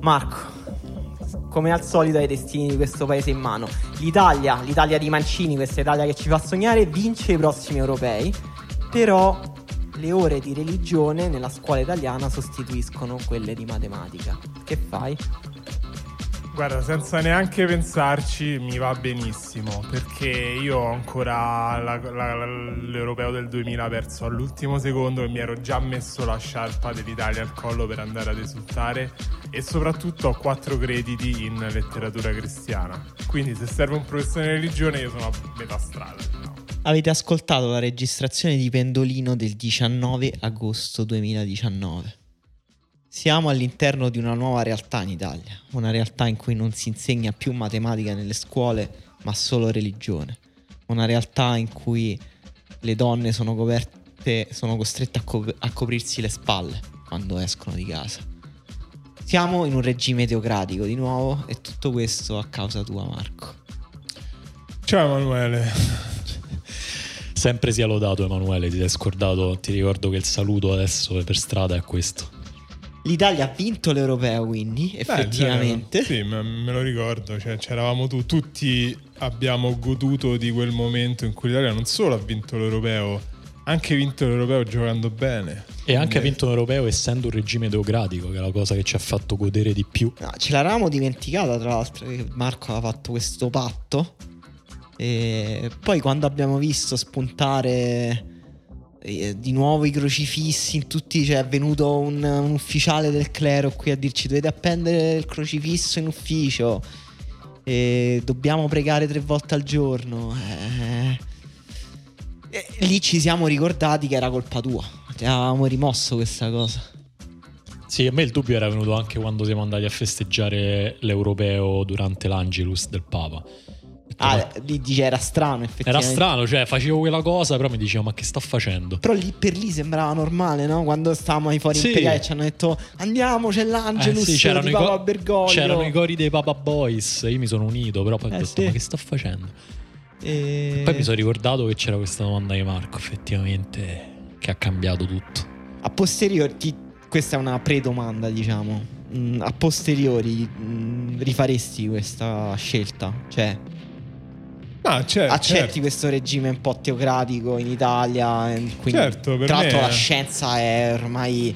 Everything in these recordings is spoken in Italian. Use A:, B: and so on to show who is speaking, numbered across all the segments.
A: Marco, come al solito hai i destini di questo paese in mano. L'Italia, l'Italia di Mancini, questa Italia che ci fa sognare, vince i prossimi europei, però le ore di religione nella scuola italiana sostituiscono quelle di matematica. Che fai?
B: Guarda, senza neanche pensarci mi va benissimo perché io ho ancora la- la- la- l'europeo del 2000 perso all'ultimo secondo e mi ero già messo la sciarpa dell'Italia al collo per andare ad esultare e soprattutto ho quattro crediti in letteratura cristiana. Quindi se serve un professore di religione io sono a metà strada. diciamo.
C: Avete ascoltato la registrazione di Pendolino del 19 agosto 2019. Siamo all'interno di una nuova realtà in Italia, una realtà in cui non si insegna più matematica nelle scuole, ma solo religione. Una realtà in cui le donne sono, coperte, sono costrette a, cop- a coprirsi le spalle quando escono di casa. Siamo in un regime teocratico di nuovo e tutto questo a causa tua Marco.
B: Ciao Emanuele.
D: Sempre sia lodato Emanuele, ti sei scordato, ti ricordo che il saluto adesso per strada è questo.
C: L'Italia ha vinto l'Europeo quindi,
B: Beh,
C: effettivamente.
B: cioè, sì, me, me lo ricordo, cioè, c'eravamo tu, tutti abbiamo goduto di quel momento in cui l'Italia non solo ha vinto l'Europeo, ha anche vinto l'Europeo giocando bene.
C: Eh.
D: E anche ha
B: Quindi-
D: vinto un europeo essendo un regime teocratico, che è la cosa che ci ha fatto godere di più.
C: No, Ah, ce l'avevamo dimenticata tra l'altro che Marco aveva fatto questo patto. E poi quando abbiamo visto spuntare eh, di nuovo i crocifissi in tutti, cioè è venuto un, un ufficiale del clero qui a dirci dovete appendere il crocifisso in ufficio. E dobbiamo pregare tre volte al giorno. eh. E lì ci siamo ricordati che era colpa tua. Avevamo rimosso questa cosa.
D: Sì, a me il dubbio era venuto anche quando siamo andati a festeggiare l'europeo durante l'Angelus del Papa.
C: Ah, lì dice era strano effettivamente.
D: Era strano, cioè facevo quella cosa, però mi dicevo ma che sto facendo?
C: Però lì per lì sembrava normale, no? Quando stavamo ai fori
D: Sì.
C: imperiali ci hanno detto andiamo, c'è
D: Eh,
C: l'Angelus,
D: sì,
C: c'erano
D: c'erano,
C: di
D: i
C: Papa
D: co-
C: Bergoglio.
D: c'erano i cori dei Papa Boys, io mi sono unito, però poi ho
C: Eh,
D: detto
C: sì.
D: ma che sto facendo?
C: E-
D: Poi mi sono ricordato che c'era questa domanda di Marco, effettivamente, che ha cambiato tutto.
C: A posteriori, ti- questa è una pre-domanda, diciamo. Mm, A posteriori mm, rifaresti questa scelta? Cioè,
B: Eh, certo. Ah, certo,
C: accetti
B: certo.
C: questo regime un po' teocratico in Italia? eh, Quindi,
B: Certo, per
C: tra l'altro
B: me-
C: la scienza è ormai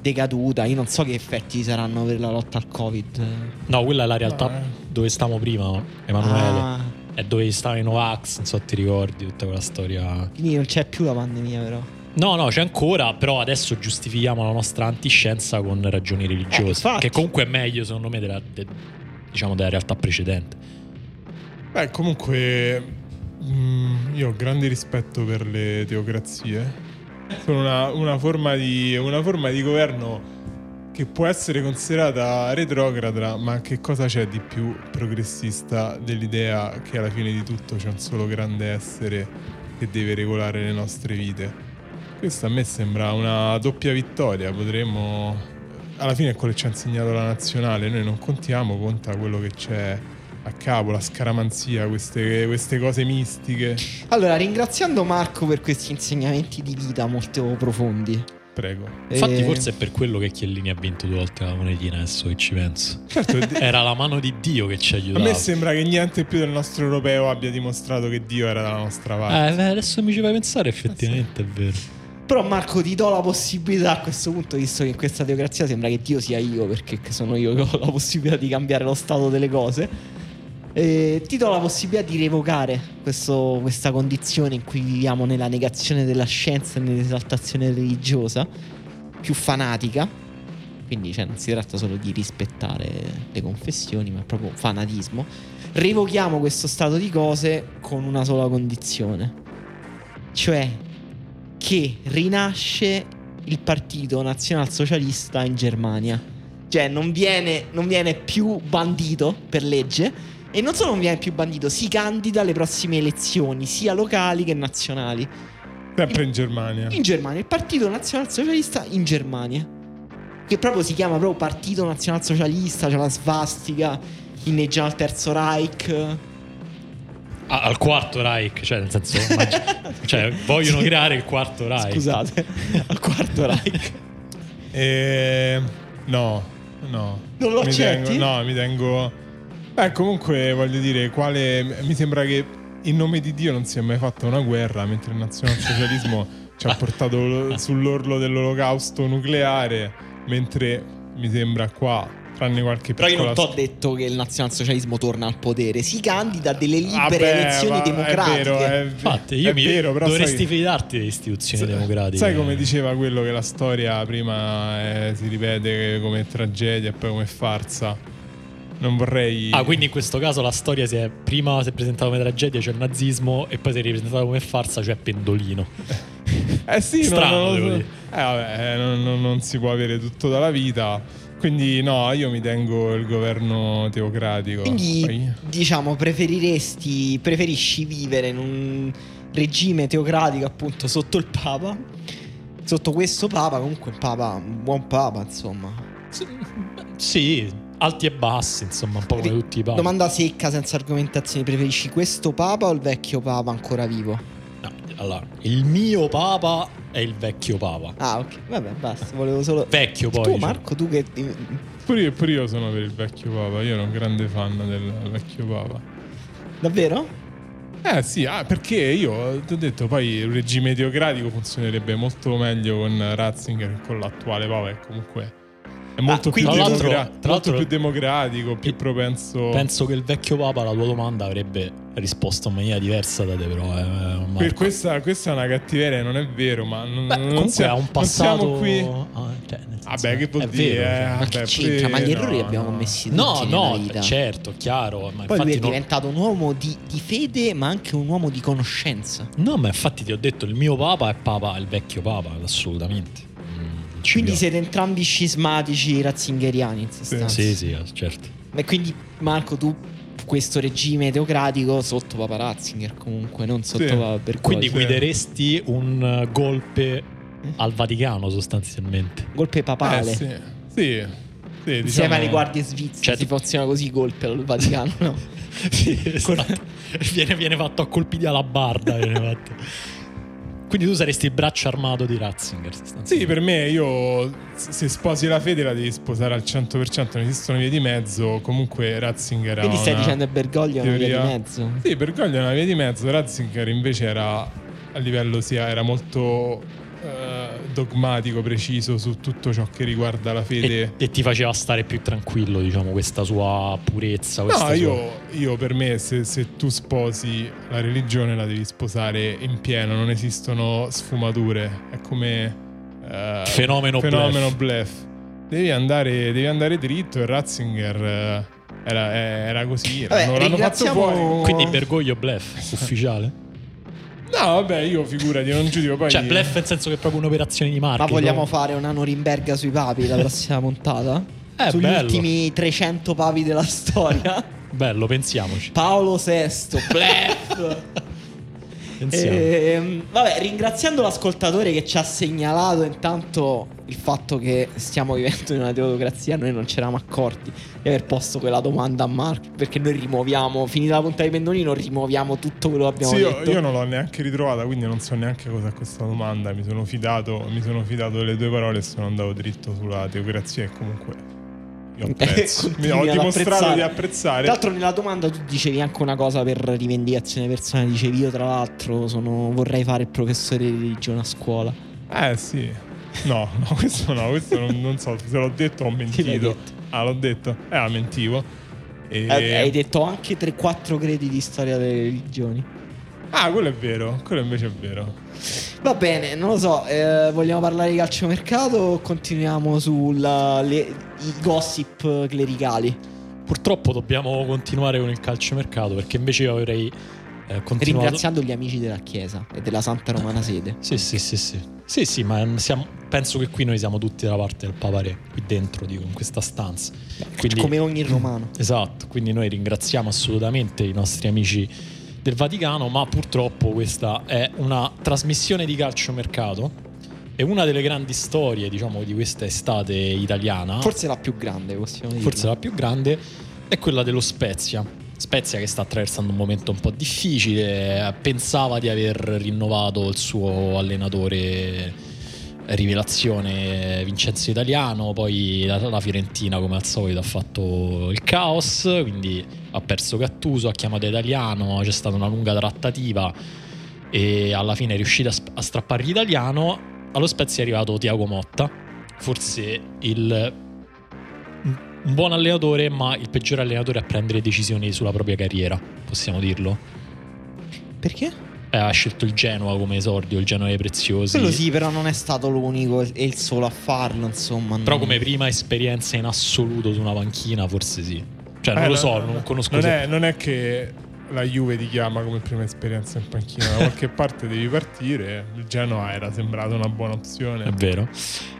C: decaduta. Io non so che effetti ci saranno per la lotta al Covid.
D: No, quella è la realtà
B: Ah.
D: dove stavamo prima, Emanuele.
C: Ah,
D: È dove stavano i Novax, non so, ti ricordi tutta quella storia.
C: quindi non c'è più la pandemia, però.
D: No, no, c'è ancora, però adesso giustifichiamo la nostra antiscienza con ragioni
C: Eh,
D: religiose.
C: infatti.
D: che comunque è meglio, secondo me, della, de- diciamo, della realtà precedente.
B: Beh, comunque mm, io ho grande rispetto per le teocrazie. Sono una, una forma di, una forma di governo che può essere considerata retrograda, ma che cosa c'è di più progressista dell'idea che alla fine di tutto c'è un solo grande essere che deve regolare le nostre vite? Questa a me sembra una doppia vittoria, potremmo... Alla fine è quello che ci ha insegnato la nazionale, noi non contiamo, conta quello che c'è a capo, la scaramanzia, queste, queste cose mistiche.
C: Allora, ringraziando Marco per questi insegnamenti di vita molto profondi.
B: Prego.
D: Infatti,
C: Eh,
D: forse è per quello che Chiellini ha vinto due volte la monetina, adesso che ci penso.
B: Certo, di-
D: Era la mano di Dio che ci
B: a
D: aiutava.
B: me sembra che niente più del nostro europeo abbia dimostrato che Dio era dalla nostra parte.
D: Eh, beh, adesso mi ci fai pensare, effettivamente, è vero.
C: Però Marco ti do la possibilità a questo punto, visto che in questa teocrazia sembra che Dio sia io, perché sono io che ho la possibilità di cambiare lo stato delle cose. eh, ti do la possibilità di revocare questo- questa condizione in cui viviamo nella negazione della scienza e nell'esaltazione religiosa, più fanatica. Quindi cioè, non si tratta solo di rispettare le confessioni, ma è proprio fanatismo. Revochiamo questo stato di cose con una sola condizione. Cioè che rinasce il partito nazionalsocialista in Germania. Cioè non viene, non viene più bandito per legge e non solo non viene più bandito, si candida alle prossime elezioni, sia locali che nazionali.
B: Sempre in Germania.
C: In Germania, il partito nazionalsocialista in Germania. Che proprio si chiama proprio partito nazionalsocialista, c'è la svastica, inneggiano al terzo Reich.
D: Ah, al quarto Reich, cioè, nel senso, immag- cioè, vogliono
C: Sì.
D: creare il quarto Reich.
C: Scusate, al quarto Reich.
B: E... No, No.
C: Non lo
B: Mi
C: accetti?
B: tengo- no, mi tengo... Beh, comunque voglio dire, quale... Mi sembra che in nome di Dio non si è mai fatta una guerra, mentre il nazionalsocialismo ci ha portato l- sull'orlo dell'olocausto nucleare, mentre mi sembra qua, tranne qualche
C: Però io
B: piccola...
C: non ti ho detto che il nazionalsocialismo torna al potere, si candida a delle libere
B: Vabbè,
C: elezioni
B: va-
C: democratiche.
B: Ah, È vero, eh. è,
D: Infatti, io
B: è
D: mi
B: vero, però
D: dovresti
B: sai-
D: fidarti delle istituzioni
B: Sai-
D: democratiche.
B: Sai come diceva quello che la storia prima eh, si ripete come tragedia e poi come farsa? Non vorrei.
D: Ah, quindi in questo caso la storia si è prima si è presentata come tragedia, cioè il nazismo, e poi si è ripresentata come farsa, cioè pendolino.
B: Eh sì, no,
D: strano,
B: non, lo
D: devo
B: so.
D: dire.
B: Eh, vabbè, eh, non, non- non si può avere tutto dalla vita. Quindi, no, io mi tengo il governo teocratico.
C: Quindi,
D: Ah,
B: Poi-
C: diciamo, preferiresti, preferisci vivere in un regime teocratico appunto sotto il Papa? Sotto questo Papa, comunque un Papa, un buon Papa, insomma.
D: S- Sì, alti e bassi, insomma, un po' come
C: Ri-
D: tutti i papi.
C: Domanda secca, senza argomentazioni, preferisci questo Papa o il vecchio Papa ancora vivo?
D: No, allora, il mio papa è il vecchio papa.
C: Ah, ok, vabbè, basta, volevo solo...
D: Vecchio poi.
C: tu
D: cioè.
C: Marco, tu che...
B: pure, io, pure io sono per il vecchio Papa. Io ero un grande fan del vecchio Papa.
C: Davvero?
B: Eh sì, ah, perché io ti ho detto poi un regime teocratico funzionerebbe molto meglio con Ratzinger che con l'attuale Papa che comunque è molto, più,
D: Ah, quindi- Tra l'altro-
B: demogra-
D: tra
B: molto
D: l'altro-
B: più democratico, più
D: Io-
B: propenso
D: Penso che il vecchio papa alla tua domanda avrebbe risposto in maniera diversa da te, però. eh, Marco.
B: per questa, questa è una cattiveria, non è vero, ma non,
D: Beh,
B: non
D: comunque
B: sia-
D: ha un
B: non
D: passato.
B: siamo qui.
D: Ah, cioè, nel senso,
B: Vabbè, che vuol
D: è
B: dire? eh?
D: vero, cioè.
C: Ma
B: Vabbè,
C: che c'entra? Ma
B: pure-
C: gli errori li
B: no,
C: abbiamo
B: no.
C: messi tutti
D: No,
C: nella
D: no,
C: vita.
D: certo, chiaro. Ma
C: Poi lui è
D: infatti non-
C: diventato un uomo di, di fede, ma anche un uomo di conoscenza.
D: No, ma infatti ti ho detto, il mio papa è papa, il vecchio papa, assolutamente. Mm, non ci
C: Quindi
D: piove.
C: siete entrambi scismatici razzingeriani, in sostanza.
D: Sì, sì, certo.
C: E quindi, Marco, tu questo regime teocratico sotto Papa Ratzinger, comunque, non sotto
B: Sì.
C: Papa per
D: Quindi
B: Sì.
D: guideresti un eh, golpe al Vaticano sostanzialmente.
C: Golpe
B: Eh,
C: papale.
B: sì, sì, sì,
C: Insieme
B: diciamo-
C: alle guardie svizzere
D: Cioè,
C: si
D: tu-
C: funziona così i golpe al Vaticano, no?
D: Sì, esatto. viene, viene fatto a colpi di alabarda. viene fatto. Quindi tu saresti il braccio armato di Ratzinger. sostanzialmente.
B: Sì, per me io s- se sposi la fede la devi sposare al 100%, non esistono vie di mezzo, comunque Ratzinger era
C: Quindi stai
B: una-
C: dicendo che Bergoglio è una via
B: teoria.
C: di mezzo.
B: Sì, Bergoglio è una via di mezzo, Ratzinger invece era a livello sia era molto eh, dogmatico, preciso su tutto ciò che riguarda la
D: E,
B: fede.
D: e ti faceva stare più tranquillo, diciamo, questa sua purezza.
B: No,
D: questa sua-
B: io, io per me se, se tu sposi la religione la devi sposare in pieno, non esistono sfumature, è come eh,
D: Fenomeno
B: bluff. Devi andare, devi andare dritto e Ratzinger eh, era, era così, era-
C: Vabbè,
B: non l'hanno fatto
C: ringraziamo-
B: fuori.
D: Quindi Bergoglio blef ufficiale.
B: No, vabbè, io figurati, non giudico poi
D: Cioè, blef nel senso che è proprio un'operazione di
C: Ma
D: marketing.
C: vogliamo fare una Norimberga sui papi la prossima puntata?
D: Eh,
C: Sugli
D: bello.
C: ultimi 300 papi della storia.
D: Bello, pensiamoci.
C: Paolo VI, blef.
D: Pensiamo.
B: Eh.
C: Ehm, vabbè, ringraziando l'ascoltatore che ci ha segnalato intanto il fatto che stiamo vivendo in una teocrazia, noi non ci eravamo accorti di aver posto quella domanda a Mark, perché noi rimuoviamo, finita la punta di pendolino, rimuoviamo tutto quello che abbiamo
B: Sì, io,
C: detto.
B: io non l'ho neanche ritrovata, quindi non so neanche cosa è questa domanda. Mi sono fidato, mi sono fidato delle due parole e sono andato dritto sulla teocrazia e comunque io apprezzo. mi
C: Eh, Continui
B: ho
C: ad
B: dimostrato di
C: Tra
B: apprezzare.
C: l'altro nella domanda tu dicevi anche una cosa per rivendicazione personale, dicevi io tra l'altro sono- vorrei fare il professore di religione a scuola.
B: Eh sì. No, no, questo no, questo non, non so, se l'ho detto o ho
C: l'hai
B: mentito.
C: detto.
B: Ah, l'ho detto. Eh, ah, mentivo. E-
C: Eh, Hai detto anche 3-4 credi di storia delle religioni.
B: Ah, quello è vero, quello invece è vero.
C: Va bene, non lo so, eh, vogliamo parlare di calciomercato o continuiamo sui gossip clericali?
D: Purtroppo dobbiamo continuare con il calciomercato perché invece io avrei eh, continuato.
C: Ringraziando gli amici della Chiesa e della Santa Romana Sede.
D: Sì, sì, sì, sì. Sì, sì, ma mm, siamo- penso che qui noi siamo tutti dalla parte del papare, qui dentro, dico, in questa stanza. Quindi-
C: come ogni romano.
D: Esatto, quindi noi ringraziamo assolutamente i nostri amici del Vaticano, ma purtroppo questa è una trasmissione di calciomercato e una delle grandi storie, diciamo, di questa estate italiana.
C: Forse la più grande, possiamo dire.
D: Ah. forse la più grande, è quella dello Spezia. Spezia che sta attraversando un momento un po' difficile, pensava di aver rinnovato il suo allenatore rivelazione Vincenzo Italiano, poi la, la Fiorentina come al solito ha fatto il caos, quindi ha perso Gattuso, ha chiamato Italiano, c'è stata una lunga trattativa e alla fine è riuscita a, sp- a strappargli Italiano. Allo Spezia è arrivato Tiago Motta, forse il un buon allenatore, ma il peggior allenatore a prendere decisioni sulla propria carriera, possiamo dirlo.
C: Perché?
D: Eh, ha scelto il Genoa come esordio, il Genoa dei Preziosi.
C: Quello sì, però non è stato l'unico e il solo a farlo, insomma.
D: Però
C: no.
D: come prima esperienza in assoluto su una panchina, forse sì. Cioè, non
B: Eh,
D: lo
B: no,
D: so,
B: no, no.
D: non conosco.
B: Non
D: se-
B: è, non è che la Juve ti chiama come prima esperienza in panchina, da qualche parte devi partire. Il Genoa era sembrata una buona
D: È
B: opzione.
D: vero.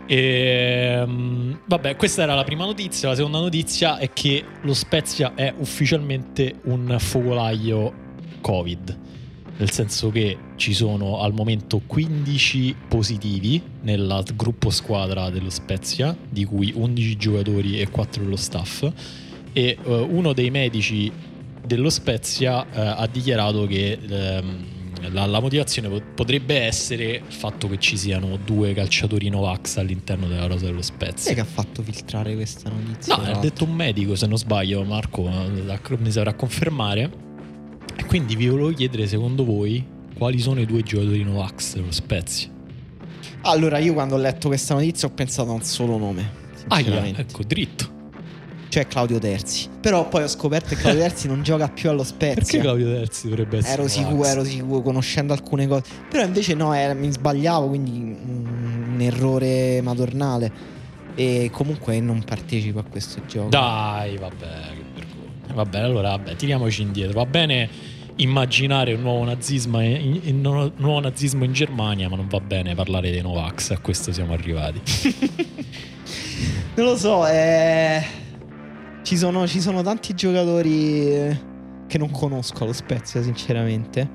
D: Ehm, vabbè, questa era la prima notizia. La seconda notizia è che lo Spezia è ufficialmente un focolaio Covid. Nel senso che ci sono al momento 15 positivi nel gruppo squadra dello Spezia, di cui 11 giocatori e 4 dello staff. E eh, uno dei medici dello Spezia eh, ha dichiarato che ehm, la, la motivazione pot- potrebbe essere il fatto che ci siano due calciatori Novax all'interno della rosa dello
C: Chi è
D: Spezia.
C: che ha fatto filtrare questa notizia?
D: No, eh, ha detto un medico, se non sbaglio, Marco eh, la- mi saprà confermare. E quindi vi volevo chiedere, secondo voi, quali sono i due giocatori Novax dello Spezia?
C: Allora, io quando ho letto questa notizia ho pensato a un solo nome.
D: Ah,
C: Sinceramente.
D: ecco, dritto.
C: Cioè Claudio Terzi. Però poi ho scoperto che Claudio Terzi non gioca più allo
D: Perché
C: Spezia.
D: Claudio Terzi dovrebbe essere
C: Ero
D: Novax?
C: sicuro, ero sicuro, conoscendo alcune cose. Però invece no, eh, mi sbagliavo, quindi mm, un errore madornale. E comunque non partecipo a questo gioco.
D: Dai, vabbè, che vergogna. Va bene, allora, vabbè, tiriamoci indietro. Va bene immaginare un nuovo nazismo in, in- un nuovo nazismo in Germania, ma non va bene parlare dei Novax, a questo siamo arrivati.
C: Non lo so, eh, ci, sono, ci sono tanti giocatori eh, che non conosco allo Spezia, sinceramente.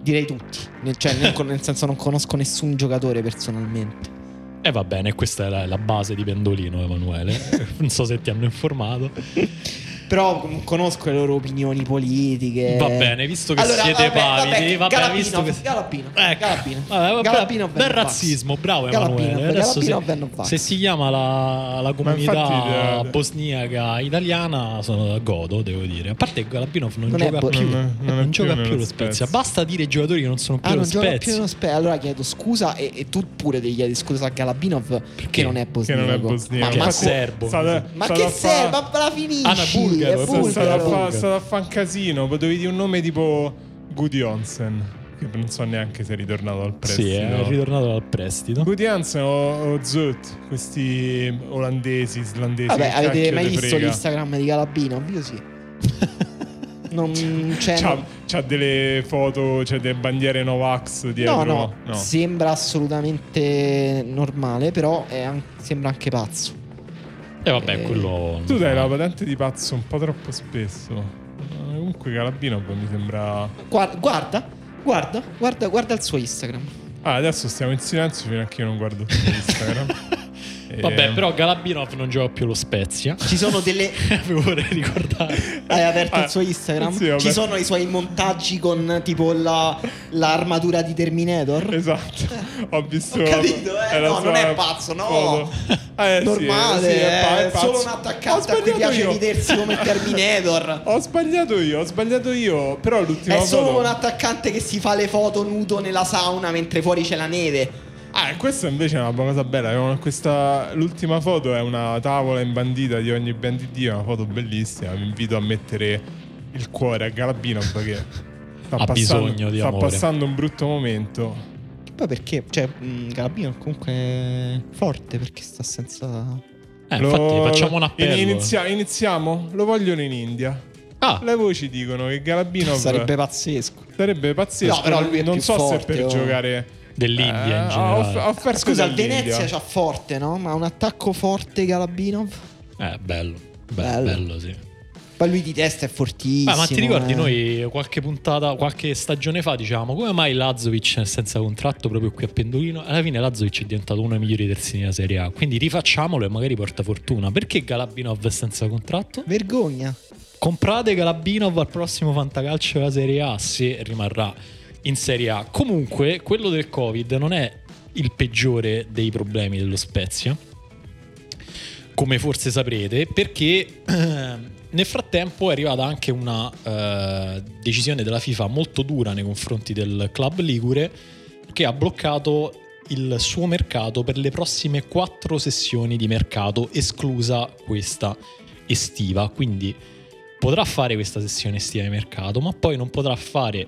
C: Direi tutti. Nel- Cioè, non con- nel senso non conosco nessun giocatore personalmente.
D: E va bene, questa è la, la base di Pendolino, Emanuele. non so se ti hanno informato.
C: Però con- conosco le loro opinioni politiche.
D: Va bene, visto che
C: Allora,
D: siete
C: vabbè, vabbè,
D: pavidi, va bene,
C: Galabino,
D: visto che-
C: Galabino,
D: Ecco.
C: Galabino.
D: Vabbè, vabbè,
C: Galabino,
D: bel
C: Benno Pax.
D: razzismo, bravo
C: Galabino,
D: Emanuele.
C: Galabino,
D: Adesso se-
C: Benno Pax.
D: Se si chiama la, la comunità
B: infatti, eh,
D: bosniaca italiana, sono da godo, devo dire. A parte che Galabinov non,
C: Non è
D: gioca
C: bo-
D: più,
B: Non è- non è
D: non
B: più
D: gioca
B: nello
D: più lo
B: Spezia.
D: Spezia. Basta dire ai giocatori che non sono più
C: Ah,
D: lo
C: non gioca
D: Spezia.
C: più nello Spezia. Allora chiedo scusa e, e tu pure devi chiedere scusa a Galabinov
D: Perché?
C: che non è
B: Che
C: bosniaco.
B: non è bosniaco.
D: Che
C: Ma,
D: è
C: ma-
D: serbo.
C: ma
B: stata
C: che
B: a fa-
C: serve? Ma la finisci?
D: Ah, no, è bulgaro,
C: È
D: è bulgaro.
B: Stata a
C: bulgaro.
B: fa- stata a fare un casino. Potevi dire un nome tipo Goody Onsen. Che non so neanche se è ritornato al prestito.
D: Sì, è ritornato dal prestito.
B: Woody Hansen o, o Zut, questi olandesi, islandesi.
C: Vabbè,
B: che
C: avete
B: cacchio
C: mai
B: te
C: visto
B: frega?
C: l'Instagram di Galabino? Io sì. non c'è.
B: C'ha,
C: Cioè, no,
B: c'ha delle foto, c'è delle bandiere Novax dietro.
C: no, no, Sembra assolutamente normale, però è an- sembra anche pazzo.
D: E vabbè,
C: Eh,
D: quello.
B: Tu dai la patente di pazzo un po' troppo spesso. Eh, Comunque Calabino mi sembra...
C: Guarda, guarda, guarda, guarda, guarda il suo Instagram.
B: Ah, adesso stiamo in silenzio fino a che io non guardo più Instagram. Eh,
D: Vabbè, però Galabinov non gioca più lo Spezia.
C: Ci sono delle.
D: Vi vorrei ricordare.
C: Hai aperto
B: Ah,
C: il suo Instagram?
B: sì, ho
C: Ci
B: aperto.
C: sono i suoi montaggi con tipo la, l'armatura di Terminator?
B: Esatto, ho visto...
C: Ho capito, eh,
B: è la
C: no,
B: sua
C: non è pazzo, no.
B: foto. Ah, eh, sì,
C: Normale,
B: sì, è pa- è
C: eh, solo
B: pazzo.
C: un
B: Ho
C: attaccante a cui
B: sbagliato
C: piace
B: io.
C: vedersi come Terminator.
B: Ho sbagliato io, ho sbagliato io, però l'ultima
C: È solo
B: foto...
C: un attaccante che si fa le foto nudo nella sauna mentre fuori c'è la neve.
B: Ah, e questa invece è una cosa bella. è una- questa- l'ultima foto è una tavola imbandita di ogni ben di Dio. È una foto bellissima. Vi invito a mettere il cuore a Galabino perché sta,
D: Ha
B: passando,
D: bisogno di
B: sta
D: amore.
B: passando un brutto momento.
C: Poi perché? Cioè, mh, Galabino comunque è forte perché sta senza.
D: Eh,
B: Lo-
D: infatti, facciamo un
B: lo-
D: appello.
B: inizia- iniziamo? Lo vogliono in India.
D: Ah,
B: Le voci dicono che Galabino
C: Sarebbe pazzesco.
B: sarebbe pazzesco.
C: No, però lui è
B: non
C: più
B: so se
C: forte,
B: per
C: oh.
B: giocare
D: dell'India in
B: Eh,
D: generale.
B: ha off- ha offerto
C: Scusa, il
B: dell'India.
C: Venezia c'ha forte, no? Ma un attacco forte Galabinov.
D: Eh, bello. Be- bello.
C: Bello.
D: sì.
C: Poi lui di testa è fortissimo.
D: Beh, ma ti ricordi
C: eh.
D: noi qualche puntata, qualche stagione fa, diciamo, come mai Lazovic è senza contratto proprio qui a Pendolino? Alla fine Lazovic è diventato uno dei migliori terzini della Serie A. Quindi rifacciamolo e magari porta fortuna. Perché Galabinov è senza contratto?
C: Vergogna.
D: Comprate Galabinov al prossimo fantacalcio della Serie A se rimarrà in Serie A. Comunque, quello del Covid non è il peggiore dei problemi dello Spezia, come forse saprete, perché nel frattempo è arrivata anche una eh, decisione della FIFA molto dura nei confronti del club Ligure che ha bloccato il suo mercato per le prossime quattro sessioni di mercato, esclusa questa estiva. Quindi potrà fare questa sessione estiva di mercato, ma poi non potrà fare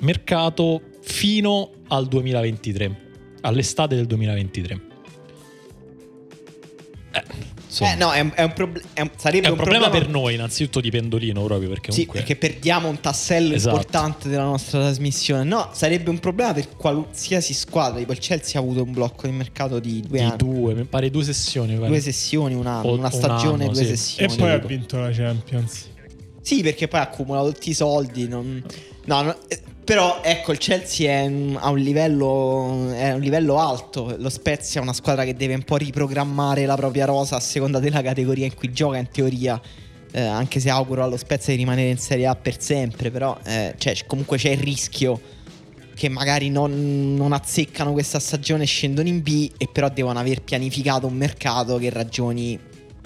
D: mercato fino al 2023, all'estate del 2023. Eh, insomma,
C: Eh, no, è un, è un proble- è un- sarebbe
D: è un problema, per noi, innanzitutto di pendolino proprio perché
C: Sì,
D: comunque
C: perché perdiamo un tassello
D: Esatto.
C: importante della nostra trasmissione. No, sarebbe un problema per qualsiasi squadra. Tipo il Chelsea ha avuto un blocco di mercato di due
D: di
C: anni.
D: due, mi pare due sessioni, mi pare.
C: Due sessioni, un anno,
D: O-
C: una
D: un
C: stagione,
D: anno,
C: due
D: sì.
B: E
C: sessioni.
B: poi ha vinto la Champions.
C: Sì, perché poi ha accumulato tutti i soldi. non- no, no, eh, però ecco, il Chelsea è un- a un livello, è un livello alto. Lo Spezia è una squadra che deve un po' riprogrammare la propria rosa a seconda della categoria in cui gioca, in teoria. eh, anche se auguro allo Spezia di rimanere in Serie A per sempre, però eh, cioè, c- comunque c'è il rischio che magari non, non azzeccano questa stagione e scendono in B e però devono aver pianificato un mercato che ragioni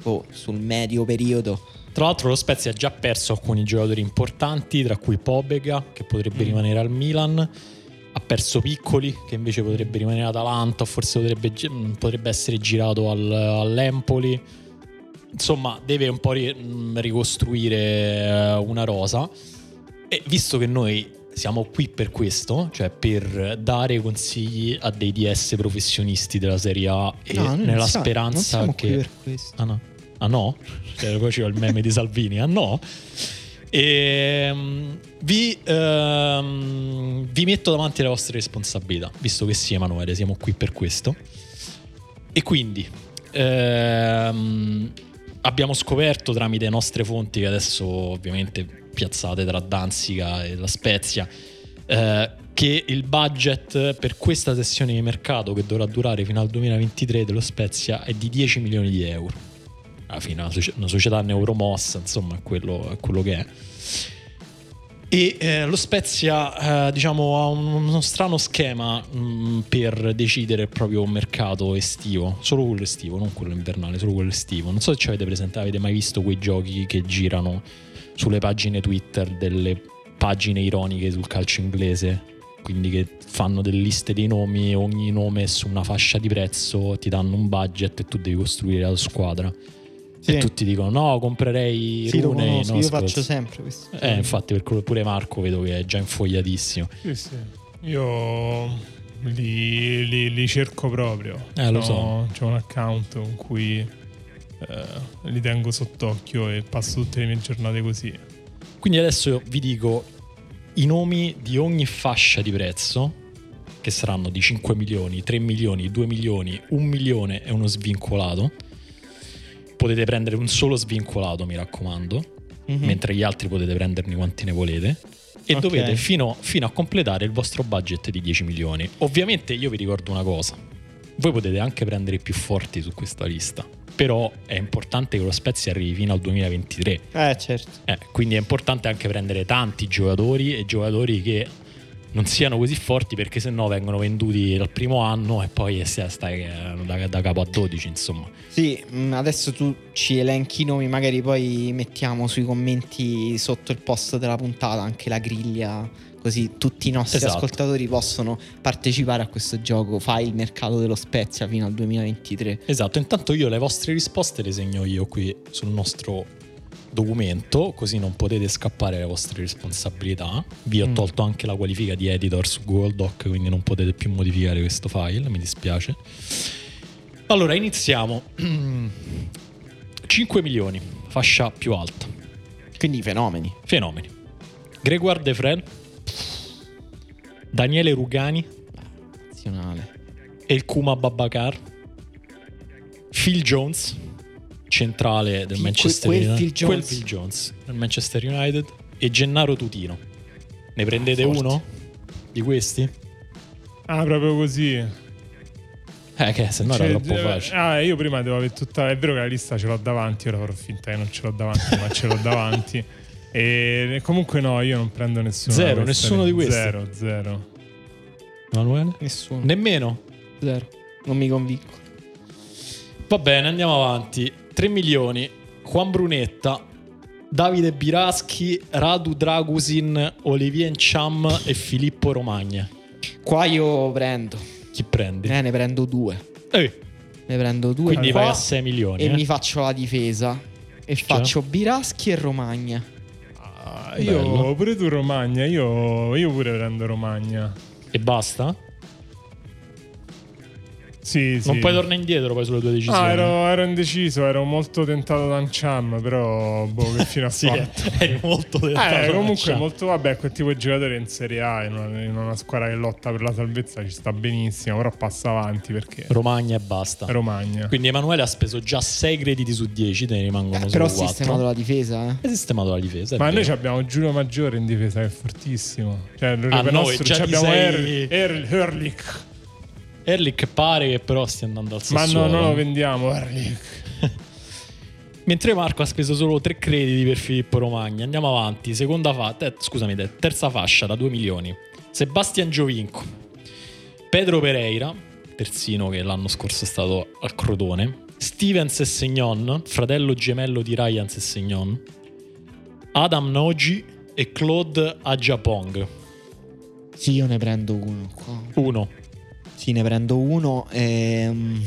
C: boh, sul medio periodo.
D: Tra l'altro lo Spezia ha già perso alcuni giocatori importanti, tra cui Pobega che potrebbe
C: Mm.
D: rimanere al Milan, ha perso Piccoli che invece potrebbe rimanere ad Atalanta, o forse potrebbe, gi- mh, potrebbe essere girato al- all'Empoli. Insomma, deve un po' ri- mh, ricostruire eh, una rosa. E visto che noi siamo qui per questo, cioè per dare consigli a dei DS professionisti della Serie A e
C: No, noi non
D: nella
C: siamo- non
D: speranza
C: siamo
D: che
C: qui per questo.
D: Ah no? Ah no? Cioè, poi c'era il meme di Salvini. Ah no? Ehm, vi, ehm, vi metto davanti le vostre responsabilità, visto che sì, Emanuele, siamo qui per questo. E quindi ehm, abbiamo scoperto tramite le nostre fonti, che adesso ovviamente piazzate tra Danzica e La Spezia, eh, che il budget per questa sessione di mercato che dovrà durare fino al 2023 dello Spezia è di 10 milioni di euro. Ah, Alla fine una, socie- una società neuromossa, insomma, è quello, è quello che è. E eh, lo Spezia, eh, diciamo, ha un- uno strano schema mh, per decidere il proprio mercato estivo, solo quello estivo, non quello invernale, solo quello estivo. Non so se ci avete presente, avete mai visto quei giochi che girano sulle pagine Twitter delle pagine ironiche sul calcio inglese, quindi che fanno delle liste dei nomi, ogni nome è su una fascia di prezzo, ti danno un budget e tu devi costruire la tua squadra.
C: Sì.
D: E tutti dicono no, comprerei
C: Sì, lo
D: Rooney,
C: conosco,
D: no,
C: io
D: Scholes".
C: faccio sempre questo.
D: Eh, infatti, per quello pure Marco vedo che è già infogliatissimo.
B: Sì, sì. Io li, li- li cerco proprio.
D: Eh, lo
B: Ho-
D: so.
B: C'ho un account con cui eh, li tengo sott'occhio e passo tutte le mie giornate così.
D: Quindi adesso vi dico i nomi di ogni fascia di prezzo, che saranno di 5 milioni, 3 milioni, 2 milioni, 1 milione e uno svincolato. Potete prendere un solo svincolato, mi raccomando,
C: Mhm.
D: Eh, mentre gli altri potete prenderne quanti ne volete. E
C: Ok.
D: dovete fino, fino a completare il vostro budget di 10 milioni. Ovviamente io vi ricordo una cosa. Voi potete anche prendere i più forti su questa lista. Però è importante che lo Spezia arrivi fino al 2023.
C: Eh, certo.
D: Eh, quindi è importante anche prendere tanti giocatori e giocatori che non siano così forti perché sennò vengono venduti dal primo anno e poi si stai eh, da, da capo a 12 insomma.
C: Sì, mh, adesso tu ci elenchi i nomi, magari poi mettiamo sui commenti sotto il post della puntata anche la griglia, così tutti i nostri
D: Esatto.
C: ascoltatori possono partecipare a questo gioco. Fai il mercato dello Spezia fino al 2023.
D: Esatto, intanto io le vostre risposte le segno io qui sul nostro documento così non potete scappare alle vostre responsabilità. Vi ho
C: Mm.
D: tolto anche la qualifica di editor su Google Doc quindi non potete più modificare questo file, mi dispiace. Allora iniziamo. 5 milioni, fascia più alta.
C: Quindi i fenomeni.
D: Fenomeni. Gregoire De Frel, Daniele Rugani,
C: Nazionale.
D: El Kuma Babacar, Phil Jones, centrale del
C: Phil-
D: Manchester
C: quel- quel
D: United,
C: Phil Jones.
D: quel Phil Jones del Manchester United e Gennaro Tutino. Ne prendete
C: forte.
D: uno di questi?
B: Ah, proprio così.
D: Eh che se no
B: Cioè,
D: era troppo
B: eh,
D: facile.
B: Ah, io prima devo avere tutta. È vero che la lista ce l'ho davanti, ora farò finta che non ce l'ho davanti, ma ce l'ho davanti. E comunque no, io non prendo nessuno.
D: Zero, nessuno di questi.
B: Zero, zero.
D: Emanuele?
C: Nessuno.
D: Nemmeno.
C: Zero. Non mi convinco.
D: Va bene, andiamo avanti. 3 milioni, Juan Brunetta, Davide Biraschi, Radu Dragusin, Olivier Cham e Filippo Romagna.
C: Qua io prendo.
D: Chi prendi?
C: Eh, ne prendo due.
D: Eh,
C: Ne prendo due.
D: quindi
C: qua
D: vai a 6 milioni.
C: E
D: eh.
C: mi faccio la difesa. E faccio Biraschi e Romagna.
B: Ah,
D: Bello.
B: io pure tu Romagna, io, io pure prendo Romagna.
D: E basta?
B: Sì, sì.
D: Non puoi tornare indietro poi sulle tue decisioni.
B: Ah, ero, ero indeciso, ero molto tentato da Cham, però boh, che fino a
D: Sì,
B: fatto.
D: è molto Cioè,
B: Eh,
D: tentato,
B: comunque
D: Cham.
B: molto vabbè, quel tipo di giocatore in Serie A, in una, in una squadra che lotta per la salvezza ci sta benissimo, però passa avanti perché
D: Romagna e basta.
B: Romagna.
D: Quindi Emanuele ha speso già 6 crediti su 10, te ne rimangono
C: Eh, Però ho
D: solo 4.
C: sistemato la difesa, eh.
D: Hai sistemato la difesa. è
B: Ma noi
D: vero.
B: abbiamo Giulio Maggiore in difesa che è fortissimo. Cioè, il
D: Ah,
B: per
D: noi
B: nostro
D: già
B: ci
D: ti
B: abbiamo
D: sei-
B: Erl- Erl- Erlich.
D: Erlich pare che però stia andando al eh.
B: Ma no,
D: Sassuolo.
B: non lo vendiamo Erlich.
D: Mentre Marco ha speso solo 3 crediti per Filippo Romagna. Andiamo avanti. Seconda fa- te- scusami, te- terza fascia da 2 milioni. Sebastian Giovinco. Pedro Pereira, terzino che l'anno scorso è stato al Crotone. Steven Sessegnon, fratello gemello di Ryan Sessegnon. Adam Nogi e Claude Agiapong.
C: Sì, io ne prendo uno qua.
D: Uno.
C: Sì, ne prendo uno. ehm.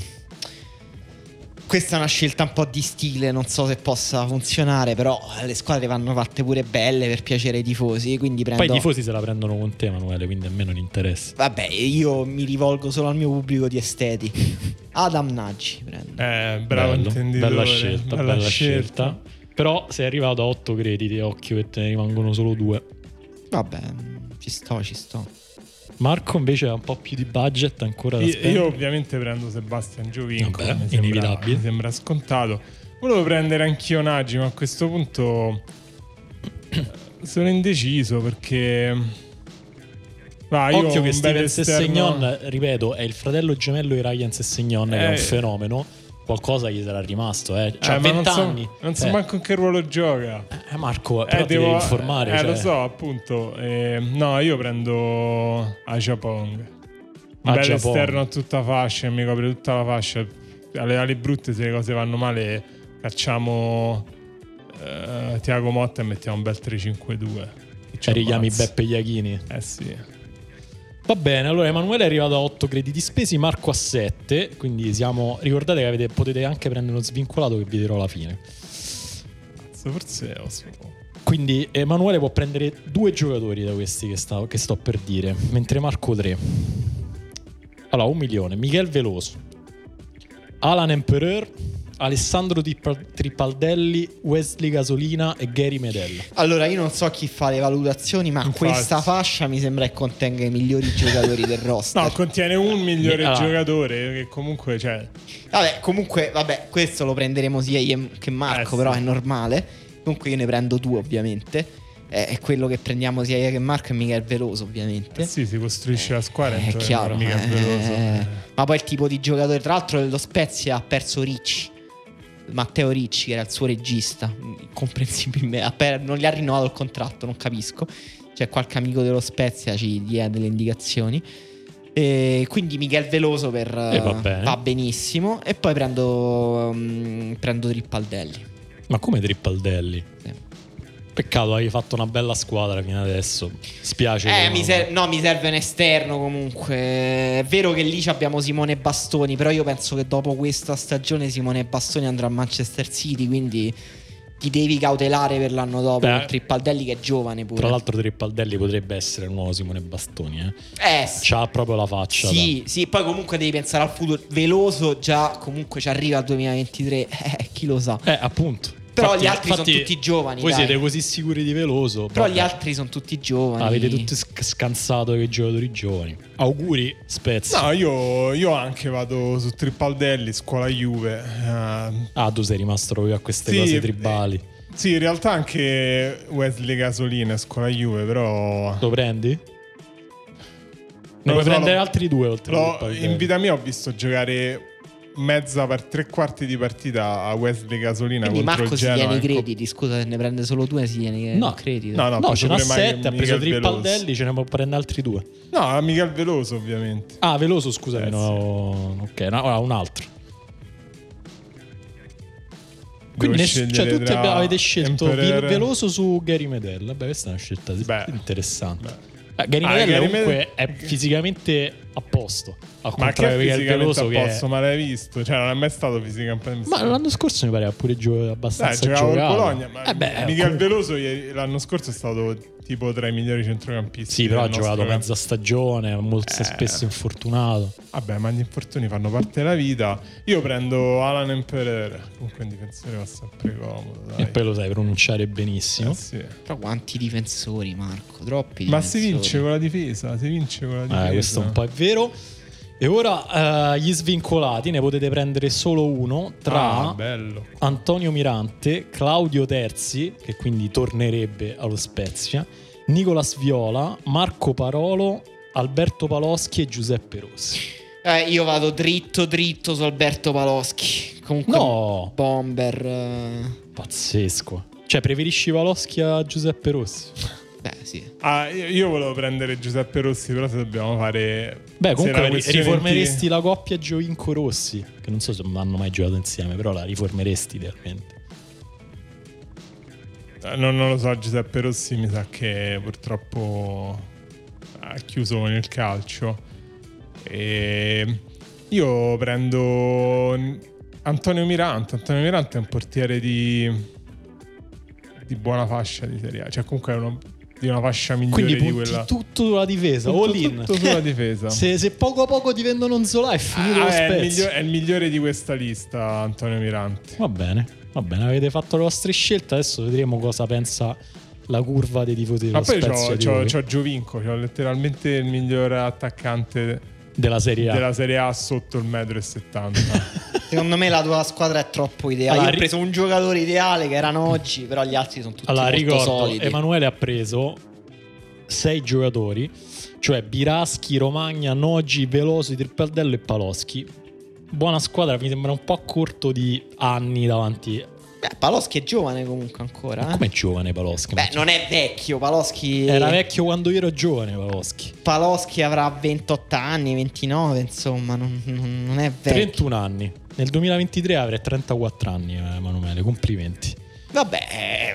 C: Questa è una scelta un po' di stile, non so se possa funzionare, però le squadre vanno fatte pure belle per piacere ai tifosi, quindi prendo...
D: Poi i tifosi se la prendono con te, Emanuele, quindi a me non interessa.
C: Vabbè, io mi rivolgo solo al mio pubblico di esteti. Adam Naggi prendo.
B: Eh, bravo
D: Bello,
B: intenditore.
D: Bella scelta, bella, scelta. Però sei arrivato a 8 crediti, occhio che te ne rimangono solo due.
C: Vabbè, mm, ci sto, ci sto.
D: Marco invece ha un po' più di budget ancora da
B: Io,
D: spendere.
B: io ovviamente prendo Sebastian Giovinco,
D: Vabbè,
B: mi, sembra,
D: inevitabile.
B: mi sembra scontato. Volevo prendere anch'io Nagi, ma a questo punto eh, sono indeciso perché... Va, io
D: Occhio
B: un
D: che
B: bel
D: Steven
B: esterno-
D: Sessegnon, ripeto, è il fratello gemello di Ryan Sessegnon, che è un
B: Eh.
D: fenomeno. Qualcosa gli sarà rimasto, eh.
B: Eh,
D: Cioè,
B: ma non
D: 20
B: so,
D: anni.
B: Non so
D: Eh,
B: manco in che ruolo gioca.
D: eh, Marco, però ti
B: devo-
D: devi informare.
B: eh,
D: cioè.
B: lo so, appunto. Eh, no, io prendo Aja Pong. Un
D: Aja
B: bel
D: Pong.
B: esterno a tutta fascia, mi copre tutta la fascia. Alle, alle brutte, se le cose vanno male, facciamo eh, Tiago Motta e mettiamo un bel 3-5-2. Che ci
D: Cioè, richiami
B: ammazza.
D: Beppe Iachini.
B: Eh sì.
D: Va bene, allora Emanuele è arrivato a 8 crediti spesi, Marco a 7, quindi siamo, ricordate che avete- potete anche prendere uno svincolato che vi dirò alla fine.
B: Cazzo, Forse ho solo-
D: Quindi Emanuele può prendere due giocatori da questi che, sta- che sto per dire, mentre Marco 3. Allora, un milione, Michel Veloso, Alan Empereur, Alessandro Tippa- Tripaldelli, Wesley Gasolina e Gary Medella.
C: Allora, io non so chi fa le valutazioni, ma
B: Infatti.
C: questa fascia mi sembra che contenga i migliori giocatori del roster.
B: No, contiene un migliore
D: Ah.
B: giocatore che comunque, cioè,
C: Vabbè, comunque, vabbè, questo lo prenderemo sia io che Marco,
B: Eh, sì.
C: però è normale. Comunque io ne prendo due, ovviamente. Eh, È quello che prendiamo sia io che Marco e Michel Veloso, ovviamente.
B: eh sì, si costruisce la squadra
C: è
B: intorno a
C: chiaro.
B: Michel
C: eh.
B: Veloso.
C: Ma poi il tipo di giocatore, tra l'altro, lo Spezia ha perso Ricci. Matteo Ricci, che era il suo regista, incomprensibilmente, ha per- non gli ha rinnovato il contratto, non capisco. C'è qualche amico dello Spezia ci dia delle indicazioni. E quindi Michel Veloso per,
D: E va bene.
C: va benissimo. E poi prendo, mm, prendo Trippaldelli.
D: Ma come Tripaldelli?
C: Sì.
D: Peccato, hai fatto una bella squadra fino adesso. Spiace. che
C: Eh,
D: non-
C: mi ser- no, mi serve un esterno comunque. È vero che lì ci abbiamo Simone Bastoni, però io penso che dopo questa stagione Simone Bastoni andrà a Manchester City, quindi ti devi cautelare per l'anno dopo.
D: Beh.
C: con Trippaldelli che è giovane pure.
D: Tra l'altro Trippaldelli potrebbe essere il nuovo Simone Bastoni, eh.
C: eh, sì.
D: C'ha proprio la faccia. da-
C: Sì, sì, poi comunque devi pensare al futuro. Veloso già comunque ci arriva al 2023, eh, chi lo sa.
D: Eh, appunto.
C: Però
D: Infatti-
C: gli altri
D: infatti
C: sono tutti giovani.
D: Voi
C: dai.
D: siete così sicuri di Veloso.
C: Però
D: vabbè.
C: gli altri sono tutti giovani.
D: Avete tutti sc- scansato quei giocatori giovani. Auguri, Spezia.
B: No, io, io anche vado su Trippaldelli, scuola Juve. eh,
D: Ah, tu sei rimasto proprio a queste
B: Sì,
D: cose
B: eh,
D: tribali.
B: sì, in realtà anche Wesley Gasolina, è scuola Juve, però...
D: Lo prendi? Ne
B: lo
D: puoi
B: so,
D: prendere
B: lo-
D: altri due oltre a
B: l'ho-
D: Trippaldelli.
B: in vita mia ho visto giocare mezza par- tre quarti di partita a Wesley Gasolina
C: Quindi
B: contro
C: Marco
B: il
C: si
B: Genoa. ecco.
C: tiene i
B: in Coppa-
C: crediti, scusa se ne prende solo due, si tiene
D: No.
C: i crediti.
B: No, no, ha
D: no,
B: preso
D: ce n'ha
B: pure Mike-
D: 7, ha preso
B: Michael
D: 3
B: Veloso.
D: paldelli, ce ne può prendere altri due.
B: No, Michael Veloso ovviamente.
D: Ah, Veloso, scusami,
B: Eh,
D: no, ok, no, ah, un altro.
B: Devo
D: Quindi ness-
B: scegliere
D: cioè, tutti
B: tra
D: abbi- avete scelto
B: Emperor-
D: Vil- Veloso su Gary Medel. Beh, questa è una scelta
B: Beh.
D: interessante.
B: Beh.
D: Eh, Gary
B: Ah,
D: Medel
B: Gary
D: comunque
B: Medel-
D: è fisicamente a posto. Al
B: Ma che
D: contrario
B: è
D: di Gary
B: fisicamente
D: Veloso
B: a
D: che è-
B: posto, ma l'hai visto? Cioè, non è mai stato fisicamente
D: Ma l'anno scorso mi pare ha pure giocato
B: Dai,
D: abbastanza
B: giocavo con
D: giocato.
B: Bologna, ma
D: Eh beh,
B: Michael
D: comunque-
B: Veloso ieri- l'anno scorso è stato tipo tra i migliori centrocampisti.
D: Sì, però ha
B: del nostro
D: giocato
B: camp-
D: mezza stagione, molto
B: Eh.
D: spesso infortunato.
B: Vabbè, ma gli infortuni fanno parte della vita. Io prendo Alan Emperor, comunque un difensore va sempre comodo, dai.
D: E poi lo sai pronunciare
B: Eh,
D: benissimo.
B: sì.
C: Però quanti difensori, Marco? Troppi.
B: Ma si
C: difensori.
B: vince con la difesa, si vince con la difesa.
D: Eh, questo un po' è vero. E ora eh, gli svincolati ne potete prendere solo uno tra
B: Ah, bello.
D: Antonio Mirante, Claudio Terzi, che quindi tornerebbe allo Spezia, Nicolas Viola, Marco Parolo, Alberto Paloschi e Giuseppe Rossi.
C: Eh, io vado dritto dritto su Alberto Paloschi. Comunque
D: No,
C: Bomber. eh,
D: pazzesco. Cioè, preferisci Paloschi a Giuseppe Rossi?
C: Beh, sì.
B: Ah, io, io volevo prendere Giuseppe Rossi, però se dobbiamo fare... se
D: Beh,
B: la
D: comunque ri-
B: questione
D: riformeresti
B: in
D: la coppia Giovinco Rossi, che non so se hanno mai giocato insieme, però la riformeresti idealmente.
B: chi- Eh, Non, non lo so, Giuseppe Rossi mi sa che purtroppo ha chiuso con il calcio. E io prendo Antonio Mirante. Antonio Mirante è un portiere di, di buona fascia di Serie A. Cioè comunque è uno- di una fascia migliore
D: Quindi
B: di
D: punti
B: quella...
D: tutto sulla difesa,
B: Punto
D: all in.
B: tutto sulla difesa.
D: Se, se poco a poco divendono un Zola è finito
B: Ah,
D: lo
B: è, il
D: Spezia.
B: migliore, è il migliore di questa lista, Antonio Mirante.
D: Va bene, va bene, avete fatto le vostre scelte, adesso vedremo cosa pensa la curva dei tifosi dello
B: Ma poi
D: Spezia
B: c'ho,
D: di
B: c'ho-
D: voi,
B: c'ho Giovinco, c'ho letteralmente il miglior attaccante
D: della Serie A.
B: della Serie A sotto il 1,70 m.
C: Secondo me la tua squadra è troppo ideale.
D: Allora,
C: Io
D: ri-
C: ho preso un giocatore ideale che erano oggi, però gli altri sono tutti
D: Allora,
C: molto
D: ricordo,
C: solidi.
D: Emanuele ha preso sei giocatori, cioè Biraschi, Romagna, Nogi, Velosi, Tripaldello e Paloschi. Buona squadra, mi sembra un po' corto di anni davanti.
C: Beh, Paloschi è giovane comunque ancora. eh.
D: Com'è giovane Paloschi?
C: Beh, non è vecchio, Paloschi
D: Era vecchio quando io ero giovane Paloschi.
C: Paloschi avrà 28 anni, 29, insomma, non, non- non è vero.
D: 31 anni. Nel 2023 avrai 34 anni, eh, Emanuele, complimenti.
C: Vabbè,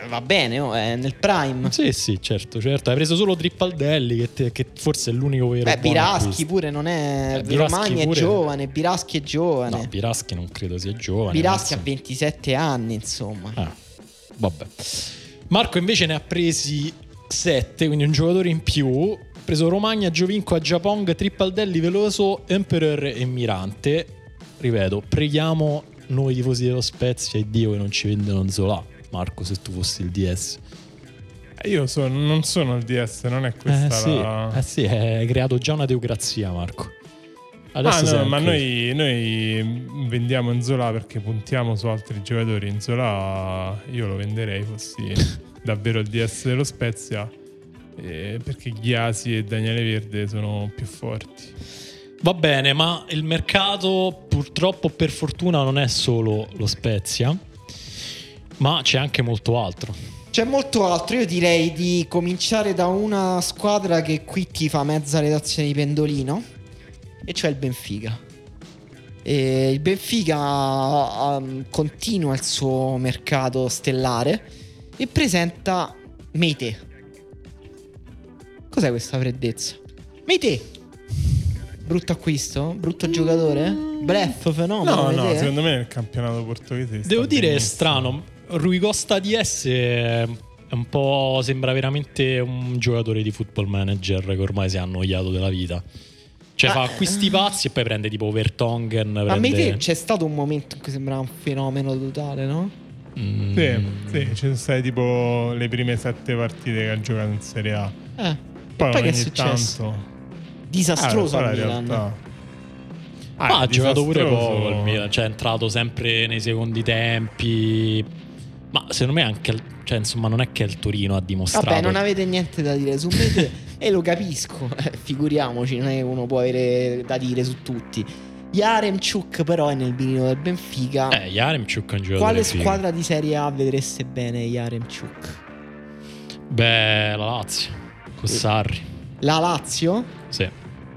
C: eh, va bene, oh, è nel prime.
D: Sì, sì, certo, certo. Hai preso solo Trippaldelli, che, te- che forse è l'unico vero.
C: Beh,
D: buon
C: Biraschi
D: acquisto.
C: pure non è...
D: Eh, Biraschi
C: Romagna è
D: pure-
C: giovane, Biraschi è giovane.
D: No, Biraschi non credo sia giovane.
C: Biraschi ha
D: anzi.
C: 27 anni, insomma.
D: Ah, vabbè. Marco invece ne ha presi 7, quindi un giocatore in più. Ha preso Romagna, Giovinco, Agiapong, Trippaldelli, Veloso, Emperor e Mirante. Ripeto, preghiamo noi tifosi dello Spezia e Dio che non ci vendono Zola. Marco, se tu fossi il DS.
B: Io sono- non sono il DS, non è
D: Eh
B: questa
D: sì,
B: la...
D: eh sì, hai creato già una teocrazia, Marco.
B: Ah, no,
D: sei
B: ma noi,
D: anche-
B: noi vendiamo Inzola perché puntiamo su altri giocatori. Inzola io lo venderei fossi davvero il DS dello Spezia. eh, perché Ghiasi e Daniele Verde sono più forti.
D: Va bene, ma il mercato purtroppo per fortuna non è solo lo Spezia, ma c'è anche molto altro.
C: C'è molto altro, io direi di cominciare da una squadra che qui ti fa mezza redazione di pendolino, e cioè il Benfica. E il Benfica um, continua il suo mercato stellare e presenta Meite. Cos'è questa freddezza? Meite! Brutto acquisto? Brutto giocatore? Blef, fenomeno.
B: No, no,
C: Meite?
B: secondo me nel campionato portoghese. sta
D: Devo dire è
B: benissimo.
D: strano, Rui Costa DS è un po' sembra veramente un giocatore di football manager che ormai si è annoiato della vita. Cioè
C: Ma-
B: Ah.
D: fa acquisti pazzi e poi prende tipo Vertongen.
C: Ma
D: Prende...
C: Meite c'è stato un momento in cui sembrava un fenomeno totale, no?
D: Mm.
B: Sì, sì, ci sono state tipo le prime sette partite che ha giocato in Serie A.
C: Eh.
B: Poi,
C: e poi che è
B: ogni
C: successo?
B: tanto- Ah,
C: Disastroso al
B: quella è la
C: Milan.
B: realtà. Ah,
D: Ma
B: è
D: ha giocato pure
B: disastroso.
D: poco il Milan, cioè è entrato sempre nei secondi tempi. Ma secondo me anche, il- cioè insomma non è che il Torino ha dimostrato.
C: Vabbè, non avete niente da dire su Mete e lo capisco, eh, figuriamoci, non è che uno può avere da dire su tutti. Yaremchuk però è nel mirino del Benfica.
D: Eh, Yaremchuk è un giocatore
C: Quale
D: figo.
C: squadra di Serie A vedreste bene Yaremchuk?
D: Beh, la Lazio. Con Sarri.
C: La Lazio?
D: Sì.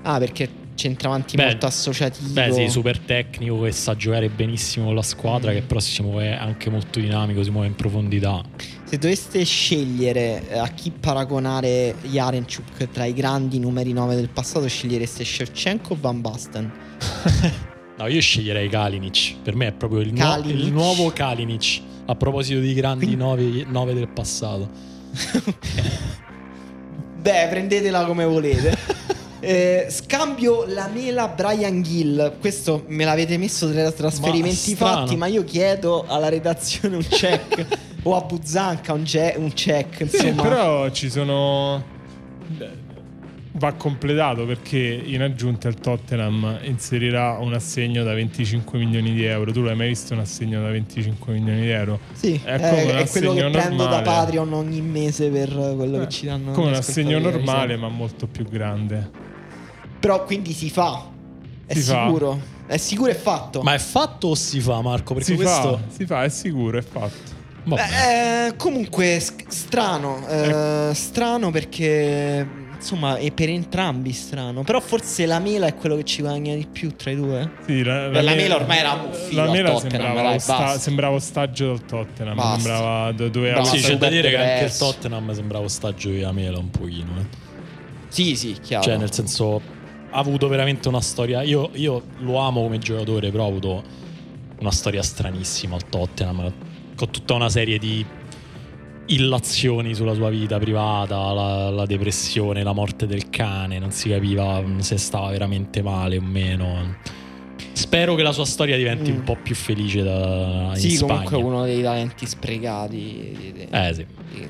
C: Ah, perché centravanti
D: Beh,
C: molto associativo.
D: Beh, sì, super tecnico che sa giocare benissimo con la squadra,
C: Mm.
D: che però si muove anche molto dinamico, si muove in profondità.
C: Se doveste scegliere eh, a chi paragonare Yarenchuk tra i grandi numeri 9 del passato, scegliereste Shevchenko o Van Basten?
D: No, io sceglierei Kalinic. Per me è proprio il, nu-
C: Kalinic.
D: il nuovo Kalinic. A proposito dei grandi 9 del passato.
C: Beh, prendetela come volete. Eh, scambio la mela Brian Gill. Questo me l'avete messo tra i trasferimenti
D: strano.
C: fatti, ma io chiedo alla redazione un check o a Buzzanca un, ge- un check.
B: Sì,
C: Insomma,
B: però ci sono. Va completato perché in aggiunta il Tottenham inserirà un assegno da 25 milioni di euro. Tu l'hai mai visto un assegno da 25 milioni di euro?
C: Sì,
B: è
C: eh,
B: come un
C: è quello che
B: assegno
C: prendo da
B: normale.
C: Patreon ogni mese per eh, quello che ci danno.
B: Come
C: gli
B: un assegno
C: ascoltatori, eh, esatto.
B: normale,
C: mi
B: ma molto più grande.
C: sembra. Però quindi si fa. È
B: Si fa.
C: sicuro. È sicuro e fatto.
D: Ma è fatto o si fa, Marco? Perché
B: Si
D: questo.
B: fa, si fa, è sicuro, è fatto.
D: Vabbè.
C: Beh, eh, comunque s- strano, eh, strano perché insomma è per entrambi strano, però forse la mela è quello che ci guadagna di più tra i due.
B: Sì, la,
C: Beh, la mela ormai era un filo
B: La
C: al
B: mela
C: Tottenham,
B: sembrava,
C: dai,
B: osta-
C: basta.
B: sembrava ostaggio dal Tottenham.
C: Basta.
B: Sembrava do- doveva
C: Basta.
D: sì, c'è
C: super
D: da dire che anche il
C: depresso.
D: Tottenham sembrava ostaggio di Amela un pochino. eh.
C: Sì, sì, chiaro.
D: Cioè, nel senso, ha avuto veramente una storia. Io, io lo amo come giocatore, però ha avuto una storia stranissima al Tottenham, con tutta una serie di illazioni sulla sua vita privata, la, la depressione, la morte del cane, non si capiva mm, se stava veramente male o meno. Spero che la sua storia diventi
C: Mm.
D: un po' più felice da, in
C: sì,
D: Spagna.
C: comunque uno dei talenti sprecati di- di-
D: Eh sì.
C: di-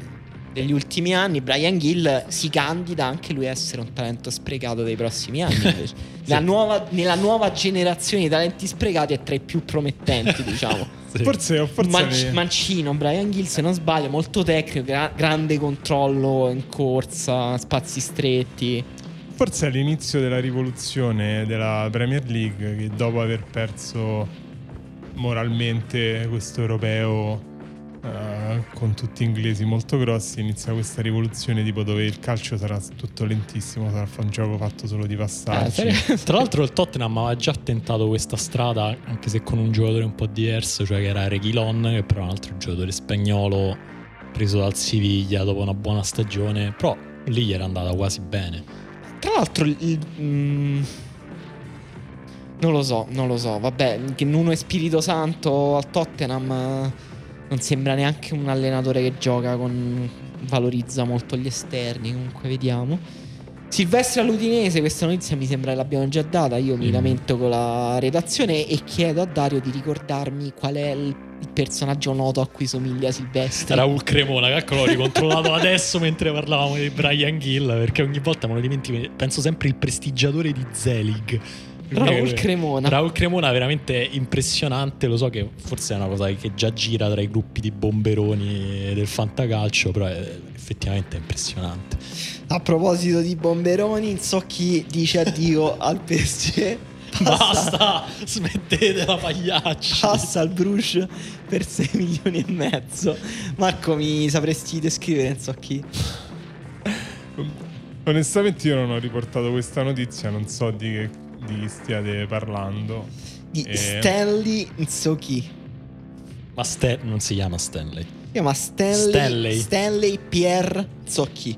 C: degli ultimi anni. Brian Gill si candida anche lui a essere un talento sprecato dei prossimi anni. invece. La nuova- nella nuova generazione di talenti sprecati è tra i più promettenti, diciamo.
D: Sì.
B: Forse, forse
C: Manc- Mancino, Brian Gill se non sbaglio, molto tecnico, gra- grande controllo in corsa, spazi stretti.
B: Forse all'inizio della rivoluzione della Premier League, che dopo aver perso moralmente questo europeo eh, con tutti inglesi molto grossi, inizia questa rivoluzione tipo dove il calcio sarà tutto lentissimo, sarà un gioco fatto solo di
C: Eh,
B: passaggi.
C: sarebbe-
D: Ah, Tra l'altro il Tottenham aveva già tentato questa strada, anche se con un giocatore un po' diverso, cioè che era Reguilon, che però è un altro giocatore spagnolo preso dal Siviglia dopo una buona stagione, però lì gli era andata quasi bene.
C: Tra l'altro, il- il- mm, non lo so, non lo so. Vabbè, che Nuno è Spirito Santo al Tottenham eh, non sembra neanche un allenatore che gioca con. valorizza molto gli esterni. Comunque, vediamo. Silvestre all'Udinese, questa notizia mi sembra che l'abbiamo già data. Io mi
D: Mm.
C: lamento con la redazione e chiedo a Dario di ricordarmi qual è il il personaggio noto a cui somiglia Silvestre.
D: Raul Cremona, calcolo, l'ho ricontrollato adesso mentre parlavamo di Brian Gill, perché ogni volta me lo dimentico, penso sempre il prestigiatore di Zelig.
C: Raul
D: Cremona
C: Cremona.
D: Raul Cremona è veramente impressionante, lo so che forse è una cosa che già gira tra i gruppi di bomberoni del fantacalcio, però è effettivamente è impressionante.
C: A proposito di bomberoni, non so chi dice addio al PSG. Passa,
D: Basta, smettete la pagliaccia.
C: passa al Bruges per 6 milioni e mezzo. Marco, mi sapresti descrivere, non so chi.
B: Onestamente io non ho riportato questa notizia, non so di che di chi stiate parlando.
C: Di
B: Eh.
C: Stanley, non so chi.
D: Ma Stan- non si chiama Stanley.
C: Si chiama Stanley,
D: Stanley.
C: Stanley Pierre Zocchi.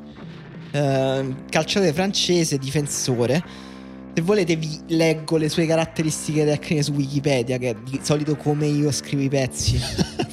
C: Ehm, calciatore francese, difensore. Se volete vi leggo le sue caratteristiche tecniche su Wikipedia, che è di solito come io scrivo i pezzi.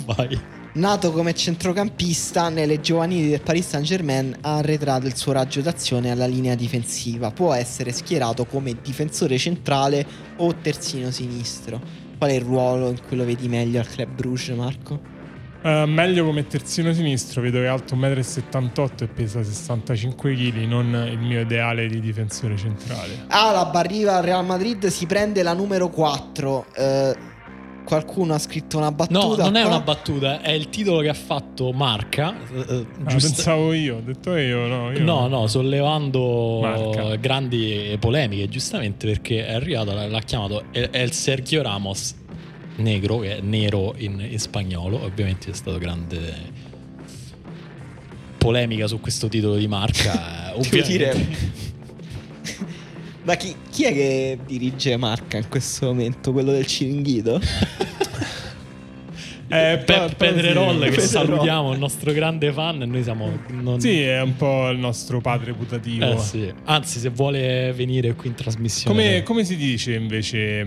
D: Vai.
C: Nato come centrocampista nelle giovanili del Paris Saint-Germain, ha arretrato il suo raggio d'azione alla linea difensiva. Può essere schierato come difensore centrale o terzino sinistro. Qual è il ruolo in cui lo vedi meglio al Club Bruges, Marco?
B: Eh, meglio come terzino sinistro, vedo che è alto 1,78 m e pesa 65 kg, non il mio ideale di difensore centrale.
C: Ah, Alaba arriva al Real Madrid, si prende la numero 4. eh, qualcuno ha scritto una battuta.
D: No, non è
C: qua.
D: una battuta, è il titolo che ha fatto Marca. eh, eh,
B: Ah,
D: giust-
B: Pensavo io, ho detto io, no. Io
D: No, no, sollevando
B: Marca.
D: grandi polemiche, giustamente perché è arrivato, l'ha l'ha chiamato El El Sergio Ramos negro, che è nero in, in spagnolo, ovviamente è stato grande polemica su questo titolo di marca. eh,
C: Devo dire-
D: ovviamente.
C: Ma chi, chi è che dirige Marca in questo momento? Quello del Ciringhito?
B: Eh,
D: Pep
B: però-
D: Pedrerol
B: però
D: che
B: sì.
D: salutiamo, il nostro grande fan e noi siamo non-
B: Sì, è un po' il nostro padre putativo.
D: Eh, sì. Anzi, se vuole venire qui in trasmissione
B: Come, come si dice invece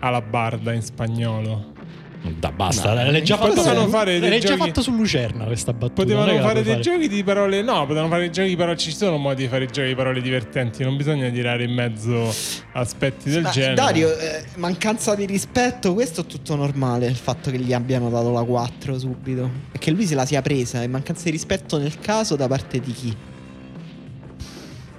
B: alabarda in spagnolo?
D: Da basta,
C: No,
D: l'hai già, fatto,
B: potevano
D: su-
B: fare dei
D: l'hai già
B: giochi-
D: fatto su Lucerna questa battuta.
B: Potevano
D: non è che la
B: fare
D: puoi
B: dei giochi di parole. No, potevano fare dei giochi di parole. Ci sono modi di fare giochi di parole divertenti. Non bisogna tirare in mezzo aspetti del
C: Ma,
B: genere.
C: Dario, eh, mancanza di rispetto, questo è tutto normale, il fatto che gli abbiano dato la 4 subito. Perché lui se la sia presa e mancanza di rispetto nel caso da parte di chi?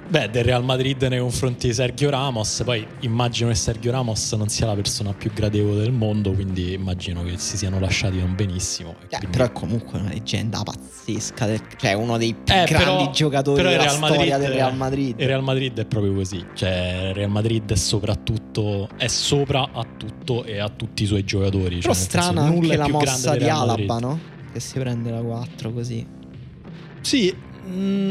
C: Eh,
D: Beh, del Real Madrid nei confronti di Sergio Ramos. Poi immagino che Sergio Ramos non sia la persona più gradevole del mondo, quindi immagino che si siano lasciati non benissimo. e
C: Eh,
D: quindi-
C: però è comunque una leggenda pazzesca, del- cioè uno dei più
D: Eh,
C: grandi
D: però-
C: giocatori
D: però il
C: della
D: Real Madrid-
C: storia del Real Madrid.
D: Il Real Madrid è proprio così, cioè il Real Madrid è soprattutto è sopra a tutto e a tutti i suoi giocatori.
C: Però
D: cioè, nel senso,
C: strana
D: nulla
C: anche
D: è
C: la
D: più grande
C: mossa
D: del
C: di
D: Real
C: Alaba,
D: Madrid.
C: no? Che si prende la 4 così.
D: Sì,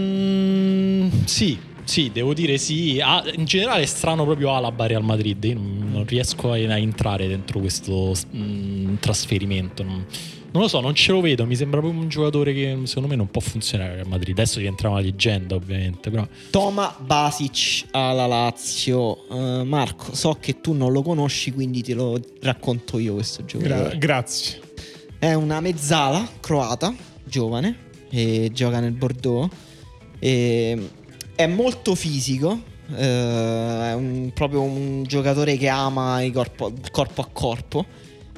D: mm, sì, sì, devo dire sì. Ah, in generale è strano proprio Alaba e Real Madrid. Io non non riesco a, a entrare dentro questo mm, trasferimento. Non, non lo so, non ce lo vedo. Mi sembra proprio un giocatore che secondo me non può funzionare al Real Madrid. Adesso diventerà una leggenda, ovviamente. Però
C: Toma Basic alla Lazio. Eh, Marco, so che tu non lo conosci, quindi te lo racconto io questo giocatore.
B: Gra- grazie.
C: È una mezzala croata, giovane, e gioca nel Bordeaux. E è molto fisico, eh, è un- proprio un giocatore che ama il corpo, il corpo a corpo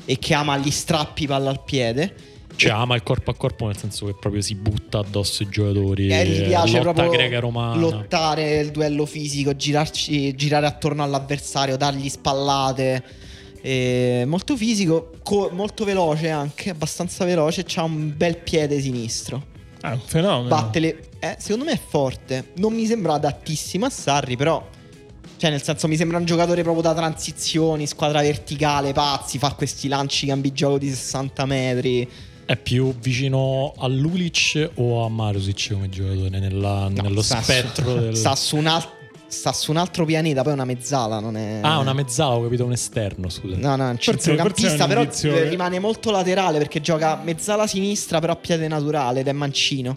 C: e che ama gli strappi palla al piede.
D: cioè, ama il corpo a corpo, nel senso che proprio si butta addosso ai giocatori.
C: E Eh, gli piace
D: lotta
C: proprio
D: greca romana.
C: lottare il duello fisico, girarci- girare attorno all'avversario, dargli spallate. Eh, molto fisico, co- molto veloce anche, abbastanza veloce, ha un bel piede sinistro.
B: È un Ah,
D: Mm.
B: fenomeno.
C: batte le- eh, secondo me è forte. Non mi sembra adattissimo a Sarri, però. Cioè, nel senso, mi sembra un giocatore proprio da transizioni, squadra verticale, pazzi, fa questi lanci gioco di 60 metri.
D: È più vicino a Lulic o a Marusic come giocatore nella-
C: No,
D: nello
C: sta su-
D: spettro del...
C: Sta su, un al- sta su un altro pianeta, poi è una mezzala, non è.
D: Ah, una mezzala, ho capito, un esterno, scusa.
C: Eh. No, no, è un
B: Forse- forse è
C: centrocampista,
B: un
C: però
B: indizio
C: eh,
B: che-
C: rimane molto laterale perché gioca mezzala sinistra, però a piede naturale ed è mancino.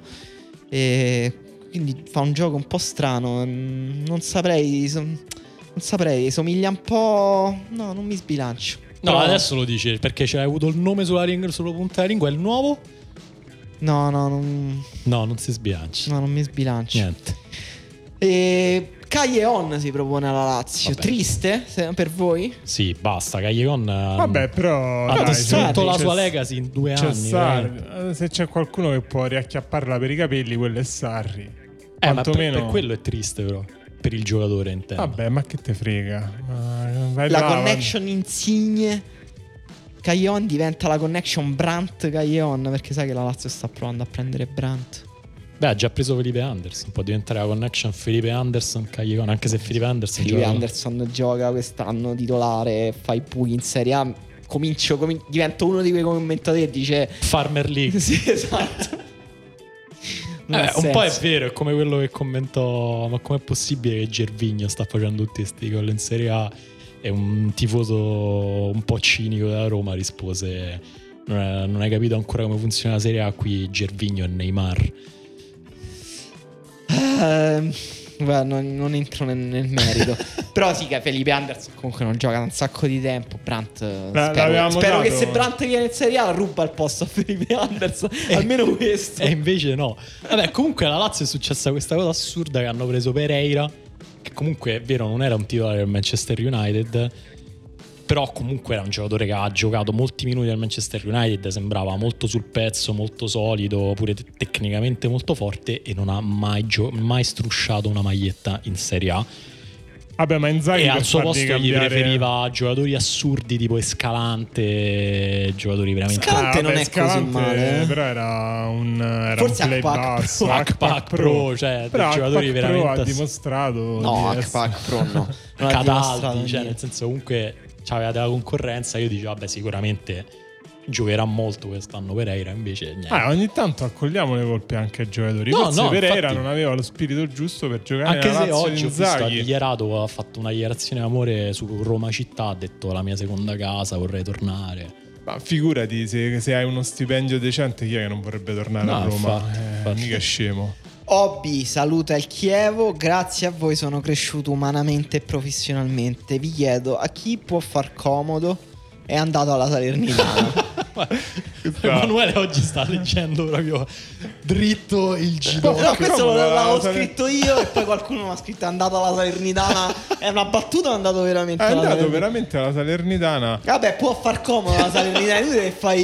C: E quindi fa un gioco un po' strano. mm, Non saprei. som- Non saprei, somiglia un po'. No, non mi sbilancio.
D: No,
C: Però-
D: adesso lo dici perché c'hai avuto il nome sulla, ring- sulla punta della lingua, è il nuovo?
C: No, no, non,
D: No, non si sbilancia.
C: no, non mi sbilancio.
D: Niente.
C: E Caglion si propone alla Lazio.
D: Vabbè.
C: Triste se- per voi?
D: Sì, basta, Caglion
B: Vabbè, però.
D: ha
B: dai,
D: distrutto
B: Sarri,
D: la
B: c'è-
D: sua legacy in due
B: c'è
D: anni.
B: Sarri.
D: veramente.
B: Eh, Se c'è qualcuno che può riacchiapparla per i capelli, quello è Sarri.
D: Eh, ma per,
B: Quantomeno-
D: per quello è triste però, per il giocatore intendo.
B: Vabbè, ma che te frega? Ma vai
C: la
B: là,
C: connection insigne Caglion diventa la connection Brandt Caglion perché sai che la Lazio sta provando a prendere Brandt
D: Beh, ha già preso Felipe Anderson, può diventare la connection Felipe Anderson, Caglion, anche se Felipe Anderson
C: Felipe
D: gioca-
C: Anderson gioca quest'anno titolare fa i pugni in Serie A comincio comin- divento uno di quei commentatori che dice
D: Farmer League.
C: sì esatto Non ha
D: Eh, un po' è
C: senso.
D: vero, è come quello che commentò, ma com'è possibile che Gervigno sta facendo tutti questi gol in Serie A? E un tifoso un po' cinico della Roma rispose, non, è- non hai capito ancora come funziona la Serie A, qui Gervigno e Neymar.
C: Ehm, guarda, non, non entro nel, nel merito. Però sì che Felipe Anderson comunque non gioca da un sacco di tempo. Brandt eh,
B: La-
C: spero,
B: l'avevamo
C: spero che
B: dato.
C: se Brandt viene in Serie A ruba il posto a Felipe Anderson. almeno questo.
D: E invece no. Vabbè, comunque alla Lazio è successa questa cosa assurda che hanno preso Pereira, che comunque è vero non era un titolare del Manchester United, però comunque era un giocatore che ha giocato molti minuti al Manchester United, sembrava molto sul pezzo, molto solido, pure te- tecnicamente molto forte e non ha mai, gio- mai strusciato una maglietta in Serie A.
B: Vabbè, ma Inzaghi
D: E
B: per
D: al suo
B: fargli
D: posto gli
B: cambiare-
D: preferiva giocatori assurdi tipo Escalante, giocatori veramente...
A: Scalante
B: vabbè,
A: non è così
B: Ah, Scalante,
A: male, eh.
B: Però era un, era
A: Forse
B: un play
A: Hackpack
B: basso.
D: Pro. Hackpack Pro, cioè, dei
B: però
D: giocatori
B: Hackpack Pro
D: veramente
B: ha
D: ass-
B: dimostrato
A: No,
B: di essere-
A: Hackpack Pro no. Non ha dimostrato
D: Cataldi, cioè nel
A: niente.
D: senso comunque c'aveva della concorrenza, io dicevo vabbè sicuramente giocherà molto quest'anno Pereira, invece niente.
B: Ah, ogni tanto accogliamo le colpe anche ai giocatori.
D: Eh. No,
B: Forse
D: no,
B: Pereira
D: infatti.
B: non aveva lo spirito giusto per giocare
D: anche
B: nella
D: se
B: Lazio
D: oggi
B: di
D: ho visto ha
B: Inzaghi.
D: dichiarato, ha fatto una dichiarazione d'amore su Roma città, ha detto la mia seconda casa, vorrei tornare.
B: Ma figurati, se, se hai uno stipendio decente, chi è che non vorrebbe tornare
D: No,
B: a Roma?
D: infatti,
B: Eh,
D: infatti.
B: Mica è scemo.
A: Hobby saluta il Chievo, grazie a voi sono cresciuto umanamente e professionalmente. Vi chiedo a chi può far comodo è andato alla Salernitana.
D: Emanuele oggi sta leggendo proprio dritto il ginocchio.
A: No, questo lo-
B: Come
A: l'avevo
B: la Saler-
A: scritto io e poi qualcuno mi ha scritto è andato alla Salernitana. È una battuta o è andato veramente
B: È
A: alla
B: andato
A: Salernitana?
B: veramente alla Salernitana.
A: Vabbè, può far comodo la Salernitana, tu che fai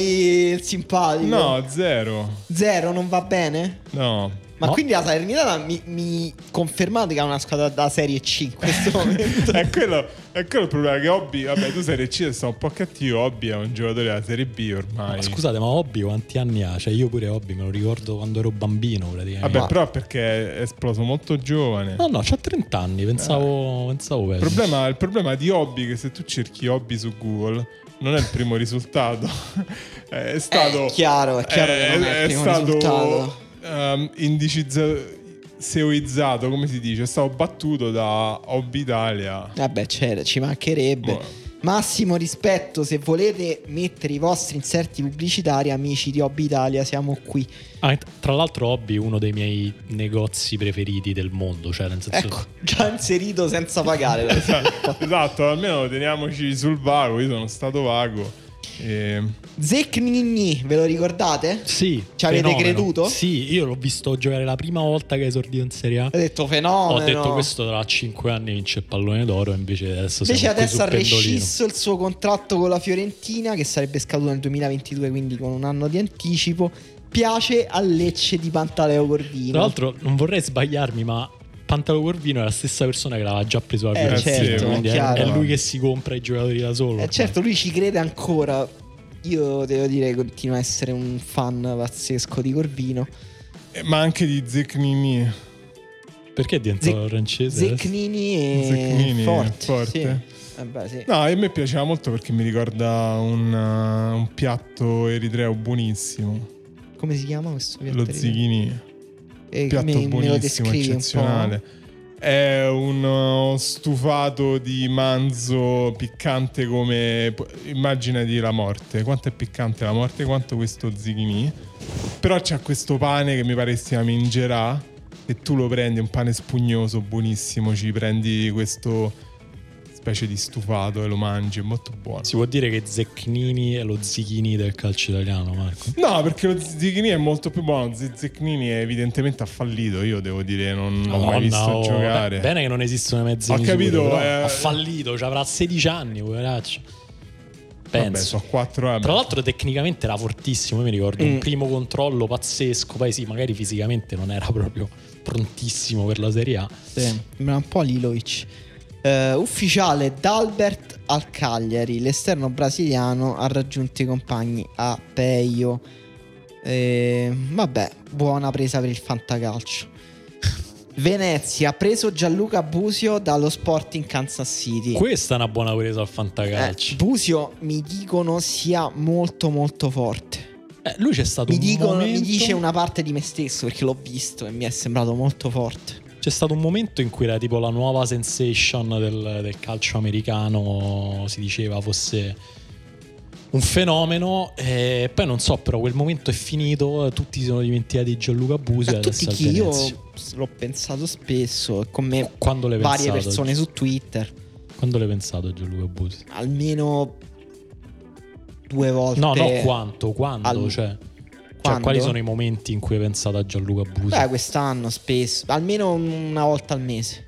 A: il simpatico.
B: No, zero.
A: Zero non va bene?
B: No.
A: Ma
D: No.
A: quindi la Salernitana mi, mi confermate che è una squadra da Serie C in questo momento?
D: Ecco.
B: È quello, è quello il problema che Hobby, vabbè tu Serie C sta un po' cattivo, Hobby è un giocatore della Serie B ormai.
D: Ma scusate, ma Hobby quanti anni ha? Cioè io pure Hobby me lo ricordo quando ero bambino praticamente.
B: Vabbè
A: Ma-
B: però perché è esploso molto giovane.
D: No, no, c'ha 30 anni, pensavo, pensavo
B: Il
D: peggio.
B: problema, il problema di Hobby è che se tu cerchi Hobby su Google non è il primo risultato. è stato...
A: È chiaro, è chiaro che non è il primo risultato.
B: ehm, indicizza- seoizzato, come si dice, è stato battuto da Hobby Italia.
A: Vabbè, c'era, ci mancherebbe.
B: Boh.
A: Massimo rispetto, se volete mettere i vostri inserti pubblicitari, amici di Hobby Italia, siamo qui.
D: Ah, tra l'altro Hobby è uno dei miei negozi preferiti del mondo, cioè nel senso...
A: Ecco, già inserito senza pagare. dai.
B: esatto, almeno teniamoci sul vago, io sono stato vago. E...
A: Zec Ninni, ve lo ricordate?
D: Sì.
A: Ci avete
D: fenomeno.
A: creduto?
D: Sì, io l'ho visto giocare la prima volta che esordì in Serie A.
A: Ho detto
D: Ho
A: fenomeno.
D: detto questo tra 5 anni vince il pallone d'oro, invece adesso
A: Invece
D: siamo qui
A: adesso ha
D: sul pendolino.
A: rescisso il suo contratto con la Fiorentina che sarebbe scaduto nel 2022, quindi con un anno di anticipo. Piace a Lecce di Pantaleo Corvino.
D: Tra l'altro non vorrei sbagliarmi, ma Pantalo Corvino è la stessa persona che l'aveva già preso la
A: Eh,
D: Fiorentina,
B: certo,
D: quindi
A: è
D: è,
A: chiaro.
D: è lui che si compra i giocatori da solo.
A: Eh,
D: ormai.
A: certo, lui ci crede ancora. Io devo dire che continua a essere un fan pazzesco di Corvino.
B: Eh, Ma anche di Zecnini.
D: Perché è diventato
A: Zec-
D: francese?
A: Zecnini e
B: Zecnini è
A: Forte.
B: forte.
A: sì. Vabbè, sì.
B: No, a me piaceva molto perché mi ricorda un, uh, un piatto eritreo buonissimo.
A: Come si chiama questo piatto?
B: Lo zichini.
A: Eh,
B: Piatto
A: me- me lo
B: buonissimo,
A: descrivi un po'?
B: eccezionale. È un uh, stufato di manzo piccante come... Immaginati la morte. Quanto è piccante la morte, quanto questo zichini. Però c'è questo pane che mi pare si chiama ingerà. E tu lo prendi, un pane spugnoso, buonissimo. Ci prendi questo specie di stufato e lo mangi, è molto buono.
D: Si può dire che Zecnini è lo Zichini del calcio italiano, Marco.
B: No, perché lo Zecchini è molto più buono. Z- Zecchini evidentemente ha fallito. Io devo dire, non l'ho mai
D: Madonna,
B: visto
D: oh,
B: giocare.
D: beh, Bene che non esistono le mezze
B: Ho
D: misure,
B: capito,
D: però
B: eh.
D: Ha fallito, cioè avrà 16 anni, poveraccio.
B: Vabbè,
D: Penso.
B: so 4 anni.
D: Tra l'altro tecnicamente era fortissimo, io mi ricordo
A: Mm.
D: un primo controllo pazzesco, poi sì, magari fisicamente non era proprio prontissimo per la Serie A.
A: Sì, sembra un po' Lilovic. Eh, ufficiale Dalbert al Cagliari, l'esterno brasiliano ha raggiunto i compagni a Peio. Eh, vabbè, buona presa per il fantacalcio. Venezia, preso Gianluca Busio dallo Sporting Kansas City.
D: Questa è una buona presa al
A: Eh,
D: fantacalcio.
A: Busio mi dicono sia molto molto forte.
D: Eh, lui c'è stato
A: Mi,
D: un
A: dicono, mi
D: momento
A: dice una parte di me stesso perché l'ho visto e mi è sembrato molto forte.
D: C'è stato un momento in cui era tipo la nuova sensation del, del calcio americano, si diceva fosse un fenomeno, e poi non so, però quel momento è finito, tutti si sono dimenticati di Gianluca Busi
A: A
D: e
A: tutti
D: adesso è
A: chi
D: il
A: io
D: Venezia.
A: l'ho pensato spesso, con me
D: Quando l'hai
A: varie
D: pensato?
A: persone su Twitter,
D: Quando l'hai pensato a Gianluca Busi?
A: almeno due volte.
D: No, no, quanto, quando,
A: Al-
D: cioè, cioè
A: Quando?
D: quali sono i momenti in cui hai pensato a Gianluca Busi?
A: Beh, quest'anno spesso, almeno una volta al mese.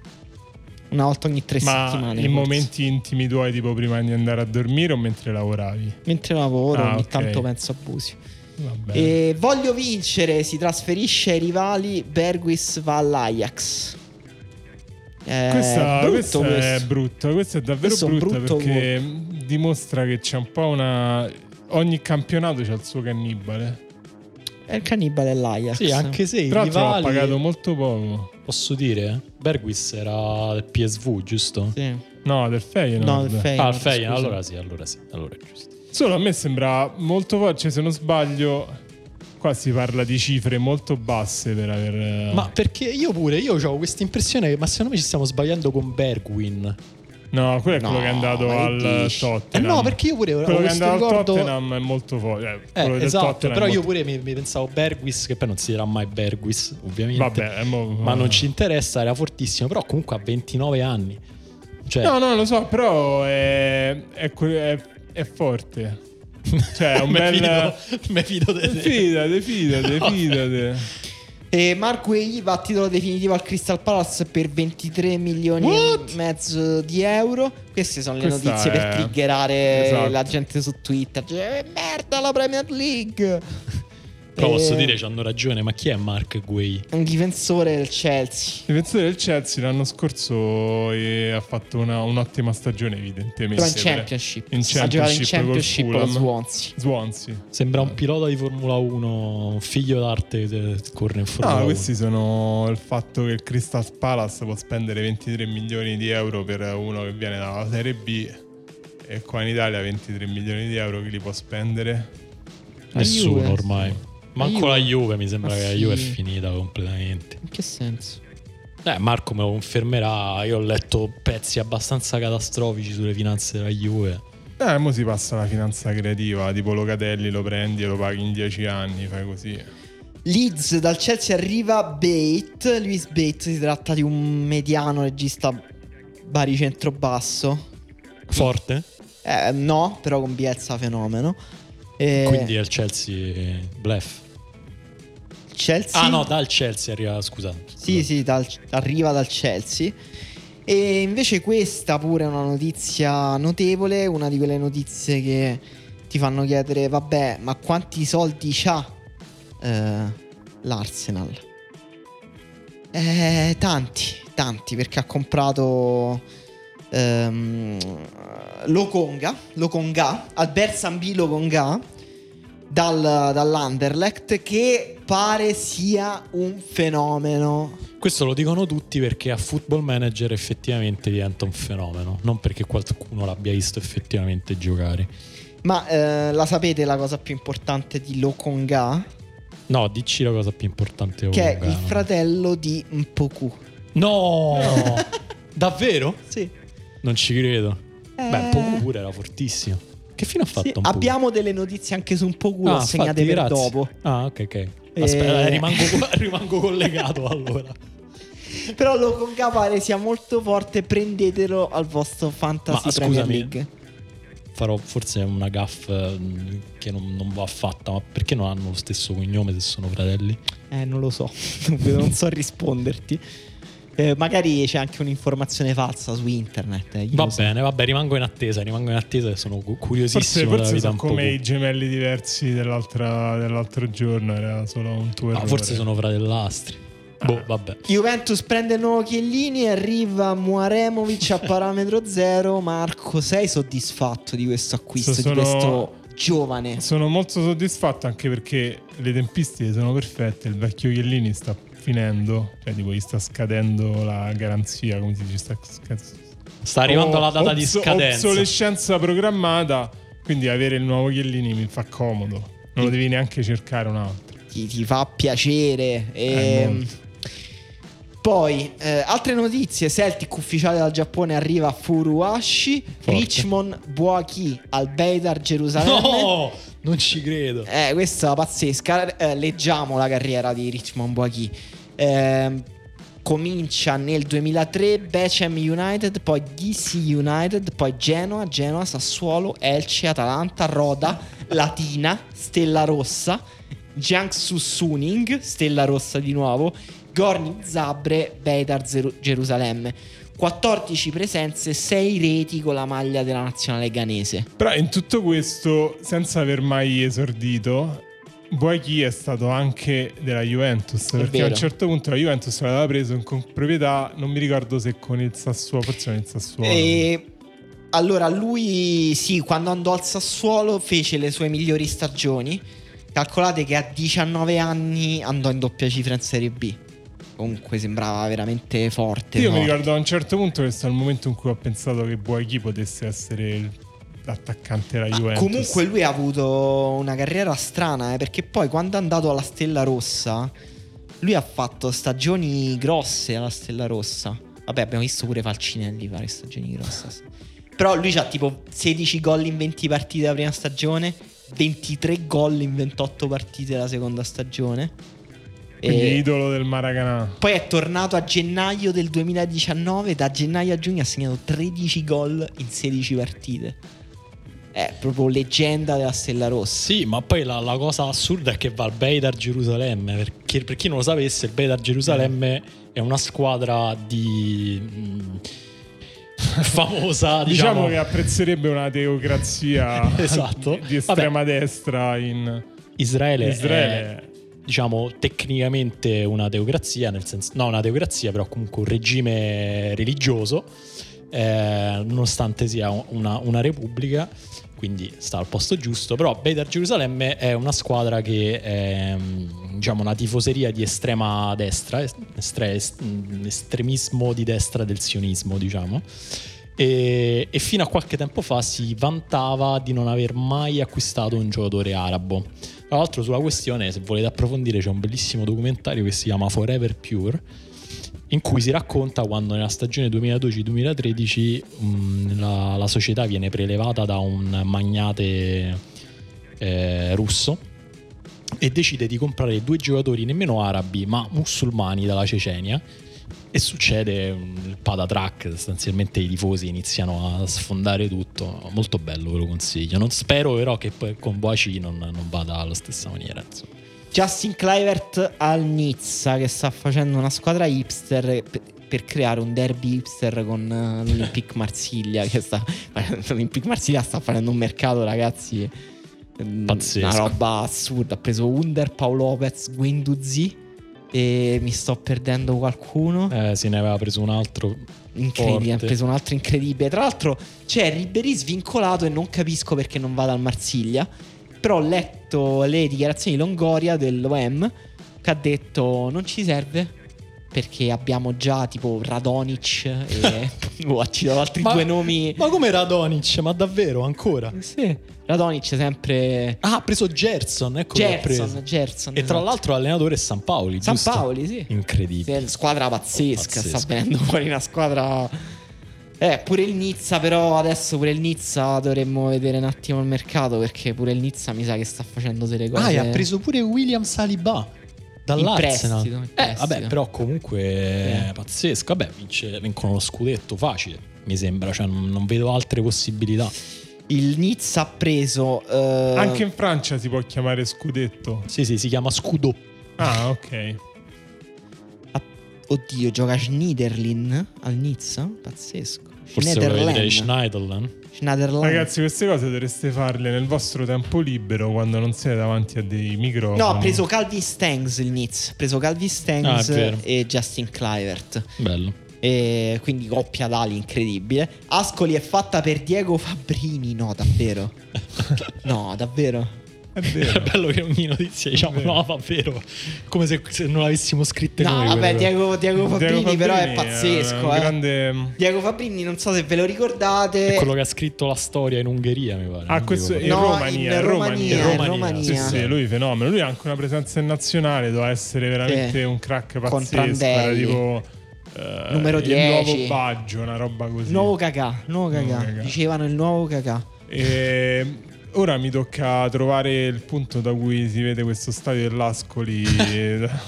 A: Una volta ogni tre
B: Ma
A: settimane.
B: in
A: forse.
B: momenti intimi tuoi, tipo prima di andare a dormire o mentre lavoravi?
A: Mentre lavoro,
B: Ah,
A: ogni
B: ok.
A: tanto penso a Busio.
B: Vabbè.
A: E voglio vincere, si trasferisce ai rivali, Berguis va all'Ajax.
C: È
B: Questa,
C: Eh, brutto
B: questa è
C: questo.
B: brutta, questa è davvero
C: Questo è un
B: brutta
C: brutto
B: perché dimostra che c'è un po' una... Ogni campionato c'ha il suo cannibale.
C: È il cannibale dell'Ajax.
D: Sì, anche se i
B: Tra l'altro ha
D: rivali,
B: pagato molto poco.
D: posso dire, eh? Bergwis era del PSV, giusto?
C: Sì.
B: No, del Feyenoord.
C: No, il
D: Ah,
C: Feyenoord.
D: il Feyenoord,
C: scusa.
D: allora sì, allora sì, allora è giusto.
B: Solo a me sembra molto forte, se non sbaglio... Qua si parla di cifre molto basse per aver...
D: Ma perché io pure, io ho questa impressione che ma secondo me ci stiamo sbagliando con Bergwin.
B: No, quello è
C: No,
B: quello che è andato
C: ma che
B: al
C: dici?
D: Eh
B: Tottenham.
D: no, perché io pure ho
B: Quello che è
D: questo
B: andato al
D: ricordo...
B: Tottenham è molto forte. Eh,
D: Eh,
B: quello del
D: esatto,
B: Tottenham è
D: però io
B: molto-
D: pure mi, mi pensavo Bergwis, che poi non si dirà mai Bergwis, ovviamente.
B: Vabbè, eh, mo-
D: ma non ci interessa, era fortissimo, però comunque a 29 anni. Cioè,
B: No, no, lo so, però è, è que- è- è forte. Cioè, è un
D: me
B: bel...
D: fido- me fido di te.
B: Fidate, fidate,
D: No.
B: fidate.
C: E Marco Egli va a titolo definitivo al Crystal Palace per 23 milioni
B: What?
C: e mezzo di euro. Queste sono le
B: Questa
C: notizie per
B: è-
C: triggerare
B: Esatto.
C: la gente su Twitter. Cioè, "Eh, merda la Premier League!
D: Però posso
C: Eh,
D: dire, ci hanno ragione, ma chi è Mark Guay?
C: Un difensore del Chelsea.
B: Il difensore del Chelsea l'anno scorso eh, ha fatto una- un'ottima stagione, evidentemente.
C: Però in
B: per-
C: Championship.
B: in
C: Ha giocato in
B: Championship
C: Championship
B: col
C: con lo
B: Fulham.
C: Swansea.
B: Swansea.
D: Sembra un pilota di Formula 1, un figlio d'arte che corre in Formula
B: No,
D: 1.
B: questi sono il fatto che il Crystal Palace può spendere 23 milioni di euro per uno che viene dalla Serie B e qua in Italia 23 milioni di euro chi li può spendere?
D: Nessuno
C: La Juve.
D: ormai. Manco
C: La
D: la
C: Juve.
D: Juve, mi sembra
C: Ma
D: che la
C: sì.
D: Juve è finita completamente.
C: In che senso?
D: Eh, Marco me lo confermerà, io ho letto pezzi abbastanza catastrofici sulle finanze della Juve.
B: Eh, mo si passa alla finanza creativa, tipo Locatelli lo prendi e lo paghi in 10 anni, fai così.
C: Leeds dal Chelsea arriva Bate. Luis Bate si tratta di un mediano regista baricentro-basso.
D: Forte?
C: Eh, no, però con Bielsa fenomeno. Eh,
D: Quindi è il Chelsea bluff.
C: Chelsea.
D: Ah no, dal Chelsea arriva, scusate.
C: Sì, sì, dal- arriva dal Chelsea. E invece questa pure è una notizia notevole, una di quelle notizie che ti fanno chiedere, vabbè, ma quanti soldi c'ha eh, l'Arsenal? Eh, tanti, tanti, perché ha comprato ehm, Lokonga, Lokonga, Albert Sambi Lokonga dal, dall'Anderlecht che pare sia un fenomeno.
D: Questo lo dicono tutti perché a Football Manager effettivamente diventa un fenomeno, non perché qualcuno l'abbia visto effettivamente giocare.
C: Ma eh, la sapete la cosa più importante di Lokonga?
D: No, dici la cosa più importante.
C: Che è
D: comunque,
C: il
D: no?
C: fratello di Mpoku.
D: No! Davvero?
C: Sì.
D: Non ci credo.
C: Eh.
D: Beh, Poku pure era fortissimo. Che fine ha fatto
C: Sì,
D: un
C: abbiamo delle notizie anche su Mpoku,
D: Ah,
C: assegnate
D: infatti,
C: per
D: grazie.
C: dopo.
D: Ah, ok, ok. Aspetta,
C: Eh.
D: eh, rimango, rimango collegato allora.
C: Però Lokonga pare sia molto forte, prendetelo al vostro fantasy
D: Ma,
C: Premier
D: scusami.
C: League.
D: Farò forse una gaffa mh, che non, non va fatta, ma perché non hanno lo stesso cognome se sono fratelli?
C: Eh, non lo so, non so risponderti. Eh, magari c'è anche un'informazione falsa su internet. eh, chi
D: Va
C: lo sa.
D: bene, va bene, rimango in attesa, rimango in attesa e sono cu-
B: Forse,
D: curiosissimo della
B: forse
D: vita
B: sono
D: un po'
B: come i gemelli diversi dell'altra- dell'altro giorno, era solo un tuo
D: Ah,
B: errore.
D: forse sono fratellastri. Boh, vabbè.
C: Juventus prende il nuovo Chiellini arriva Muaremovic a parametro zero. Marco, sei soddisfatto di questo acquisto,
B: Sono-
C: di questo giovane?
B: Sono molto soddisfatto anche perché le tempistiche sono perfette, il vecchio Chiellini sta finendo, cioè tipo gli sta scadendo la garanzia, come si dice, sta sca-
D: Sta arrivando
B: Oh,
D: la data di
B: obso-
D: scadenza.
B: Obsolescenza programmata, quindi avere il nuovo Chiellini mi fa comodo. Non lo devi neanche cercare un altro.
C: Ti, ti fa piacere.
B: Eh,
C: Ehm,
B: molto.
C: poi, eh, altre notizie: Celtic ufficiale dal Giappone arriva Furuashi,
D: Forte.
C: Richmond Buaki al Beidar Gerusalemme.
D: No, non ci credo.
C: Eh, questa è pazzesca. Eh, leggiamo la carriera di Richmond Boaghi. comincia nel 2003 Bechem United, poi DC United, poi Genoa, Genoa, Sassuolo, Elce, Atalanta, Roda, Latina, Stella Rossa, Jiangsu Suning, Stella Rossa di nuovo, Gorni Zabre, Beidar Zeru- Gerusalemme. 14 presenze, 6 reti con la maglia della nazionale ghanese.
B: Però in tutto questo, senza aver mai esordito, vuoi chi è stato anche della Juventus, perché a
C: vero.
B: un certo punto la Juventus l'aveva preso in con- proprietà, non mi ricordo se con il Sassuolo, forse con il Sassuolo.
C: E allora lui, sì, quando andò al Sassuolo fece le sue migliori stagioni. Calcolate che a 19 anni andò in doppia cifra in Serie B. Comunque sembrava veramente forte.
B: Io mi
C: forte.
B: ricordo a un certo punto questo è il momento in cui ho pensato che Boaghi potesse essere il- l'attaccante della
C: Ma
B: Juventus.
C: Ah, comunque lui ha avuto una carriera strana, eh, perché poi quando è andato alla Stella Rossa, lui ha fatto stagioni grosse alla Stella Rossa. Vabbè, abbiamo visto pure Falcinelli fare stagioni grosse. Però lui ha tipo 16 gol in 20 partite la prima stagione, 23 gol in 28 partite la seconda stagione. Eh,
B: Quindi
C: E
B: idolo del Maracanà.
C: poi è tornato a gennaio del 2019, da gennaio a giugno ha segnato 13 gol in 16 partite. È proprio leggenda della Stella Rossa.
D: Sì, ma poi la, la cosa assurda è che va al Beitar Gerusalemme, perché per chi non lo sapesse il Beitar Gerusalemme è una squadra di... mm,
B: Diciamo,
D: famosa, diciamo...
B: che apprezzerebbe una teocrazia
D: Esatto.
B: di estrema destra in
D: Israele,
B: Israele.
D: è, diciamo, tecnicamente una teocrazia, nel senso, no, una teocrazia, però comunque un regime religioso, eh, nonostante sia una, una repubblica, quindi sta al posto giusto. Però Beitar Gerusalemme è una squadra che è mm, diciamo, una tifoseria di estrema destra, est- estre- est- mm, estremismo di destra del sionismo, diciamo. E, e fino a qualche tempo fa si vantava di non aver mai acquistato un giocatore arabo. Tra l'altro sulla questione, se volete approfondire, c'è un bellissimo documentario che si chiama Forever Pure, in cui si racconta quando nella stagione 2012-2013 mh, la, la società viene prelevata da un magnate eh, russo e decide di comprare due giocatori nemmeno arabi ma musulmani dalla Cecenia e succede mm, il patatrack, sostanzialmente i tifosi iniziano a sfondare tutto, molto bello ve lo consiglio, non spero però che poi con Boaci non, non vada alla stessa maniera. insomma.
C: Justin Clivert al Nizza che sta facendo una squadra hipster per, per creare un derby hipster con eh, l'Olympic Marsiglia che sta l'Olympic Marsiglia sta facendo un mercato ragazzi mm,
D: Pazzesco.
C: una roba assurda ha preso Under, Paolo Lopez, Guendouzi e mi sto perdendo qualcuno
D: Eh, se ne aveva preso un altro,
C: incredibile ha
D: forte.
C: preso un altro incredibile tra l'altro c'è Ribery svincolato e non capisco perché non vada al Marsiglia però ho letto le dichiarazioni di Longoria dell'OM che ha detto non ci serve perché abbiamo già tipo Radonic e boh, ha citato altri
D: Ma-
C: due nomi
D: Ma come Radonic? Ma davvero ancora?
C: sì. Radonic sempre
D: Ah, ha preso Gerson, ecco che ha preso.
C: Gerson, Gerson
D: E tra
C: esatto.
D: l'altro allenatore è San Paoli,
C: San
D: giusto?
C: Paoli sì Sì, è
D: Incredibile.
C: una squadra pazzesca,
D: Pazzesco.
C: sta venendo fuori una squadra... Eh, pure il Nizza però, adesso pure il Nizza dovremmo vedere un attimo il mercato perché pure il Nizza mi sa che sta facendo delle cose...
D: Ah, e ha preso pure William Saliba dall'Arsenal.
C: prestito, in
D: eh,
C: prestito.
D: vabbè, però comunque è pazzesco. Vabbè, vince- vincono lo scudetto facile, mi sembra, cioè non, non vedo altre possibilità.
C: Il Nizza ha preso... eh,
B: Anche in Francia si può chiamare scudetto.
D: Sì, sì, si chiama Scudo.
B: Ah, ok.
C: ha- Oddio, gioca Schneiderlin al Nizza? Pazzesco.
D: Forse vorrei
C: Schneiderlin.
D: dire Schneiderlin. Oh.
C: Schneiderlin.
B: Ragazzi, queste cose dovreste farle nel vostro tempo libero quando non siete davanti a dei microfoni.
C: No, ha preso Calvin Stangs il Nizza. Ha preso Calvin Stangs
D: Ah, è vero.
C: e Justin Clivert.
D: Bello.
C: E quindi coppia d'ali incredibile. Ascoli è fatta per Diego Fabrini. No, davvero. No, davvero.
B: È
D: È
B: vero.
D: bello che ogni notizia diciamo
B: Vero.
D: no, va vero. Come se, se non l'avessimo scritta
C: No,
D: noi.
C: vabbè,
D: quelle
C: Diego,
D: cose.
C: Diego Fabrini, però è pazzesco.
B: un
C: eh.
B: grande-
C: Diego Fabrini, non so se ve lo ricordate.
D: È quello che ha scritto la storia in Ungheria, mi pare.
B: Ah,
D: non
B: questo
D: dico-
B: è
C: No,
B: Romania,
C: in
B: è
C: Romania,
B: Romania,
D: in Romania.
B: Sì, sì, lui è fenomeno. Lui ha anche una presenza in nazionale, doveva essere veramente
C: Sì.
B: un crack
C: Con
B: pazzesco. Era
C: Prandelli.
B: tipo eh,
C: Numero
B: il
C: 10.
B: nuovo Baggio, una roba così.
C: Nuovo cacà, nuovo
B: Nuovo
C: cacà.
B: cacà.
C: Dicevano il nuovo cacà.
B: E ora mi tocca trovare il punto da cui si vede questo stadio dell'Ascoli eh, da-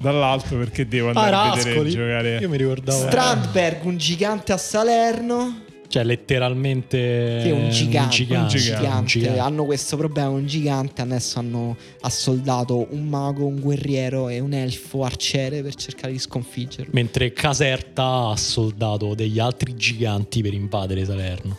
B: dall'alto perché devo andare
D: Ah,
B: a vedere
D: Rascoli.
B: giocare.
D: Io mi ricordavo.
C: Strandberg, un gigante a Salerno.
D: Cioè, letteralmente
A: Sì, è un gigante,
B: gigante,
A: un
D: un
A: gigante.
D: gigante.
A: Hanno questo problema, un gigante. Adesso hanno assoldato un mago, un guerriero e un elfo arciere per cercare di sconfiggerlo.
D: Mentre Caserta ha soldato degli altri giganti per invadere Salerno.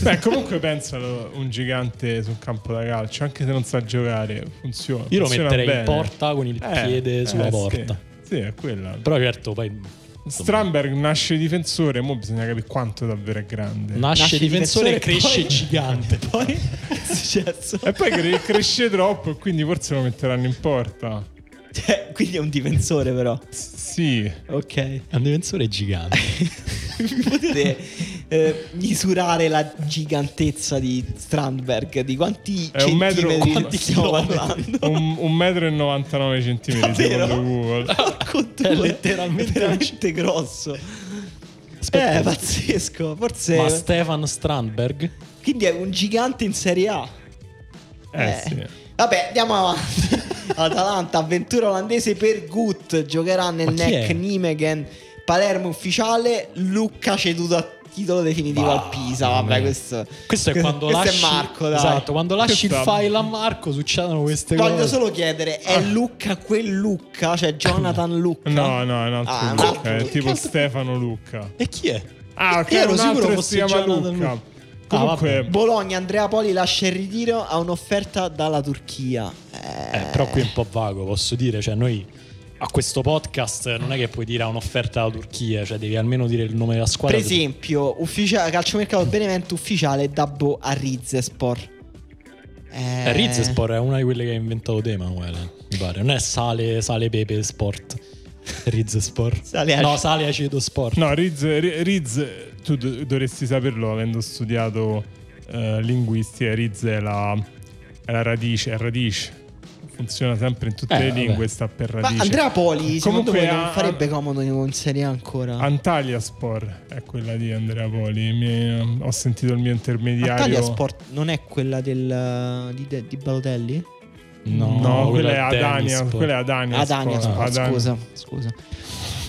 B: Beh, comunque pensano un gigante sul campo da calcio, anche se non sa giocare, funziona.
D: Io lo
B: funziona
D: metterei
B: bene.
D: in porta con il
B: Eh,
D: piede
B: eh,
D: sulla
B: sì.
D: porta.
B: Sì, è quella.
D: Però certo, poi
B: Stramberg nasce difensore, mo bisogna capire quanto davvero è grande.
D: nasce,
A: Nasce
D: difensore e
A: difensore,
D: cresce
A: poi-
D: gigante.
A: Poi è successo.
B: e poi cre- cresce troppo e quindi forse lo metteranno in porta.
A: Cioè, quindi è un difensore, però.
B: Sì.
A: Ok.
D: È un difensore gigante.
A: Mi potete eh, misurare la gigantezza di Strandberg? Di quanti
B: È un metro-
A: centimetri
B: quanti
A: stiamo
D: chilometri?
A: parlando?
B: Un, un metro e 99 centimetri
A: Davvero?
B: secondo Google.
A: Porco due,
D: È letteralmente-
A: è veramente grosso.
D: Aspetta.
A: Eh, pazzesco. Forse.
D: Ma Stefan Strandberg?
A: Quindi è un gigante in Serie A.
B: Eh,
A: Eh.
B: sì.
A: Vabbè, andiamo avanti. Atalanta, avventura olandese per Gut. Giocherà nel
D: Ma chi
A: NEC
D: è?
A: Nimegen. Palermo ufficiale. Lucca ceduto a titolo definitivo
D: Bah,
A: al Pisa.
D: mamma
A: Vabbè,
D: mia.
A: questo.
D: Questo è quando
A: questo
D: lasci
A: è Marco, dai.
D: Esatto, quando lasci il
B: Questo-
D: file a Marco succedono queste
A: Voglio
D: cose.
A: solo chiedere,
D: Ah.
A: è Lucca quel Lucca? Cioè Jonathan Lucca?
B: No, no, è un altro
A: Ah, un
B: Luca,
A: altro
B: è
A: Luca.
B: tipo Stefano Lucca.
D: E chi è?
B: Ah, ok,
A: Io ero
B: un altro
A: sicuro
B: che
A: fosse
B: si chiama
A: Jonathan
B: Lucca.
A: Lucca.
D: Ah,
B: Comunque, boh,
A: Bologna, Andrea Poli lascia il ritiro a un'offerta dalla Turchia. Eh,
D: Eh, però qui è un po' vago, posso dire, cioè noi a questo podcast non è che puoi dire a un'offerta alla Turchia, cioè devi almeno dire il nome della
A: Per
D: squadra.
A: esempio, ufficia- calciomercato Benevento ufficiale Dabbo a Rizespor. Eh,
D: Eh, Rizespor è una di quelle che ha inventato te, Emanuele, mi pare. Non è sale, sale pepe sport. Rizespor.
A: Sale ac-
D: no, sale aceto sport.
B: no, Riz, Ri- Riz, tu do- dovresti saperlo avendo studiato eh, linguistica. Riz è la, è la radice, è radice. Funziona sempre in tutte
D: Eh,
B: le
D: vabbè.
B: lingue, sta per
A: Ma
B: radice.
A: Andrea Poli, secondo
B: Comunque
A: me
B: a-
A: non farebbe comodo in Serie A ancora.
B: Antalya Spor è quella di Andrea Poli. Mi- ho sentito il mio intermediario.
A: Antalya Sport non è quella del, eh, di, De- di Balotelli?
B: No, quella, è Adania.
D: Denispor.
B: Quella è Adania.
A: Adania,
B: Sport.
A: Sport,
B: Adania.
A: scusa, scusa.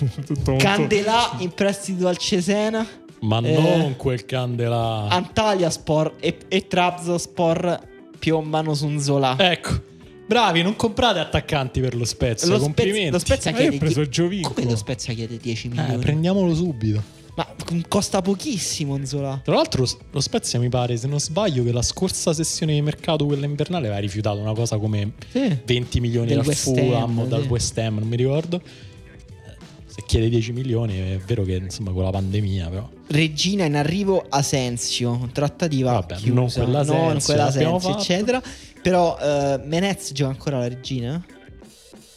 B: Tutto Eh, molto-
A: Candelà in prestito al Cesena,
D: Ma
A: Eh. Ah.
D: non quel candela.
A: Antalya Spor e, e Trabzonspor piombano su un Zola.
D: ecco. Bravi, non comprate attaccanti per lo Spezia.
A: Spez-
D: complimenti.
A: lo Spezia
B: Ma io ho
A: chiede
B: preso
A: die-
B: Giovinco.
A: Come lo Spezia chiede 10 milioni?
D: Eh, prendiamolo subito.
A: Ma c- costa pochissimo un Zola.
D: Tra l'altro, lo Spezia mi pare, se non sbaglio, che la scorsa sessione di mercato, quella invernale, aveva rifiutato una cosa come
A: Sì.
D: 20 milioni
A: Del
D: dal
A: West
D: Fulham
A: Ham,
D: o dal
A: sì.
D: West Ham, non mi ricordo. Eh, Se chiede 10 milioni, è vero che insomma con la pandemia, però.
A: Regina in arrivo Asensio, trattativa
D: Vabbè,
A: chiusa.
D: non quella Asensio,
A: non quella
D: l'abbiamo
A: Asensio,
D: fatto.
A: eccetera. Però eh, Menez gioca ancora la Regina?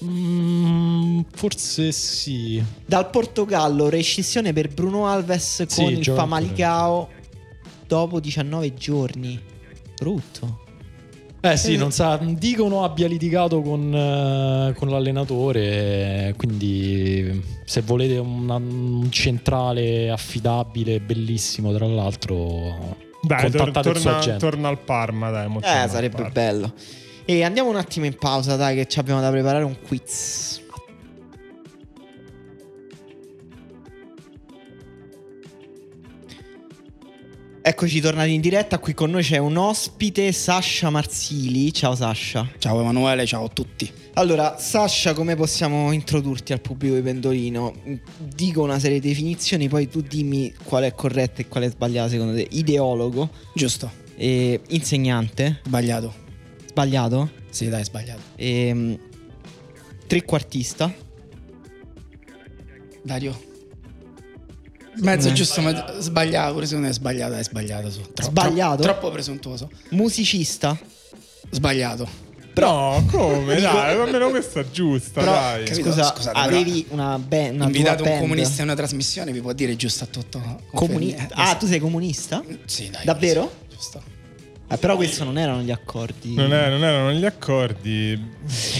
D: Mm, forse sì.
A: Dal Portogallo rescissione per Bruno Alves
D: Sì,
A: con il
D: gioca
A: Famalicao dopo 19 giorni. Brutto.
D: Eh sì,
A: Eh.
D: non sa, dicono abbia litigato con, eh, con l'allenatore, eh, quindi se volete una- un centrale affidabile, bellissimo tra l'altro,
B: Dai, tor-
D: contattate il suo
B: torna,
D: agente.
B: torna al Parma. Dai, mo torna
A: Eh,
B: al
A: sarebbe
B: Parma.
A: bello. E andiamo un attimo in pausa, dai, che ci abbiamo da preparare un quiz. Eccoci tornati in diretta, qui con noi c'è un ospite, Sasha Marsili. Ciao Sasha.
C: Ciao Emanuele, ciao a tutti.
A: Allora, Sasha, come possiamo introdurti al pubblico di Pendolino? Dico una serie di definizioni, poi tu dimmi qual è corretta e qual è sbagliata secondo te. Ideologo,
C: Giusto,
A: eh, insegnante,
C: sbagliato.
A: sbagliato?
C: Sì, dai, sbagliato.
A: Ehm, trequartista.
C: Dario. Mezzo
A: Eh.
C: giusto, ma sbagliato, pure se non è sbagliato, è sbagliato. Su. Tro-
A: Sbagliato?
C: tro- troppo presuntuoso.
A: Musicista.
C: Sbagliato.
B: No, come? Dai, almeno questa è giusta,
A: Però,
B: dai.
C: che-
A: scusa,
C: scusate, però-
A: ah, avevi una, be- una
C: Invitato
A: tua
C: un
A: band.
C: comunista in una trasmissione, vi può dire giusto a tutto.
A: Comuni-
C: Confermi- eh,
A: ah, tu sei comunista?
C: Sì, dai.
A: Davvero?
C: forse. Giusto.
A: Eh, però questo non erano gli accordi.
B: Non, è- non erano gli accordi.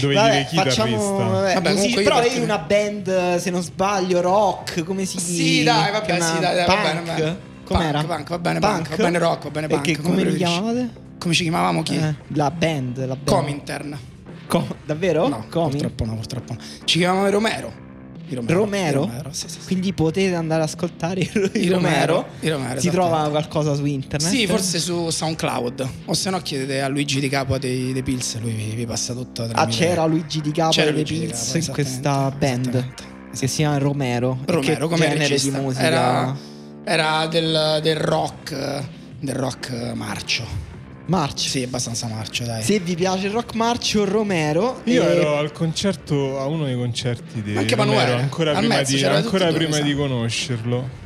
B: Dovevi
A: Vabbè,
B: dire chitarrista.
A: facciamo. vabbè,
C: Vabbè,
A: music-
C: comunque io
A: però
C: per
A: avevi
C: te-
A: una band, se non sbaglio, rock, come si
C: Sì, dai, vabbè,
A: chiama?
C: sì, dai, dai, va
A: punk?
C: bene, va bene.
A: Com'era?
C: Punk, punk, va bene, punk, va bene, rock, va bene, punk,
A: Perché
C: come
A: come li
C: preferisci.
A: chiamavate?
C: Come ci chiamavamo chi?
A: Eh, la band, la band.
C: Comintern.
A: Com- davvero?
C: no,
A: Comin?
C: purtroppo no, purtroppo no. Ci chiamavamo Romero.
E: Di Romero.
A: Romero.
E: Di Romero, sì, sì, sì.
A: Quindi potete andare ad ascoltare il
E: Di Romero. Di Romero,
A: si
E: esattamente.
A: trova qualcosa su internet?
E: Sì, forse su SoundCloud. O se no chiedete a Luigi Di Capo dei, dei Pills, lui vi, vi passa tutto.
A: Ah,
E: tramite-
A: c'era Luigi Di Capo e
E: C'era
A: le
E: Luigi Di
A: Pills
E: Capo,
A: in questa
E: esattamente,
A: band
E: esattamente.
A: che si chiama Romero. E
E: Romero
A: che
E: come
A: genere
E: regista.
A: di musica?
E: Era, era del, del rock, eh, del rock eh, marcio.
A: Marcio.
E: Sì, abbastanza marcio, dai.
A: Se vi piace il rock marcio, Romero. eh,
B: Io
A: e-
B: ero al concerto, a uno dei concerti di
E: Ma anche
B: Romero,
E: Manuele,
B: ancora
E: al
B: prima,
E: mezzo,
B: di,
E: c'era tutti
B: ancora
E: e due,
B: prima
E: mi sa.
B: di conoscerlo.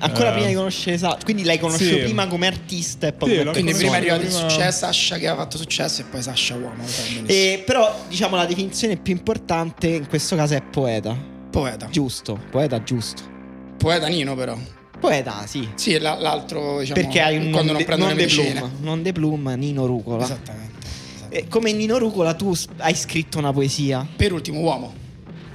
A: Ancora
B: Eh.
A: prima di conoscere Esatto. Quindi l'hai conosciuto
B: Sì.
A: prima come artista e poi
B: Sì,
A: come
B: l'ho
E: Quindi
B: Come
E: prima è
B: sono,
E: arrivato il
B: prima-
E: successo, Sasha che aveva fatto successo e poi Sasha uomo. lo sai benissimo.
A: E però diciamo la definizione più importante in questo caso è poeta.
E: Poeta.
A: Giusto, poeta giusto.
E: Poeta Nino però.
A: Poeta, sì.
E: Sì, e la- l'altro diciamo
A: Perché hai un
E: quando
A: non,
E: non
A: de,
E: prendo
A: non
E: le
A: de
E: medicine.
A: pluma, non de pluma, Nino Rucola.
E: Esattamente. esattamente.
A: E Eh, come Nino Rucola tu s- hai scritto una poesia
E: Per ultimo uomo.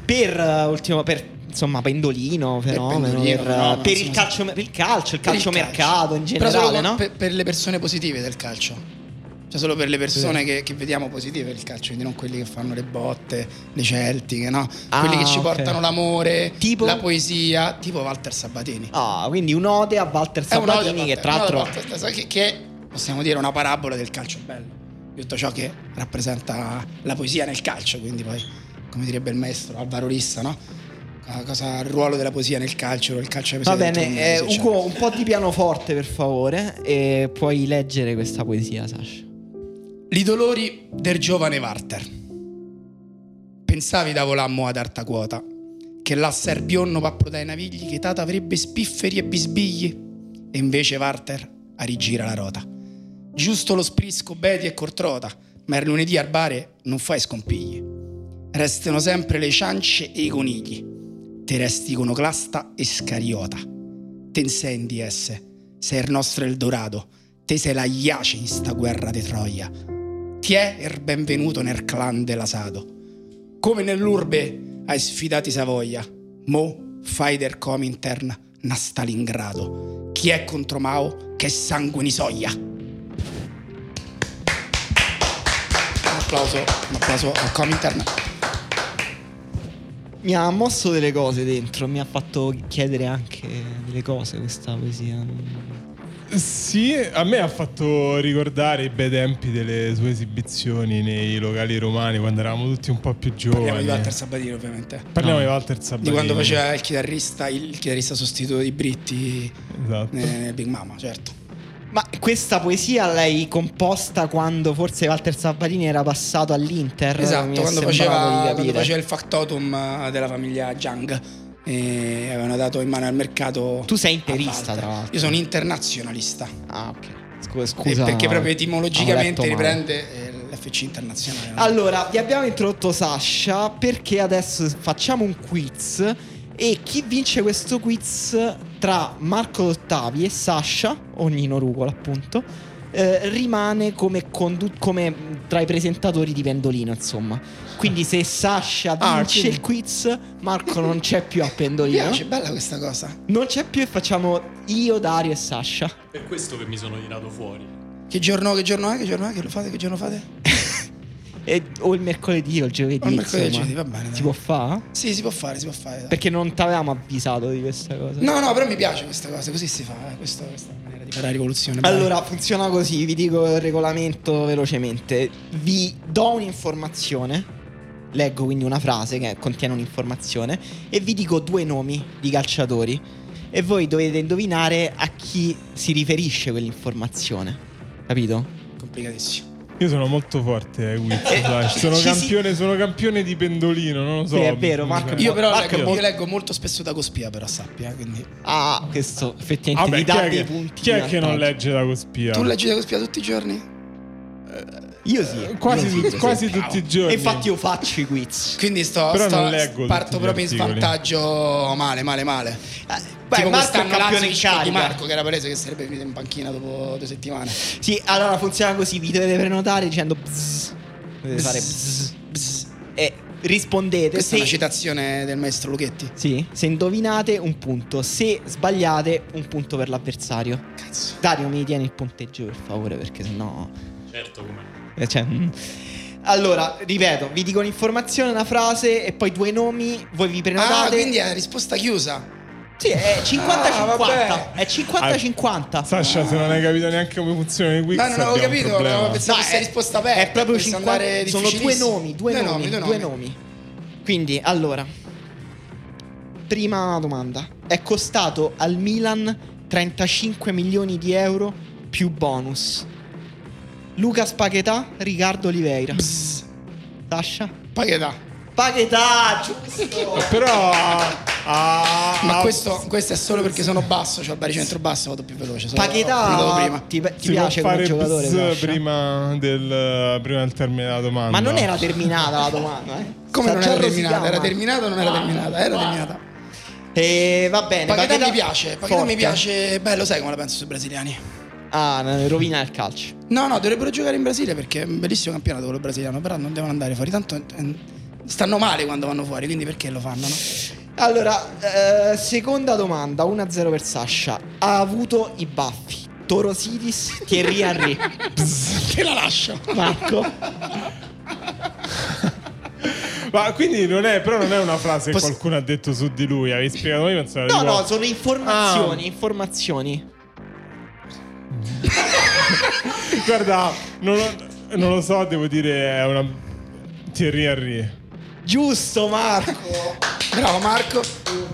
A: per eh, ultimo per insomma Pendolino, fenomeno, per,
E: Pendolino,
A: eh,
E: fenomeno,
A: per il
E: insomma.
A: calcio per il calcio, il
E: Per il
A: calciomercato in
E: Però solo
A: generale,
E: con-
A: no?
E: per, per le persone positive del calcio. Cioè solo per le persone che, che vediamo positive del calcio, quindi non quelli che fanno le botte, le celtiche, no?
A: Ah,
E: quelli che ci
A: ok.
E: portano l'amore,
A: Tipo?
E: la poesia, tipo Walter Sabatini.
A: Ah, quindi un'ode a Walter
E: È un'ode a
A: Sabatini che
E: Walter-
A: tra
E: un'ode a
A: l'altro
E: Walter Sa- che, che è, possiamo dire una parabola del calcio bello. di Tutto ciò che rappresenta la poesia nel calcio, quindi poi, come direbbe il maestro Alvaro Rissa, no? Ah, Cosa, il ruolo della poesia nel calcio, il calcio è la
A: Va
E: poesia di tutto
A: bene,
E: il
A: eh,
E: mondo, sì, cioè.
A: Ugo, un po' di pianoforte per favore e puoi leggere questa poesia, Sasha.
E: Li dolori del giovane Varter. Pensavi davolammo ad alta quota, che là Serbionno pappro dai navigli che tata avrebbe spifferi e bisbigli, e invece Varter a rigira la rota. Giusto lo sprisco Beti e Cortrota, ma il lunedì al bare non fai scompigli. Restano sempre le ciance e i conigli, te resti iconoclasta e scariota. Te insendi esse, sei il nostro Eldorado, te sei la iace in sta guerra di Troia. Ti è il benvenuto nel clan dell'asado. Come nell'urbe hai sfidato i Savoia, mo fai del Comintern na Stalingrado. Chi è contro Mao che sangue ni soglia? Un applauso, un applauso al Comintern.
A: Mi ha mosso delle cose dentro, mi ha fatto chiedere anche delle cose questa poesia.
B: Sì, a me ha fatto ricordare i bei tempi delle sue esibizioni nei locali romani quando eravamo tutti un po' più giovani.
E: Parliamo di Walter Sabatino ovviamente.
B: Parliamo
A: No.
B: di Walter Sabatini.
E: Di quando faceva il chitarrista, il chitarrista sostituto dei Britti
B: Esatto.
E: nel Big Mama, certo.
A: Ma questa poesia l'hai composta quando forse Walter Sabatini era passato all'Inter? mi
E: Esatto,
A: è
E: quando
A: sembrato di
E: faceva,
A: capire.
E: quando faceva il factotum eh, della famiglia Jang e avevano dato in mano al mercato.
A: Tu sei interista,
E: a Walter.
A: tra l'altro.
E: Io sono internazionalista. eh,
A: Ah, ok. Scusa, scusa.
E: perché proprio
A: Ho letto
E: etimologicamente
A: male.
E: riprende eh, l'FC internazionale. no?
A: Allora, vi abbiamo introdotto Sasha perché adesso facciamo un quiz e chi vince questo quiz tra Marco Ottavi e Sasha, o Nino Rucola appunto, eh, rimane come, condu- come tra i presentatori di Pendolino, insomma. Quindi se Sasha vince
E: Ah, quindi-
A: il quiz, Marco non c'è più a
E: Mi
A: Pendolino.
E: piace, bella questa cosa.
A: Non c'è più e facciamo io, Dario e Sasha.
F: Per questo che mi sono tirato fuori.
E: Che giorno, che giorno è? Che giorno è? Che lo fate? Che giorno fate?
A: E- o il mercoledì o il giovedì.
E: O il mercoledì o il
A: insomma.
E: giovedì, va bene, dai.
A: Si può fare?
E: Sì, si può fare, si può fare. dai.
A: Perché non t'avevamo avvisato di questa cosa.
E: No, no, però mi piace questa cosa, così si fa. eh, Questa, questa maniera di fare la rivoluzione. bravo.
A: Allora, funziona così, vi dico il regolamento velocemente. Vi do un'informazione, leggo quindi una frase che contiene un'informazione e vi dico due nomi di calciatori e voi dovete indovinare a chi si riferisce quell'informazione. Capito?
E: complicatissimo.
B: Io sono molto forte ai quiz,
E: Eh,
B: dai. Sono,
A: ci si-
B: campione, sono campione di pendolino, non lo so.
A: Sì, è vero, Marco-
E: Io però
A: Ecco, Marco,
E: leggo,
A: mo-
E: io leggo molto spesso da Cospia, però sappia, quindi.
A: Ah, questo effettivamente
B: Vabbè,
A: vi
B: chi
A: dà
B: è,
A: dei
B: che,
A: punti.
B: chi è
A: in
B: che non
A: vantaggio.
B: legge la cospia?
E: Tu leggi da Cospia tutti i giorni?
A: Io sì.
B: Quasi,
A: io sì,
B: tu-
A: per esempio.
B: quasi tutti i giorni.
A: E infatti io faccio i quiz.
E: Quindi sto,
B: Però
E: sto-
B: non leggo tutti
E: parto
B: gli
E: proprio in
B: articoli.
E: svantaggio male, male, male.
A: Eh, beh,
E: Tipo
A: Marco è
E: quest'anno
A: campione
E: Lazio
A: in
E: vince con Di
A: carica.
E: Marco, che era palese che sarebbe finito in panchina dopo due settimane.
A: Sì, allora funziona così, vi dovete prenotare dicendo bzz. Dovete fare bzz, bzz, e rispondete
E: Questa è una
A: se
E: citazione del maestro Luchetti.
A: Sì, se indovinate un punto, se sbagliate un punto per l'avversario.
E: Cazzo.
A: Dario mi tieni il punteggio per favore perché sennò
F: Certo, come.
A: eh, cioè, mm. Allora, ripeto, vi dico un'informazione, una frase e poi due nomi, voi vi prenotate.
E: Ah, quindi Ah, è risposta chiusa.
A: Sì, è 50-50.
E: Ah, vabbè.
A: è 50-50.
B: Sasha, se non hai capito neanche come funziona il quiz,
E: No, non avevo
B: abbiamo un
E: capito,
B: problema.
E: avevo pensato
A: No,
E: fosse
A: è-
E: risposta aperta.
A: È proprio
E: Eh, questo
A: 50.
E: andare
A: Sono due
E: difficilissimo.
A: nomi, due, nomi, due nomi, Quindi, allora, prima domanda. È costato al Milan 35 milioni di euro più bonus. Luca Spaghetà, Riccardo Oliveira. Sasha?
E: Paghetà.
A: Spaghetà, giusto!
B: Però ah,
E: Ma
B: ah,
E: questo, questo è solo perché sono basso, cioè al baricentro basso vado più veloce. Solo, lo
A: Spaghetà,
E: prima.
A: ti, ti
B: si
A: piace
B: può
A: come
B: fare
A: giocatore?
B: bzz
A: Sasha?
B: prima del, prima del termine della domanda.
A: Ma non era terminata la domanda, eh?
E: Come
A: Sta
E: non
A: già
E: era terminata? Era
A: rosicando.
E: terminata o non era terminata? Era terminata.
A: Eh, va bene.
E: Paghetà
A: Paquetá-
E: mi piace, Paghetà
A: forte.
E: mi piace. Beh, lo sai come la penso sui brasiliani.
A: Ah, no, rovina il calcio.
E: No, no, dovrebbero giocare in Brasile perché è un bellissimo campionato quello brasiliano, però non devono andare fuori. Tanto eh, stanno male quando vanno fuori, quindi perché lo fanno? No?
A: Allora, eh, seconda domanda, 1-0 per Sasha. Ha avuto i baffi. Torosidis, Thierry Henry.
E: Te la lascio.
A: Marco.
B: Ma quindi non è, però non è una frase che
E: Poss-
B: qualcuno ha detto su di lui. Avevi spiegato voi, pensavo
A: No,
B: di
A: no, sono
E: Ah.
A: informazioni, informazioni.
B: Guarda, non, lo- non lo so, devo dire, è una Thierry Henry.
A: Giusto, Marco.
E: Bravo Marco.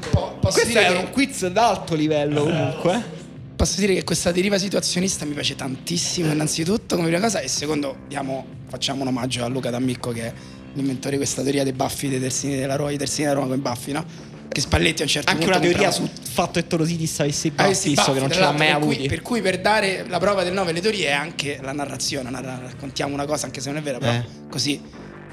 E: Po- posso,
A: Questo
E: dire
A: è
E: che,
A: un quiz d'alto livello
B: Eh,
A: comunque. eh.
E: posso dire che questa deriva situazionista mi piace tantissimo, innanzitutto, come prima cosa, e secondo diamo, facciamo un omaggio a Luca D'Ammicco che è l'inventore di questa teoria dei baffi dei terzini della Roma, i terzini della Roma con i baffi, no? Che Spalletti a un certo
A: Anche
E: punto
A: una teoria sul
E: comprava-
A: fatto che Torosidis avesse i
E: Ah,
A: baffi,
E: sì,
A: Eh visto
E: baffi,
A: che non
E: tra
A: ce l'ha
E: l'altro,
A: mai
E: per cui-
A: avuti.
E: Per cui per dare la prova del 9 alle teorie è anche la narrazione, narra- raccontiamo una cosa anche se non è vera, però
A: Eh.
E: così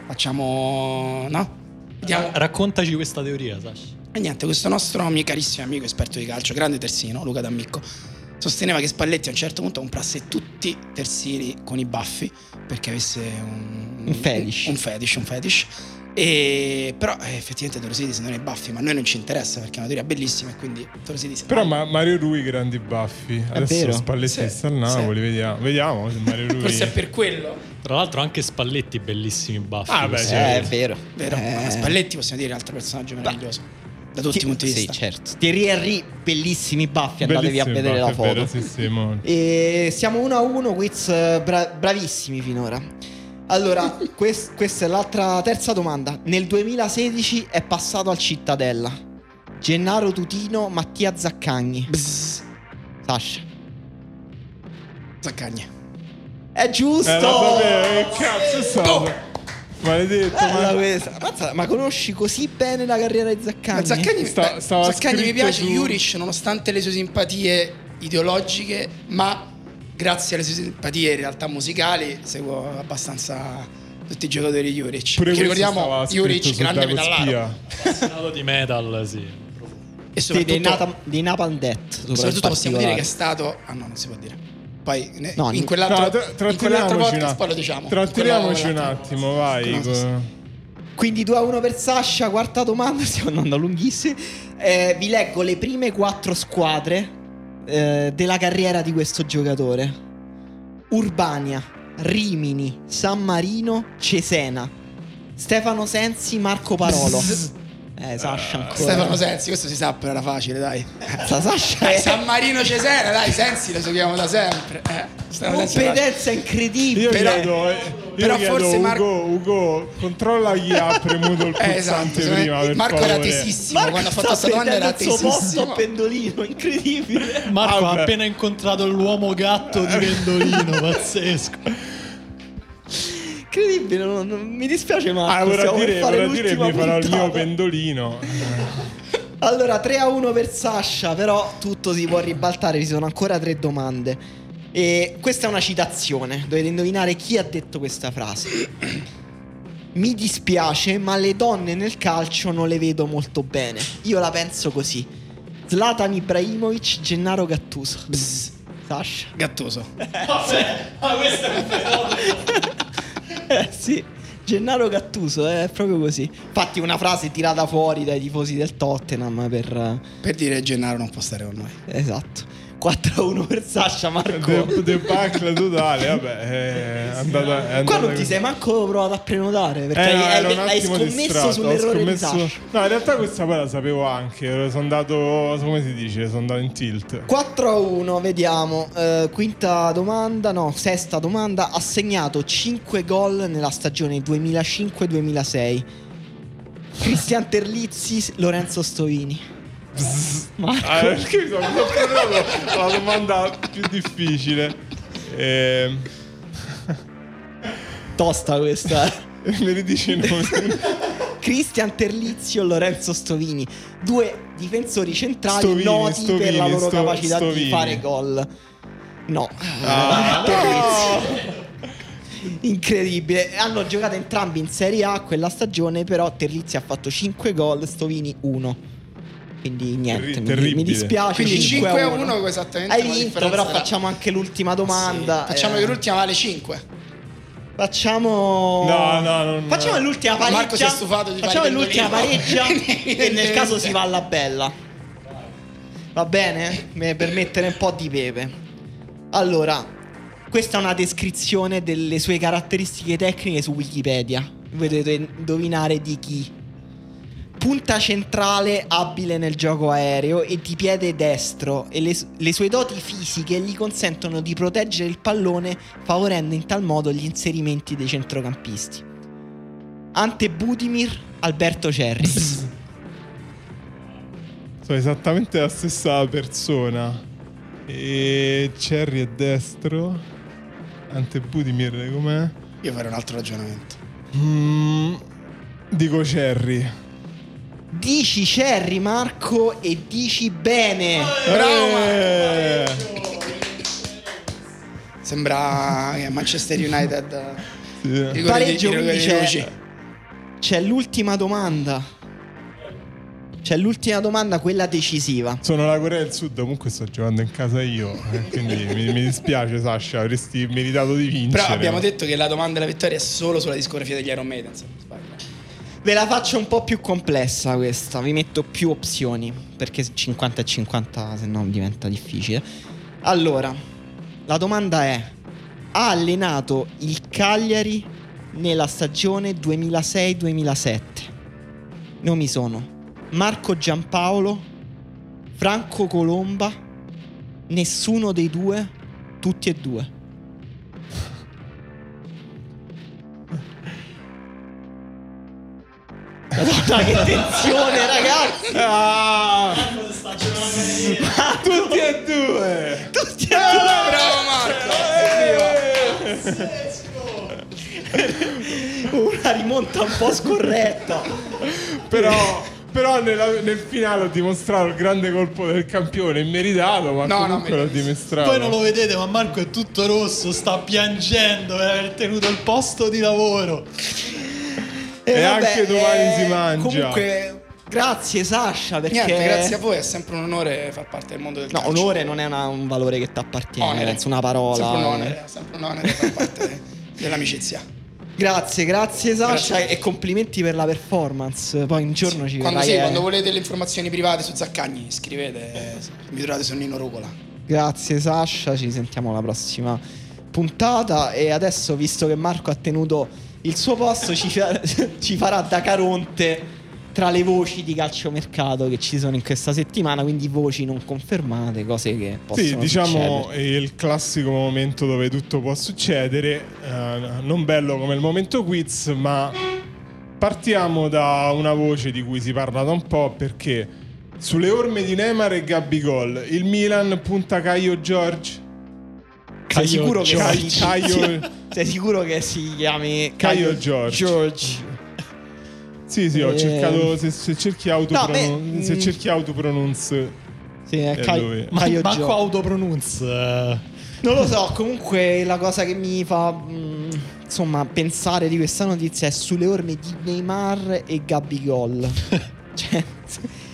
E: facciamo, no? Vediamo,
D: Raccontaci questa teoria, Sasha.
E: E niente, questo nostro ami- carissimo amico esperto di calcio, grande terzino, Luca D'Ammicco, sosteneva che Spalletti a un certo punto comprasse tutti i terzini con i baffi perché avesse un,
A: Un fetish.
E: Un, fetish, un fetish. E, però eh, effettivamente Torosidis non è i baffi, ma a noi non ci interessa perché è una teoria bellissima e quindi Torosidis...
B: Però ma- Mario Rui grandi baffi. Adesso
A: vero?
B: Spalletti
E: Sì,
B: sta al Napoli, vediamo. Vediamo se Mario Rui.
E: Forse è per quello.
D: Tra l'altro anche Spalletti bellissimi baffi.
B: Ah, beh,
D: questo.
B: certo.
A: Eh, è vero.
E: Vero,
A: Eh,
E: ma Spalletti possiamo dire è un altro personaggio meraviglioso. Da tutti i punti di vista.
A: Sì, certo. Thierry Henry, bellissimi baffi, andatevi a
B: Bellissimo
A: vedere
B: baffi,
A: la
B: è
A: foto.
B: vero, sì, sì, mo- Eh,
A: E siamo 1 a 1, quiz eh, bra- bravissimi finora. Allora, quest- questa è l'altra terza domanda. Nel 2016 è passato al Cittadella. Gennaro Tutino, Mattia Zaccagni.
E: Bzz,
A: Sasha.
E: Zaccagni.
A: È giusto!
B: Eh, vabbè, che cazzo è stato? Maledetto,
A: Bella
B: ma...
A: questa. Ammazza, ma conosci così bene la carriera di Zaccagni?
E: Ma Zaccagni,
B: Sta-
E: beh,
B: stava
E: Zaccagni mi
B: scritto
E: piace,
B: su-
E: Juric, nonostante le sue simpatie ideologiche, ma grazie alle sue simpatie in realtà musicali, seguo abbastanza tutti i giocatori di Juric.
B: Pure
E: Perché
B: questo
E: ricordiamo
B: stava scritto
E: Juric,
B: su
E: grande
B: Dago
E: metallaro.
B: Spia.
D: Appassionato di metal, sì.
E: E
A: Sì, dei,
E: soprattutto,
A: Cioè, Nata- dei Napalm Death,
E: soprattutto
A: in
E: possiamo
A: particolare.
E: dire che è stato... Ah no, non si può dire. Poi ne-
A: No,
E: in
A: no.
E: quell'altro,
B: No, tra-
E: in quell'altro
B: trattiriamoci un
E: podcast
B: att-
E: poi lo diciamo.
B: Trattiriamoci
E: Quello-
B: un attimo, vai.
E: Quello-
B: co-
A: Quindi 2 a 1 per Sasha, quarta domanda, stiamo andando lunghissimi. Eh, vi leggo le prime quattro squadre eh, della carriera di questo giocatore. Urbania, Rimini, San Marino, Cesena, Stefano Sensi, Marco Parolo.
E: Bzzz.
A: Eh, Sasha ancora.
E: Stefano Sensi, questo si sa, però era facile, dai.
A: Sa- Sasha
E: Eh,
A: è
E: San Marino Cesena, dai, Sensi lo seguiamo da sempre. Eh, Stefano Sensi era-
A: competenza incredibile.
B: Io
E: Però-
B: chiedo, eh, io
E: però
B: chiedo
E: forse Mar-
B: Ugo, Ugo, controlla chi ha premuto il
E: Eh,
B: pulsante
E: esatto, secondo me-
B: prima. Per
E: Marco
B: favore.
E: era tesissimo quando ha fatto questa
A: sta
E: domanda era
A: prendendo il suo posto
E: tesissimo.
A: a pendolino,
C: Ah,
A: incredibile.
D: Marco
B: Vabbè.
D: ha appena incontrato l'uomo gatto di Pendolino, pazzesco.
A: Incredibile, non- non- mi dispiace
B: Ah,
A: Marco,
B: vorrà
A: stiamo per
B: dire,
A: fare
B: vorrà dire
A: l'ultima
B: mi farò il mio
A: puntata.
B: pendolino.
A: Allora, 3 a 1 per Sasha, però tutto si può ribaltare, ci sono ancora tre domande. E questa è una citazione, dovete indovinare chi ha detto questa frase. Mi dispiace, ma le donne nel calcio non le vedo molto bene. Io la penso così. Zlatan Ibrahimovic, Gennaro Gattuso. Sasha?
E: Gattoso.
A: Eh sì, Gennaro Gattuso,
C: eh,
A: è proprio così. Infatti una frase tirata fuori dai tifosi del Tottenham per... eh,
E: Per dire Gennaro non può stare con noi.
A: Esatto.
C: 4-1 per Sasha,
B: Eh,
C: Marco.
B: De- debacle totale, vabbè, è andata, è
C: Qua
B: andata
C: non ti
B: così.
C: sei manco provato a prenotare perché
B: Eh, no,
C: hai,
B: ero un
C: hai- hai
B: attimo distratto,
C: scommesso
B: ho
C: sull'errore di
B: scommesso-
C: Sasha.
B: No, in realtà questa poi la sapevo anche. ero- Sono andato. Come si dice? Sono andato in tilt.
C: 4 a 1, vediamo. Eh, quinta domanda, no, sesta domanda. Ha segnato 5 gol nella stagione 2005-2006. Cristian Terlizzi, Lorenzo Stovini. Marco.
B: Ah, perché mi sono mi sono prenotato la domanda più difficile. Ehm,
C: Tosta questa.
B: me li dici i nomi?
C: Cristian Terlizzi o Lorenzo Stovini, due difensori centrali
B: Stovini,
C: noti per la
B: Stovini,
C: loro
B: Sto-
C: capacità di
B: Stovini.
C: fare gol. No,
B: Ah, no!
C: Incredibile, hanno giocato entrambi in Serie A quella stagione, però Terlizzi ha fatto 5 gol, Stovini 1. Quindi niente,
B: Terri-
C: mi- mi,
B: terribile.
A: Ah,
C: dispiace.
E: Quindi
C: 5
E: 5 a 1 che esattamente
C: Hai
E: la
C: vinto,
E: differenza
C: però
E: era-
C: facciamo anche l'ultima domanda.
E: Sì, Facciamo
C: Eh,
E: che l'ultima vale 5.
C: Facciamo
B: No, no, non-
C: Facciamo l'ultima pareggia.
E: Marco si è stufato di fare
C: Facciamo
E: il
C: l'ultima
E: pendolino.
C: pareggia e nel
E: Niente.
C: caso si va alla bella. Va bene? Me- Per mettere un po' di pepe. Allora, questa è una descrizione delle sue caratteristiche tecniche su Wikipedia. Voi dovete indovinare di chi. Punta centrale abile nel gioco aereo e di piede destro e le, su- le sue doti fisiche gli consentono di proteggere il pallone favorendo in tal modo gli inserimenti dei centrocampisti. Ante Budimir, Alberto Cerri.
B: Sono esattamente la stessa persona. E Cherry è destro. Ante Budimir com'è?
E: Io farei un altro ragionamento.
B: Mm, dico Cherry.
C: dici Cerri Marco e dici bene.
E: Bravo,
B: Eh!
E: Sembra eh, Manchester United. eh,
B: Sì.
E: rigore di-
C: Pareggio,
E: rigore
C: quindi
E: di
C: c'è-
E: luci.
C: C'è l'ultima domanda. C'è l'ultima domanda, quella decisiva.
B: Sono la Corea del Sud, comunque sto giocando in casa io, eh, quindi mi, mi dispiace Sasha, avresti meritato di vincere.
E: Però abbiamo detto che la domanda della vittoria è solo sulla discografia degli Iron Maiden. se non sbaglio.
C: Ve la faccio un po' più complessa questa, vi metto più opzioni, perché 50 e 50 se no diventa difficile. Allora, la domanda è, ha allenato il Cagliari nella stagione 2006-2007? Nomi sono Marco Giampaolo, Franco Colomba, nessuno dei due, tutti e due. Madonna, che tensione ragazzi!
B: Ah! Tutti e due!
C: Tutti e due!
E: Bravo Marco!
C: Una rimonta un po' scorretta.
B: Però, però nella- nel finale ho dimostrato il grande colpo del campione, meritato, ma
E: No, no,
B: comunque l'ho
E: meritato.
B: dimostrato.
G: Voi non lo vedete, ma Marco è tutto rosso, sta piangendo per aver tenuto il posto di lavoro. eh,
C: E,
B: anche domani si mangia.
C: Comunque, grazie Sasha perché...
E: Niente, grazie a voi, è sempre un onore far parte del mondo del
C: No,
E: calcio.
C: onore non è una- un valore che ti appartiene,
E: Onere.
C: penso una
E: Sempre un
C: parola. eh.
E: onore, è sempre un onore far parte dell'amicizia.
C: Grazie, grazie Sasha
E: Grazie.
C: e complimenti per la performance. Poi un giorno ci
E: Quando,
C: vedrai, eh.
E: sì, quando volete le informazioni private su Zaccagni, scrivete, mi trovate su Nino Rucola.
C: Grazie Sasha, ci sentiamo alla prossima puntata e adesso visto che Marco ha tenuto il suo posto ci, fa- ci farà da caronte tra le voci di calciomercato che ci sono in questa settimana, quindi voci non confermate, cose che possono
B: Sì, diciamo
C: succedere.
B: è il classico momento dove tutto può succedere, eh, non bello come il momento quiz, ma partiamo da una voce di cui si parla da un po' perché sulle orme di Neymar e Gabigol, il Milan punta Caio George,
C: Sei sicuro, che
B: Caio,
C: si,
B: Caio-
C: sei sicuro che si chiami
B: Caio George. Sì, sì, ho
C: Eh.
B: cercato se, se cerchi autopronon-
C: No, beh,
B: se
C: mm.
B: cerchi autopronounce
C: Sì, è
B: Eh,
C: Caio-
B: lui.
G: Ma
C: Caio
G: manco
C: George.
G: autopronounce.
C: Non lo so, comunque la cosa che mi fa mh, insomma pensare di questa notizia è sulle orme di Neymar e Gabigol. cioè,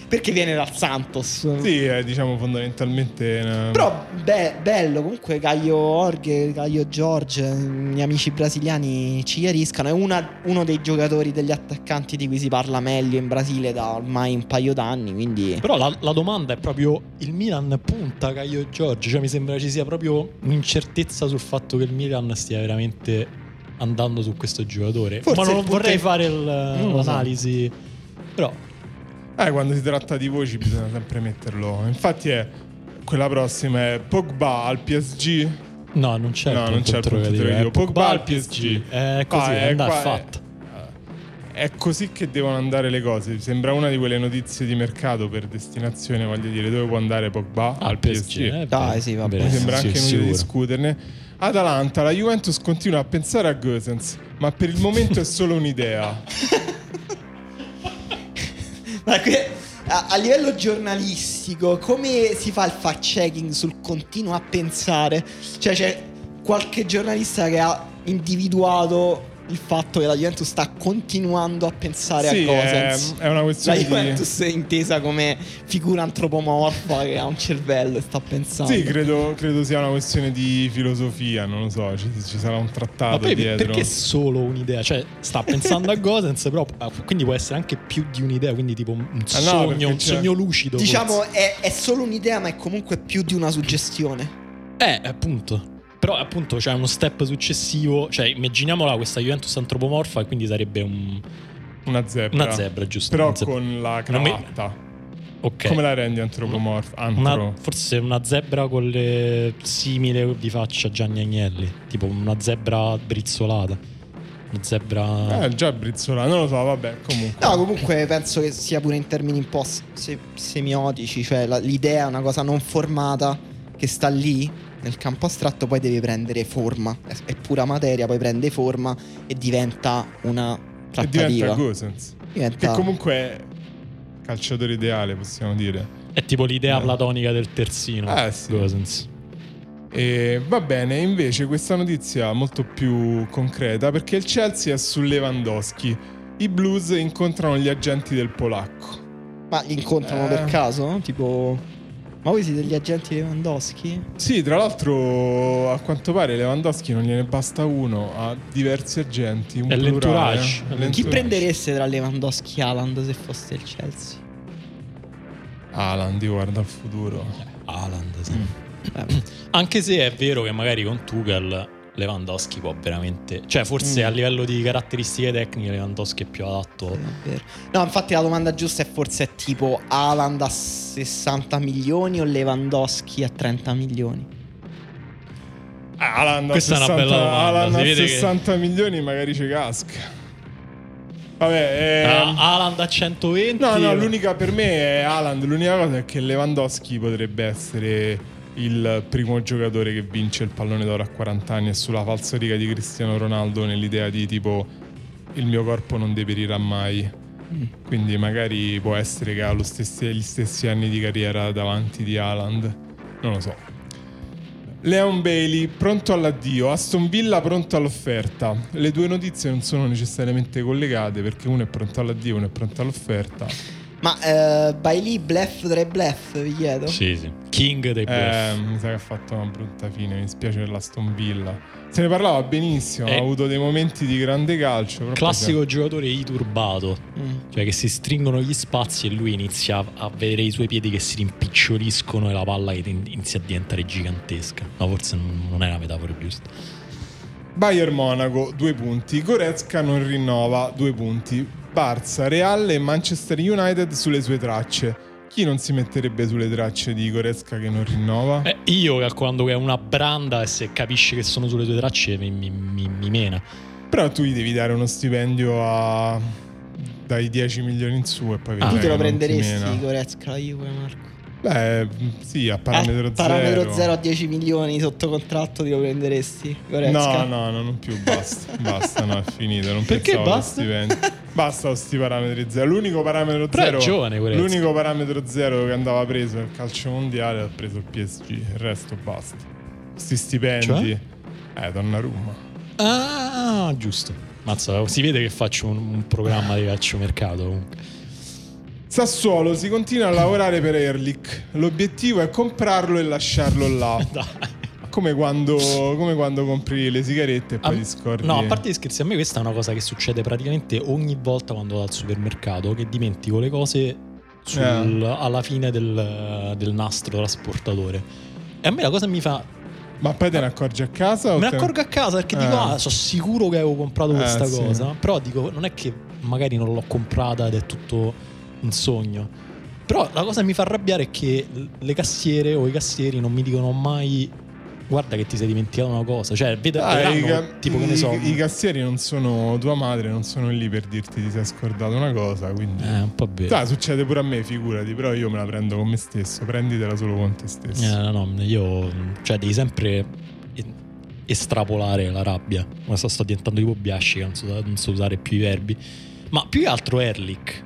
C: perché viene dal Santos.
B: Sì, è diciamo fondamentalmente. eh, Una...
C: Però be- bello, comunque Gaio Orghe, Gaio George, i miei amici brasiliani ci chiariscano. È una- uno dei giocatori degli attaccanti di cui si parla meglio in Brasile da ormai un paio d'anni. Quindi
D: Però la, la domanda è proprio il Milan punta Caio Giorgio, cioè mi sembra ci sia proprio un'incertezza sul fatto che il Milan stia veramente andando su questo giocatore.
C: Forse
D: Ma
C: il
D: non
C: punto
D: vorrei
C: è-
D: fare il-
C: lo so.
D: l'analisi, però
B: Eh, quando si tratta di voci bisogna sempre metterlo. Infatti è quella prossima è Pogba al PSG.
D: no, non c'è
B: no,
D: il
B: non
D: punto
B: c'è il punto
D: interrogativo.
B: interrogativo.
D: È eh, Pogba al PSG. È Eh, così,
B: Ah,
D: è andata,
B: qua- eh,
D: è fatta.
B: È così che devono andare le cose. Sembra una di quelle notizie di mercato per destinazione, voglio dire, dove può andare Pogba
D: Al PSG. eh,
C: Dai,
D: beh,
C: sì, vabbè.
D: beh,
B: Mi sembra
D: sì,
B: anche inutile
D: sicuro.
B: discuterne. Atalanta, la Juventus continua a pensare a Gosens, ma per il momento è solo un'idea.
C: Ma que- a, a livello giornalistico, come si fa il fact-checking sul continuo a pensare? Cioè, c'è qualche giornalista che ha individuato il fatto che la Juventus sta continuando a pensare
B: sì, eh,
C: a
B: è,
C: Gosens.
B: è una
C: La
B: questione di...
C: Juventus è intesa come figura antropomorfa che ha un cervello e sta pensando.
B: Sì, credo, credo sia una questione di filosofia, non lo so, ci, ci sarà un trattato
D: Ma poi per-
B: dietro.
D: perché è solo un'idea? Cioè, sta pensando a Gosens, però ah, quindi può essere anche più di un'idea, quindi tipo un
B: Ah, no,
D: sogno,
B: perché
D: un
B: c'è-
D: sogno lucido.
C: Diciamo,
D: forse.
C: è, è solo un'idea, ma è comunque più di una suggestione.
D: Eh, appunto. Però appunto c'è uno step successivo, cioè immaginiamola questa Juventus antropomorfa e quindi sarebbe un-
B: Una zebra.
D: una zebra, giusto?
B: Però
D: Una zebra.
B: con la
D: Non mi-
B: cravatta.
D: Ok.
B: Come la rendi antropomorfa? Antro...
D: Una- forse una zebra con le simile di faccia a Gianni Agnelli, tipo una zebra brizzolata. Una zebra
B: Eh, già brizzola, non lo so, vabbè, comunque.
C: No, comunque penso che sia pure in termini un po' se- se- semiotici, cioè la- l'idea è una cosa non formata che sta lì nel campo astratto, poi deve prendere forma. È, è pura materia, poi prende forma e diventa una
B: e diventa
C: trattativa.
B: Gosens. Che
A: Ah.
C: Diventa-
B: comunque è calciatore ideale, possiamo dire.
D: è tipo l'idea
B: Eh.
D: platonica del terzino.
B: Eh, sì.
D: Gosens.
B: E va bene, invece questa notizia molto più concreta perché il Chelsea è su Lewandowski. I Blues incontrano gli agenti del polacco.
C: Ma li incontrano
B: Eh.
C: per caso? Tipo. Ma voi siete degli agenti Lewandowski?
B: Sì, tra l'altro a quanto pare Lewandowski non gliene basta uno, ha diversi agenti. Un
D: È
B: plurale,
D: l'entourage.
B: eh.
D: Chi
C: Chi
B: L'entourage.
C: prendereste tra Lewandowski e Haaland se fosse il Chelsea?
B: Haaland io guarda al futuro.
D: Haaland, sì.
B: Mm.
C: Eh,
D: Anche se è vero che magari con Tuchel Lewandowski può veramente... Cioè forse
C: Mm.
D: a livello di caratteristiche tecniche Lewandowski è più adatto.
C: davvero. No, infatti la domanda giusta è forse è tipo Haaland a 60 milioni o Lewandowski a 30 milioni?
B: Alan da
D: Questa è una
B: 60,
D: bella domanda,
B: Haaland
D: si
B: a
D: vede che-
B: 60 milioni magari ci casca. Vabbè, ehm,
D: Ah, Haaland a 120.
B: no, no, l'unica per me è Alan. L'unica cosa è che Lewandowski potrebbe essere il primo giocatore che vince il pallone d'oro a 40 anni e sulla falsariga di Cristiano Ronaldo nell'idea di tipo il mio corpo non deperirà mai. Quindi magari può essere che ha lo stesse- gli stessi anni di carriera davanti di Haaland. Non lo so. Leon Bailey pronto all'addio, Aston Villa pronto all'offerta. Le due notizie non sono necessariamente collegate perché uno è pronto all'addio, uno è pronto all'offerta.
C: Ma eh, Bailey bluff tra i bluff, vi chiedo.
D: Sì, sì. King dei
B: Eh,
D: bluff.
B: mi sa che ha fatto una brutta fine, mi dispiace per l'Aston Villa. Se ne parlava benissimo,
D: Eh.
B: ha avuto dei momenti di grande calcio. però poi
D: Classico giocatore iturbato,
C: Mm.
D: cioè che si stringono gli spazi e lui inizia a- a vedere i suoi piedi che si rimpiccioliscono e la palla che in- inizia a diventare gigantesca. No, forse non non è la metafora giusta.
B: Bayern Monaco, due punti. Goretzka non rinnova, due punti. Barça, Real e Manchester United sulle sue tracce. Chi non si metterebbe sulle tracce di Goretzka che non rinnova?
D: Eh, io calcolando che è una branda e se capisci che sono sulle tue tracce mi, mi- mi- mi mena.
B: Però tu gli devi dare uno stipendio a... dai 10 milioni in su e poi vedrai
D: Ah,
C: tu
B: che
C: te lo
B: Eh, non ti
C: prenderesti,
B: mena.
C: Goretzka, la Juve, Marco?
B: Beh, sì, a parametro
C: Eh,
B: zero.
C: parametro zero a 10 milioni sotto contratto ti lo prenderesti,
B: No,
C: Goretzka?
B: no, no, non più, basta, basta, no, è finito. Non
D: Perché
B: pensavo allo
D: basta?
B: stipendio. Basta questi parametri zero. L'unico parametro
D: Però è
B: zero.
D: giovane Goretzka.
B: l'unico parametro zero che andava preso nel calcio mondiale ha preso il PSG. Il resto basta. Questi stipendi.
D: Cioè?
B: Eh, Donnarumma.
D: Ah, giusto. Mazza, si vede che faccio un, un programma di calcio mercato comunque.
B: Sassuolo si continua a lavorare per Erlich. L'obiettivo è comprarlo e lasciarlo là. Come quando, come quando compri le sigarette e poi
D: A-
B: ti scordi.
D: No, a parte gli scherzi, a me questa è una cosa che succede praticamente ogni volta quando vado al supermercato, che dimentico le cose sul-
B: Eh.
D: alla fine del, del nastro trasportatore. E a me la cosa mi fa...
B: Ma poi te ne accorgi a casa? o
D: Me ne
B: te-
D: accorgo a casa perché dico,
B: Eh.
D: ah, sono sicuro che avevo comprato
B: Eh,
D: questa
B: sì.
D: cosa. Però dico, non è che magari non l'ho comprata ed è tutto un sogno. Però la cosa che mi fa arrabbiare è che le cassiere o i cassieri non mi dicono mai... Guarda che ti sei dimenticato una cosa. Cioè, vedo
B: Ah, i,
D: vedranno,
B: ca-
D: tipo che ne
B: i-
D: so.
B: i cassieri non sono tua madre, non sono lì per dirti ti sei scordato una cosa, quindi...
D: Eh, un po' vero.
B: Dai, succede pure a me, figurati, però io me la prendo con me stesso, prenditela solo con te stesso.
D: Eh, no, no, io cioè devi sempre e- estrapolare la rabbia. Adesso sto diventando tipo Biasci, che non so, non so usare più i verbi. Ma più che altro Erlich.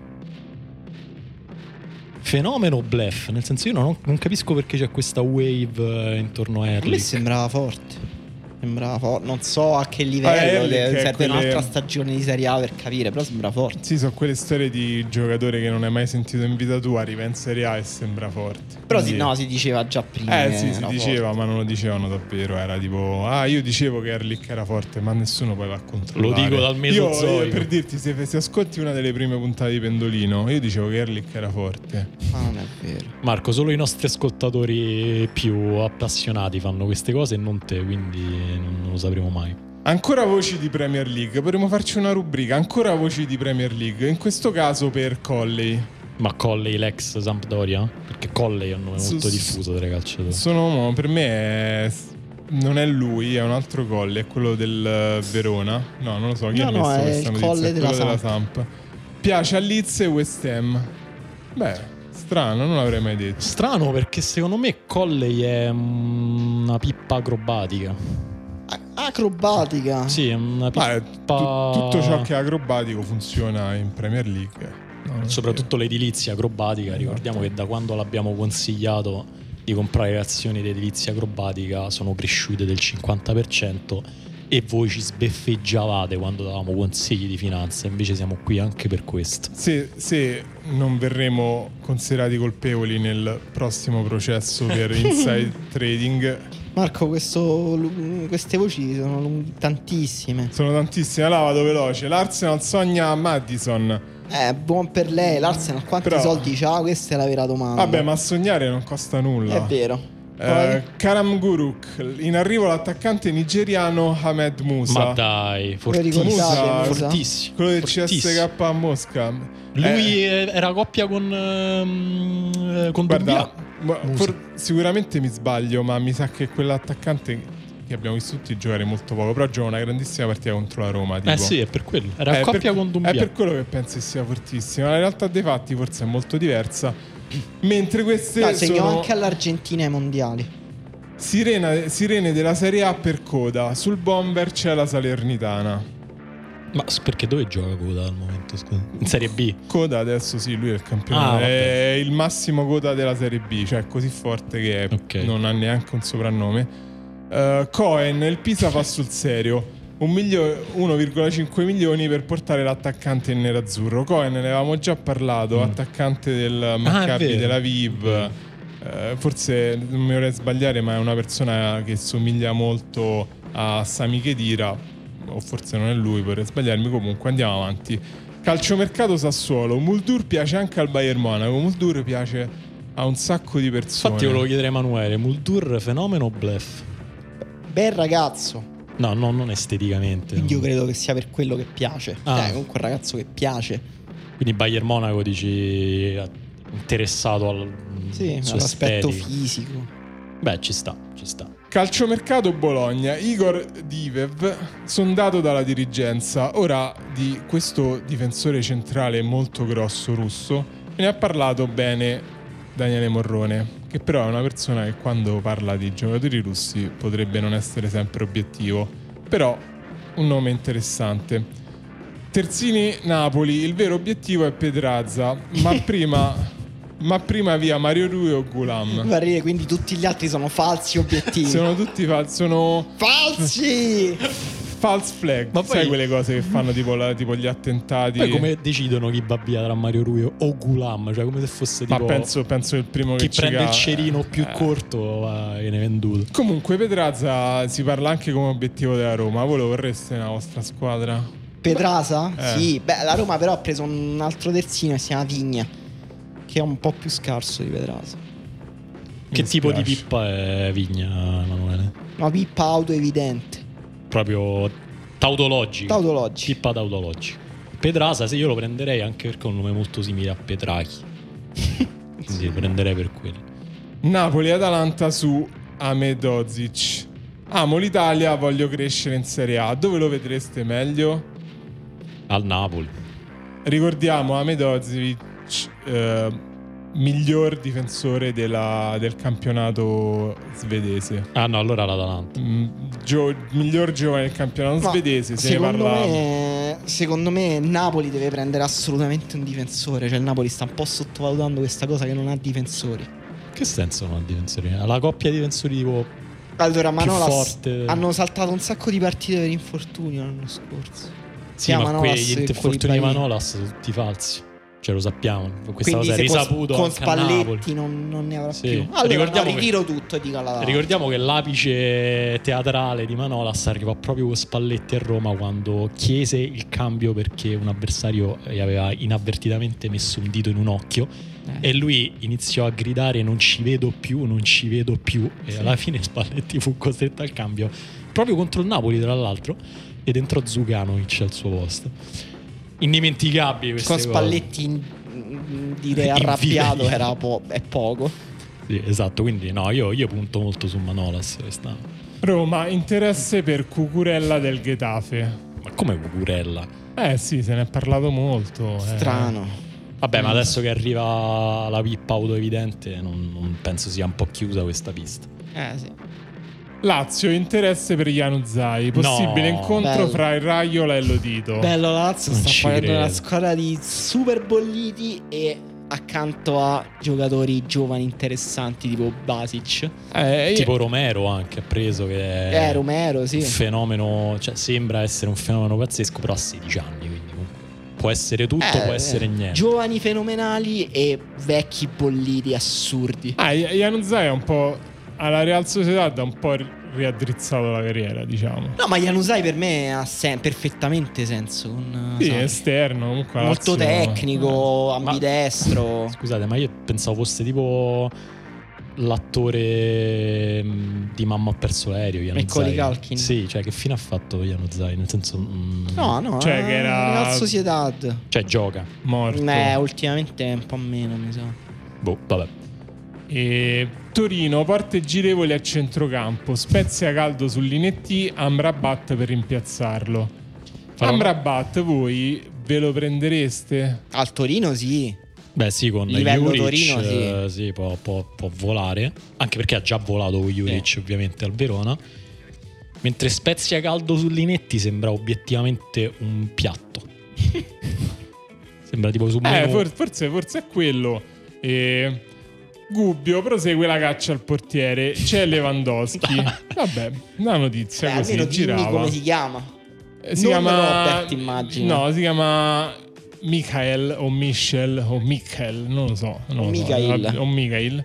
D: Fenomeno blef, nel senso io non, non capisco perché c'è questa wave eh, intorno a
C: A me
D: Erlich.
C: sembrava forte. Sembrava forte. Non so a che livello.
B: Erlich
C: de-
B: è
C: serve
B: Eh, quelle-
C: un'altra stagione di Serie A per capire, però sembra forte.
B: Sì, sono quelle storie di giocatore che non hai mai sentito in vita tua, arriva in Serie A e sembra forte.
C: Però
B: Quindi-
C: si, no, si diceva già prima.
B: Eh
C: che
B: sì, si
C: era
B: diceva, ma non lo dicevano davvero. Era tipo, ah, io dicevo che Erlich era forte, ma nessuno poi va a controllare.
D: Lo dico dal Mesozoico.
B: Io, io, per dirti, se, se ascolti una delle prime puntate di Pendolino, io dicevo che Erlich era forte.
C: forte. Ma non è vero.
D: Marco, solo i nostri ascoltatori più appassionati fanno queste cose e non te, quindi non, non lo sapremo mai.
B: Ancora voci di Premier League, potremmo farci una rubrica, ancora voci di Premier League, in questo caso per Colley.
D: Ma Colley, l'ex Sampdoria? Perché Colley è un nome
B: Su-
D: molto
B: su-
D: diffuso tra i calciatori.
B: Sono, per me è- non è lui, è un altro Colley, è quello del eh, Verona. No, non lo so, chi
C: No,
B: ha
C: no,
B: messo
C: è
B: questa
C: il
B: notizia?
C: Colley
B: È
C: della
B: quello della Samp. Piace a Leeds e West Ham. Beh, strano, non l'avrei mai detto.
D: Strano perché secondo me Colley è mm, una pippa acrobatica.
C: A- acrobatica.
D: Sì, è una pippa.
B: Ma tu- tutto ciò che è acrobatico funziona in Premier League. No, non è
D: Soprattutto l'edilizia acrobatica. Ricordiamo che da quando l'abbiamo consigliato di comprare le azioni di edilizia acrobatica sono cresciute del 50% e voi ci sbeffeggiavate quando davamo consigli di finanza. Invece siamo qui anche per questo.
B: Se, se non verremo considerati colpevoli nel prossimo processo per inside trading,
C: Marco, questo- queste voci sono lunghi- tantissime.
B: sono tantissime. Allora vado veloce. L'Arsenal sogna Madison.
C: Eh, buon per lei. L'Arsenal quanti
B: Però-
C: soldi c'ha? Questa è la vera domanda.
B: Vabbè, ma sognare non costa nulla.
C: È vero.
B: Eh,
C: Poi?
B: Karam Guruk, in arrivo l'attaccante nigeriano Hamed Musa.
D: Ma dai,
C: ricordate,
D: fortissimo.
C: Musa?
D: fortissimo,
B: Quello del
D: fortissimo.
B: CSK a Mosca.
D: Lui
B: Eh,
D: eh, era coppia con. ehm, con
B: guarda,
D: Dumbia.
B: ma-
D: Musa.
B: for- sicuramente mi sbaglio, ma mi sa che quell'attaccante che abbiamo visto tutti giocare molto poco, però gioca una grandissima partita contro la Roma. Tipo.
D: Eh sì, è per quello. Era
B: È
D: coppia
B: per-
D: con
B: È
C: eh,
D: Dumbia.
B: per quello che penso che sia fortissima. La realtà dei fatti forse è molto diversa. Mentre queste
C: Dai, segnò
B: sono
C: anche all'Argentina ai mondiali.
B: sirena- sirene della Serie A per coda. Sul bomber c'è la Salernitana.
D: Ma s- perché dove gioca Coda al momento? Scusa. In Serie B?
B: Coda adesso sì, lui è il campione.
D: Ah, vabbè.
B: è il massimo coda della Serie B, cioè è così forte che
D: Ok.
B: non ha neanche un soprannome. Eh, Cohen, il Pisa fa sul serio. Un milio- 1,5 milioni per portare l'attaccante in nerazzurro. Cohen ne avevamo già parlato, attaccante del Maccabi
D: Mm. Ah, vero. Mm.
B: Tel Aviv.
D: Vero.
B: Eh, forse non mi vorrei sbagliare, ma è una persona che somiglia molto a Sami Khedira, o forse non è lui, vorrei sbagliarmi. Comunque andiamo avanti. Calciomercato Sassuolo. Muldur piace anche al Bayern Monaco. Muldur piace a un sacco di persone.
D: Infatti, io volevo chiedere a Emanuele: Muldur fenomeno o blef?
C: Bel ragazzo.
D: No, no, non esteticamente.
C: Quindi io credo che sia per quello che piace.
D: Ah.
C: Dai, comunque un ragazzo che piace.
D: Quindi Bayern Monaco dici eh, interessato al
C: Sì,
D: suo
C: all'aspetto
D: estetico.
C: fisico.
D: Beh, ci sta, ci sta.
B: Calciomercato Bologna, Igor Divev, sondato dalla dirigenza. Ora di questo difensore centrale molto grosso russo, ne ha parlato bene Daniele Morrone, che però è una persona che quando parla di giocatori russi potrebbe non essere sempre obiettivo, però un nome interessante. Terzini Napoli, il vero obiettivo è Pedrazza, ma prima, ma prima via Mario Rui o Gulam.
C: Fa ridere, quindi tutti gli altri sono falsi obiettivi.
B: Sono tutti falsi, sono
C: Falsi!
B: false flag.
D: Ma
B: Sai
D: poi-
B: quelle cose che fanno tipo, la- tipo gli attentati?
D: Poi come decidono chi va via tra Mario Rui o Gulam? Cioè, come se fosse
B: Ma
D: tipo
B: penso, penso il primo
D: chi
B: che ci
D: prende il
B: cade.
D: cerino più
B: Eh.
D: corto va- viene venduto.
B: Comunque Pedrazza si parla anche come obiettivo della Roma. Voi lo vorreste nella vostra squadra?
C: Pedrasa?
B: Eh.
C: Sì, beh, la Roma però ha preso un altro terzino che si chiama Vigna, che è un po' più scarso di Pedrasa.
D: Che tipo di
B: dispiace.
D: pippa è Vigna, Emanuele?
C: Una pippa autoevidente,
D: Proprio tautologica.
C: tautologica.
D: Pippa tautologica. Pedrasa, se io lo prenderei anche perché ha un nome molto simile a Petrachi. Quindi lo prenderei per quello.
B: Napoli-Atalanta su Amedozic. Amo l'Italia, voglio crescere in Serie A. Dove lo vedreste meglio?
D: Al Napoli.
B: Ricordiamo Amedozic, eh, miglior difensore della- del campionato svedese.
D: Ah no, allora l'Atalanta.
B: Mm, gio- miglior giovane del campionato
C: Ma
B: svedese, se ne
C: secondo
B: parla.
C: me, secondo me Napoli deve prendere assolutamente un difensore. Cioè, il Napoli sta un po' sottovalutando questa cosa che non ha difensori.
D: Che senso non ha difensori? Ha La coppia di difensori tipo...
C: Allora,
D: Più
C: Manolas
D: forte.
C: hanno saltato un sacco di partite per infortunio l'anno scorso.
D: Sì,
C: Sia
D: ma
C: Manolas
D: quei
C: che
D: infortuni di
C: Koulibaly.
D: Manolas sono tutti falsi. Cioè lo sappiamo. Questa
C: Quindi
D: cosa è
C: se con-
D: risaputo
C: con,
D: anche a Napoli.
C: Spalletti non, non ne avrà
D: Sì.
C: più. Ah, Allora,
D: Ricordiamo
C: no,
D: che-
C: ritiro tutto e dico alla
D: Ricordiamo che l'apice teatrale di Manolas arriva proprio con Spalletti a Roma quando chiese il cambio perché un avversario gli aveva inavvertitamente messo un dito in un occhio
C: Eh.
D: e lui iniziò a gridare non ci vedo più, non ci vedo più e alla fine Spalletti fu costretto al cambio proprio contro il Napoli tra l'altro ed entrò Zuganovic al suo posto. Indimenticabili queste
C: con
D: cose.
C: Spalletti in- dire
D: In
C: arrabbiato
D: fila.
C: era po- è poco.
D: Sì, esatto, quindi no, io, io punto molto su Manolas quest'anno.
B: Roma, interesse per Cucurella del Getafe.
D: Ma come Cucurella?
B: Eh sì, se ne è parlato molto. eh.
C: Strano.
D: Vabbè, ma adesso che arriva la pippa autoevidente, non, non penso sia un po' chiusa questa pista.
C: Eh, sì.
B: Lazio, interesse per Januzaj. Possibile
D: No.
B: incontro
C: Bello.
B: fra il Raiola e Lodito.
C: Bello la Lazio
D: Non
C: sta
D: ci
C: facendo
D: credo.
C: una squadra di super bolliti e accanto a giocatori giovani interessanti tipo Basic.
B: Eh, io-
D: Tipo Romero anche ha preso che
C: Eh,
D: è
C: Romero, sì.
D: un fenomeno, cioè sembra essere un fenomeno pazzesco, però ha 16 anni, quindi comunque può essere tutto,
C: Eh,
D: può essere niente.
C: Giovani fenomenali e vecchi bolliti assurdi.
B: Ah, I- Januzaj è un po'... Alla Real Sociedad ha un po' ri- riaddrizzato la carriera, diciamo.
C: No, ma Janusai per me ha sen- perfettamente senso. Con, eh,
B: Sì,
C: Sarri.
B: esterno, comunque Lazio-
C: Molto tecnico, ambidestro.
D: Scusate, ma io pensavo fosse tipo l'attore mh, di Mamma ha perso l'aereo, Iano
C: Macaulay
D: Zai.
C: Culkin.
D: Sì, cioè che fine ha fatto Iano Zai, nel senso... mh,
C: No, no,
B: Cioè,
C: eh,
B: che era-
C: Real Sociedad.
D: Cioè gioca.
B: Morto.
C: Eh, ultimamente è un po' meno, mi sa.
D: Boh, vabbè.
B: E Torino, porte girevoli a centrocampo. Spezia caldo sull'Inetti, Amrabat per rimpiazzarlo.
D: Farò-
B: Amrabat, voi ve lo prendereste?
C: Al Torino sì.
D: Beh, sì, con
C: Livello
D: Juric
C: Torino,
D: eh, sì, può, può- può volare. Anche perché ha già volato con Juric, ovviamente, al Verona. Mentre Spezia caldo sull'Inetti sembra obiettivamente un piatto. sembra tipo su
B: Eh,
D: menù.
B: for- forse, forse è quello. E... Gubbio prosegue la caccia al portiere. C'è Lewandowski. Vabbè, una notizia
C: Beh,
B: così
C: Eh, almeno dimmi
B: girava.
C: come si chiama.
B: Eh,
C: non Robert, immagino.
B: No, si chiama Michael o Michel o Michel, non lo so. non
C: O
B: lo so.
C: Michael.
B: Vabbè, O Michael.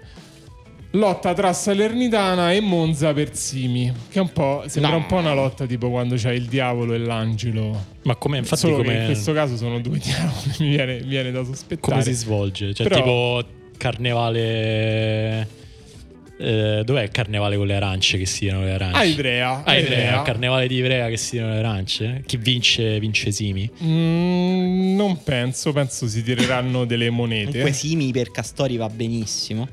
B: Lotta tra Salernitana e Monza per Simi, che è un po', sembra
C: No.
B: un po' una lotta tipo quando c'è il diavolo e l'angelo.
D: Ma come, infatti,
B: Solo che
D: come,
B: in questo caso sono due diavoli, mi viene, mi viene da sospettare.
D: come si svolge? Cioè,
B: Però-
D: tipo carnevale. eh, dov'è il carnevale con le arance che si tirano le arance?
B: A Ivrea.
D: Ah,
B: a
D: Ivrea,
B: Ivrea.
D: il carnevale di Ivrea che si tirano le arance? Chi vince, vince Simi?
B: Mm, non penso, penso si tireranno delle monete.
C: Comunque Simi per Castori va benissimo.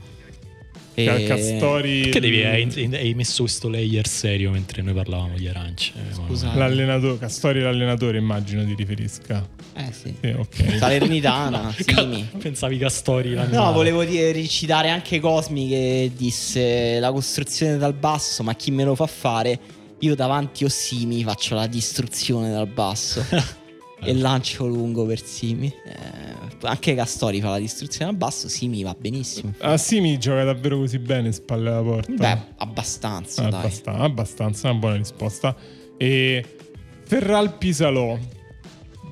B: Ca-
C: E-
B: Castori,
D: Perché devi, eh, hai, hai messo questo layer serio mentre noi parlavamo di Eh, arance?
C: Scusa.
B: l'allenatore, Castori l'allenatore immagino ti riferisca.
C: Eh sì.
B: Sì, ok.
C: Salernitana, Simi.
D: Pensavi Castori l'anno
C: No, volevo dire, ricitare anche Cosmi che disse la costruzione dal basso, ma chi me lo fa fare? Io davanti o Simi faccio la distruzione dal basso e lancio lungo per Simi. Eh, anche Castori fa la distruzione dal basso, Simi va benissimo.
B: Ah, sì, mi gioca davvero così bene spalle alla porta.
C: Beh, abbastanza,
B: Ah,
C: dai.
B: abbastan- abbastanza, una buona risposta. E Ferral Pisalò,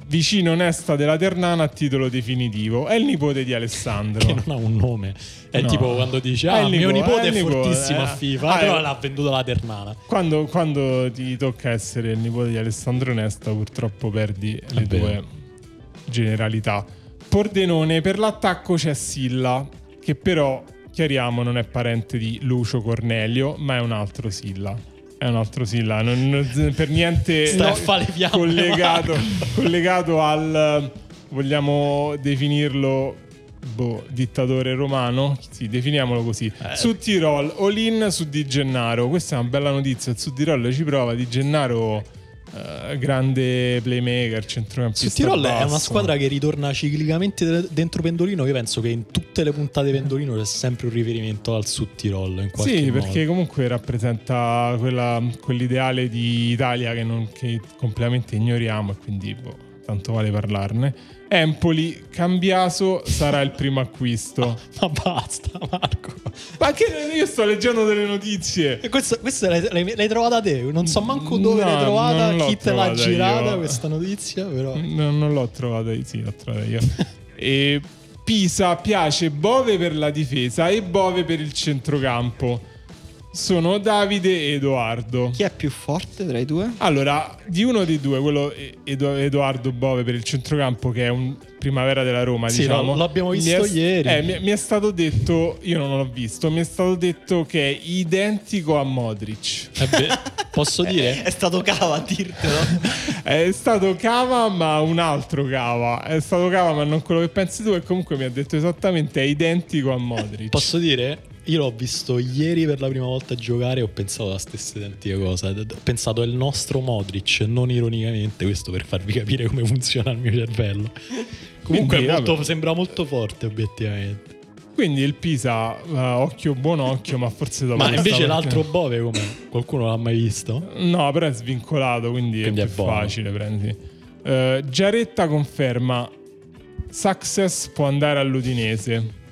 B: vicino onesta della Ternana a titolo definitivo, è il nipote di
D: che
B: Alessandro.
D: non ha un nome. È
B: No.
D: tipo quando dici:
B: È
D: Ah,
B: il
D: mio
B: nipote,
D: nipote
B: è
D: è,
B: il nipote,
D: fortissimo
B: eh.
D: a FIFA,
B: Ah,
D: però
B: è-
D: l'ha venduto la Ternana.
B: Quando, quando ti tocca essere il nipote di Alessandro Onesta, purtroppo perdi le
D: È
B: due
D: vero.
B: generalità. Pordenone, per l'attacco c'è Silla, che però, chiariamo, non è parente di Lucio Cornelio, ma è un altro Silla. È un altro Silla, non- non- per niente
D: Sta a
B: no,
D: fare le fiamme,
B: collegato, collegato al, vogliamo definirlo, boh, dittatore romano? Sì, definiamolo così.
D: Eh.
B: Su Tirol, all-in su Di Gennaro. Questa è una bella notizia. Su Tirol ci prova Di Gennaro, eh, grande playmaker, centrocampista.
D: Su Tirol è
B: basso.
D: una squadra che ritorna ciclicamente de- dentro Pendolino. Io penso che in tutte le puntate Pendolino c'è sempre un riferimento al Sud Tirol. In qualche
B: Sì,
D: modo.
B: perché comunque rappresenta quella- quell'ideale di Italia che, non- che completamente ignoriamo e quindi boh, tanto vale parlarne. Empoli, Cambiaso sarà il primo acquisto.
D: Ma basta, Marco.
B: Ma che io sto leggendo delle notizie.
D: E questa, questa l'hai, l'hai- l'hai trovata te? Non so manco dove
B: No,
D: l'hai trovata,
B: non l'ho
D: chi te l'ha
B: trovata
D: girata
B: io.
D: questa notizia, però.
B: No, non l'ho trovata io, sì, l'ho trovata io. e Pisa piace Bove per la difesa e Bove per il centrocampo. Sono Davide e Edoardo.
C: Chi è più forte tra i due?
B: Allora, di uno dei due, quello e- Edo- Edoardo Bove per il centrocampo, che è un primavera della Roma,
D: Sì,
B: diciamo.
D: lo- l'abbiamo
B: mi
D: visto
B: è-
D: ieri.
B: eh, mi, mi è stato detto, io non l'ho visto, mi è stato detto che è identico a Modric.
D: Eh beh, posso dire?
C: È stato cava a dirtelo.
B: È stato Cava, ma un altro Cava. È stato Cava, ma non quello che pensi tu. E comunque mi ha detto esattamente: è identico a Modric.
D: Posso dire? Io l'ho visto ieri per la prima volta giocare e ho pensato la stessa identica cosa. D- d- Ho pensato è il nostro Modric, non ironicamente, questo per farvi capire come funziona il mio cervello. Comunque è
B: Quindi,
D: molto-
B: vabbè.
D: sembra molto forte obiettivamente.
B: Quindi il Pisa, eh, occhio buon occhio, ma forse dopo.
D: Ma
B: questa
D: invece
B: partita-
D: l'altro Bove come? Qualcuno l'ha mai visto?
B: No, però è svincolato, quindi,
D: Quindi
B: è
D: è
B: più
D: buono.
B: facile prendi. Eh, Giaretta conferma: Success può andare all'Udinese.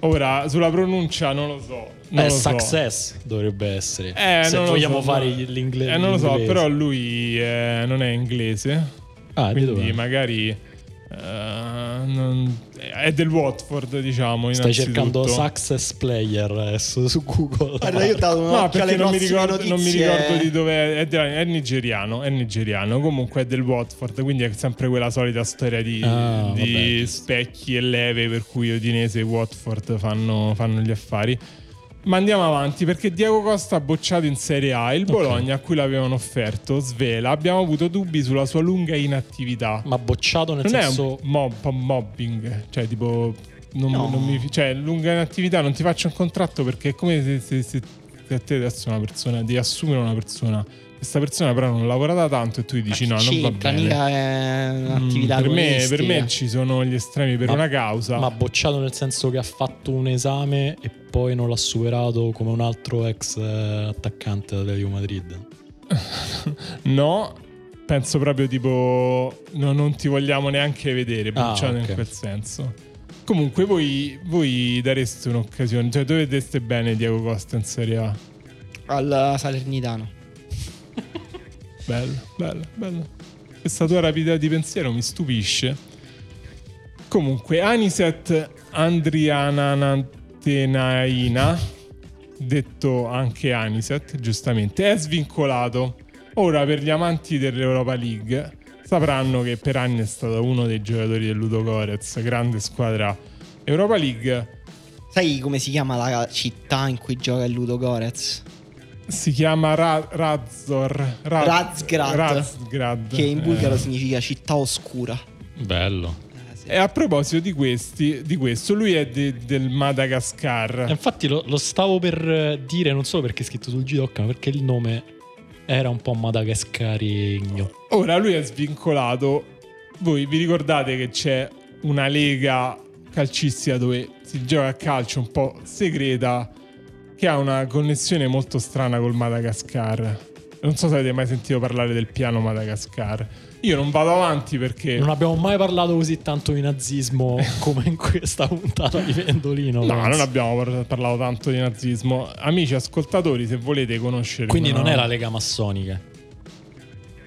B: Ora, sulla pronuncia non lo so. Non
D: Eh,
B: lo so.
D: success dovrebbe essere.
B: Eh,
D: Se
B: non lo
D: vogliamo
B: so,
D: fare
B: ma-
D: l'inglese.
B: Eh, non lo so, però lui eh, non è inglese.
D: Ah, di
B: quindi
D: dov'è?
B: magari eh, non- è del Watford diciamo
D: Stai
B: innanzitutto.
D: cercando success player adesso su Google.
C: Guarda, io ho dato un'occhia
B: No, perché
C: alle
B: non mi,
C: prossime
B: ricordo, non mi
C: notizie.
B: ricordo di dove è, della- è nigeriano, è nigeriano, comunque è del Watford, quindi è sempre quella solita storia di,
D: Ah,
B: di
D: vabbè, giusto.
B: specchi e leve per cui Udinese e Watford fanno, fanno gli affari. Ma andiamo avanti perché Diego Costa ha bocciato in Serie A il Bologna a cui l'avevano offerto, svela, abbiamo avuto dubbi sulla sua lunga inattività.
D: Ma bocciato nel
B: Non è un
D: senso
B: mob, un po' mobbing, cioè tipo, non, non mi, cioè, lunga inattività, non ti faccio un contratto perché è come se, se- se- se a te adesso una persona, devi assumere una persona, questa persona però non lavora da tanto e tu gli dici no, non va
C: C'entra,
B: bene.
C: mica è
B: Mm,
C: un'attività
B: per, me, per
C: agonistica.
B: me ci sono gli estremi per
D: Ma-
B: una causa.
D: Ma bocciato nel senso che ha fatto un esame e poi non l'ha superato come un altro ex eh, attaccante dell'Atletico Madrid.
B: No, penso proprio tipo no, non ti vogliamo neanche vedere,
D: Ah,
B: bruciato in
D: ok.
B: quel senso. Comunque voi, voi dareste un'occasione, cioè dove vedeste bene Diego Costa in Serie A?
C: Al Salernitano.
B: Bello, bello, bello. Questa tua rapidità di pensiero mi stupisce. Comunque, Aniset Andriananantenaina, detto anche Aniset, giustamente, è svincolato. Ora, per gli amanti dell'Europa League, sapranno che per anni è stato uno dei giocatori del Ludo Gorez, grande squadra Europa League.
C: Sai come si chiama la città in cui gioca il Ludo Gorez?
B: Si chiama Ra- Razor. Ra-
C: Razgrad.
B: Razgrad.
C: Che in bulgaro
B: Eh.
C: significa città oscura.
D: Bello.
B: E a proposito di, questi, di questo, lui è de- del Madagascar.
D: Infatti lo, lo stavo per eh, dire non solo perché è scritto sul Gidocca, ma perché il nome era un po' madagascarigno.
B: Ora lui è svincolato. Voi vi ricordate che c'è una lega calcistica dove si gioca a calcio un po' segreta che ha una connessione molto strana col Madagascar. Non so se avete mai sentito parlare del piano Madagascar. Io non vado avanti perché
D: Non abbiamo mai parlato così tanto di nazismo come in questa puntata di Pendolino.
B: No,
D: penso.
B: non abbiamo par- parlato tanto di nazismo. Amici ascoltatori, se volete conoscere
D: Quindi
B: una-
D: non è la Lega Massonica.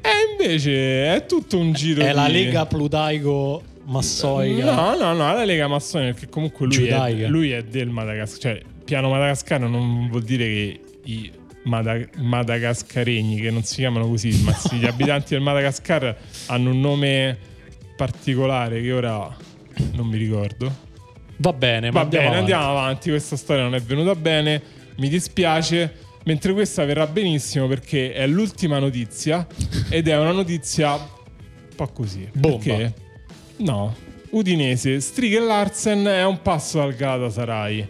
B: Eh, invece è tutto un giro
D: È la
B: di-
D: Lega Plutaico Massoica.
B: No, no, no, è la Lega Massonica perché comunque lui è,
D: Giudaica.
B: lui è del Madagascar. Cioè, piano Madagascar non vuol dire che i Mada- madagascaregni, che non si chiamano così, ma sì, gli abitanti del Madagascar hanno un nome particolare che ora non mi ricordo.
D: Va bene, ma
B: Va bene,
D: andiamo avanti.
B: andiamo avanti. Questa storia non è venuta bene. Mi dispiace. Mentre questa verrà benissimo perché è l'ultima notizia ed è una notizia un po' così.
D: Bomba.
B: Perché? No. Udinese, Strigel Larsen è un passo dal Galatasaray.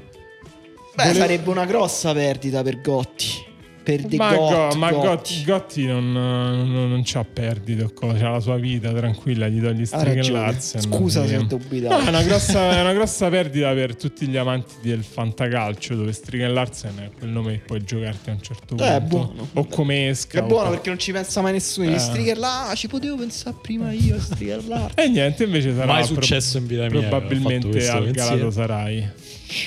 C: Beh, sarebbe una grossa perdita per Gotti. Per De
B: Ma,
C: Gott,
B: Go- ma Gotti.
C: Gotti.
B: Gotti non, non, non c'ha perdito, co- c'ha la sua vita tranquilla, gli togli
C: Ha
B: Strigel
C: ragione.
B: Larsen.
C: Scusa se
B: Quindi-
C: ho
B: No,
C: dubitato.
B: è una, grossa, è una grossa perdita per tutti gli amanti del fantacalcio, dove Strigan Larsen è quel nome che puoi giocarti a un certo punto.
C: Eh, è buono.
B: O come esca.
C: Che
B: o-
C: buono perché non ci pensa mai nessuno. Gli
B: Eh.
C: Stricker là, "Ah, ci potevo pensare prima io a Stricker là.
B: E niente, invece sarà
D: Mai
B: pro-
D: successo in vita mia. ho fatto
B: probabilmente
D: questo
B: al
D: pensiero.
B: Galatasaray.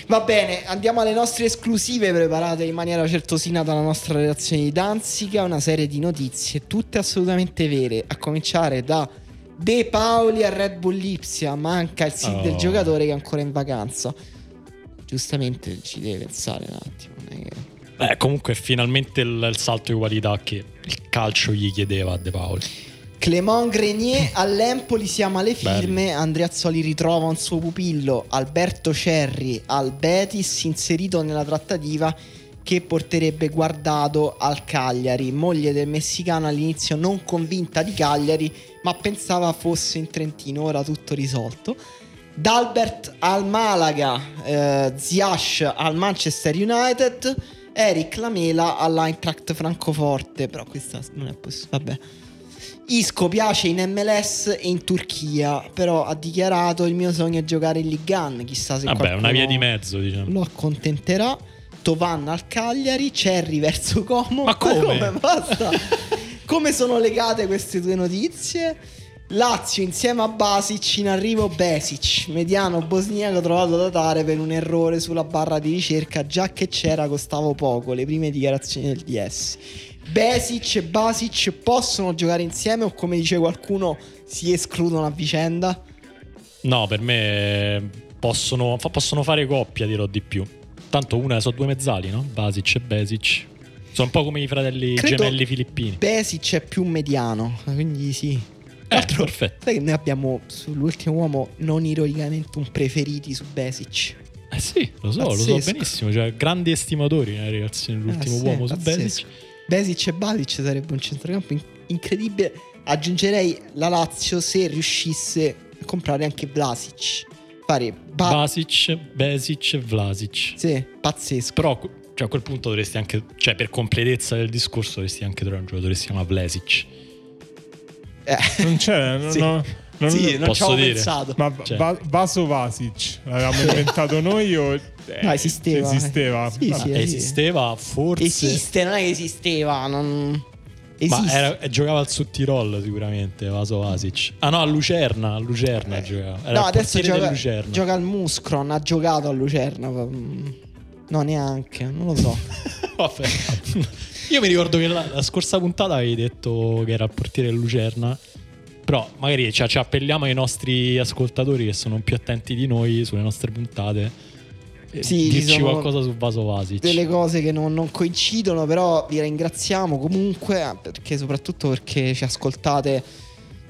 C: Va bene, andiamo alle nostre esclusive preparate in maniera certosina dalla nostra redazione di Danzica. Una serie di notizie, tutte assolutamente vere. A cominciare da De Paoli a Red Bull Lipsia. Manca il sì del
D: Oh.
C: giocatore che è ancora in vacanza. Giustamente ci deve pensare un attimo. non è che-
D: Beh, comunque, è finalmente il, il salto di qualità che il calcio gli chiedeva a De Paoli.
C: Clément Grenier all'Empoli siamo alle firme, Andreazzoli ritrova un suo pupillo, Alberto Cerri al Betis inserito nella trattativa che porterebbe guardato al Cagliari, moglie del messicano all'inizio non convinta di Cagliari ma pensava fosse in Trentino, ora tutto risolto. Dalbert al Malaga, eh, Ziyech al Manchester United, Eric Lamela all'Eintracht Francoforte, però questa non è possibile, vabbè. Isco piace in MLS e in Turchia, però ha dichiarato il mio sogno è giocare in Ligan, chissà se
D: Vabbè,
C: qualcuno
D: una via di mezzo, diciamo.
C: lo accontenterà. Tovan al Cagliari, Cerri verso Como.
D: Ma come?
C: Basta. come sono legate queste due notizie? Lazio insieme a Basic in arrivo Besic, mediano bosniaco trovato da Tare per un errore sulla barra di ricerca, già che c'era costavo poco, le prime dichiarazioni del DS. Besic e Basic possono giocare insieme o come dice qualcuno si escludono a vicenda?
D: No, per me eh, possono, fa- possono fare coppia, dirò di più. Tanto una sono due mezzali, no? Basic e Besic. Sono un po' come i fratelli
C: Credo-
D: gemelli filippini.
C: Besic è più mediano, quindi sì.
D: Eh, perfetto.
C: Sai che noi abbiamo sull'ultimo uomo non ironicamente un preferiti su Besic.
D: Eh sì, lo
C: Ah,
D: so, lo
C: Pazzesco.
D: so benissimo. Cioè, grandi estimatori nella relazione dell'ultimo
C: Ah, sì,
D: uomo su
C: pazzesco.
D: Besic.
C: Besic e Balic sarebbe un centrocampo in- incredibile. Aggiungerei la Lazio se riuscisse a comprare anche Vlasic. Fare ba-
D: Basic, Besic e Vlasic.
C: sì, pazzesco.
D: Però cioè, a quel punto dovresti anche, cioè per completezza del discorso, dovresti anche trovare un giocatore che si chiama Vlasic.
B: Non c'è, no,
C: Sì.
B: no, non-
C: sì, non ci
D: posso
C: avevo
D: dire.
C: pensato.
B: Ma Va-
D: Cioè.
B: Va- Vaso Vasic l'avevamo inventato noi o eh,
C: No, esisteva.
B: esisteva?
C: Sì,
B: Vabbè.
C: sì.
D: Eh, Esisteva forse,
C: Esiste, non è che esisteva. Non...
D: ma
C: Esiste.
D: era- eh, giocava al Sud Tirol sicuramente, Vaso Vlasic. Ah no, a Lucerna, a Lucerna
C: Eh.
D: giocava. Era
C: No,
D: il
C: adesso
D: portiere del
C: gioca,
D: Lucerna.
C: gioca al Muscron. Ha giocato a Lucerna. ma- mm, No, neanche, non lo so.
D: Vabbè. Io mi ricordo che la, la scorsa puntata avevi detto che era il portiere del Lucerna. Però magari ci, ci appelliamo ai nostri ascoltatori che sono più attenti di noi sulle nostre puntate. e
C: Sì, ci
D: dirci
C: sono
D: qualcosa su Vaso Vasic.
C: delle cose che non, non coincidono, però vi ringraziamo comunque, eh, perché, soprattutto perché ci ascoltate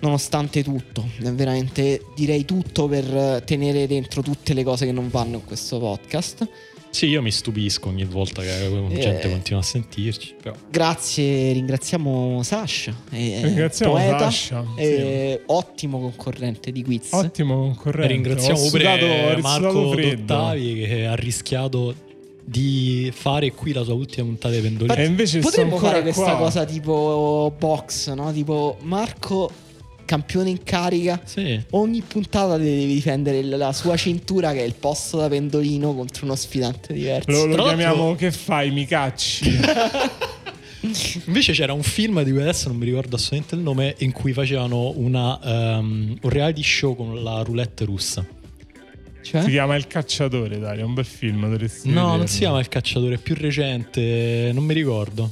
C: nonostante tutto. È veramente direi tutto per eh, tenere dentro tutte le cose che non vanno in questo podcast.
D: Sì, io mi stupisco ogni volta che
C: Eh.
D: gente continua a sentirci. Però.
C: Grazie, ringraziamo Sasha, eh,
B: Ringraziamo
C: poeta,
B: Sasha, sì.
C: eh, ottimo concorrente di quiz.
B: Ottimo concorrente.
D: Ringraziamo
B: Ho sudato-
D: pure
B: ho sudato
D: Marco
B: freddo.
D: Dottavi che ha rischiato di fare qui la sua ultima puntata di pendolino.
B: E invece sto
C: Potremmo
B: ancora
C: fare questa
B: qua.
C: cosa tipo box, no? Tipo Marco, campione in carica.
D: Sì.
C: Ogni puntata devi difendere il- la sua cintura che è il posto da pendolino contro uno sfidante diverso.
B: Lo, lo
D: Tra l'altro- Eh?
B: chiamiamo che fai, mi cacci?
D: Invece c'era un film di cui adesso non mi ricordo assolutamente il nome, in cui facevano una, ehm, un reality show con la roulette russa.
C: Cioè?
B: Si chiama Il cacciatore, Dario, è un bel film, dovresti
D: No, non
B: vederlo.
D: si chiama il cacciatore, è più recente, non mi ricordo.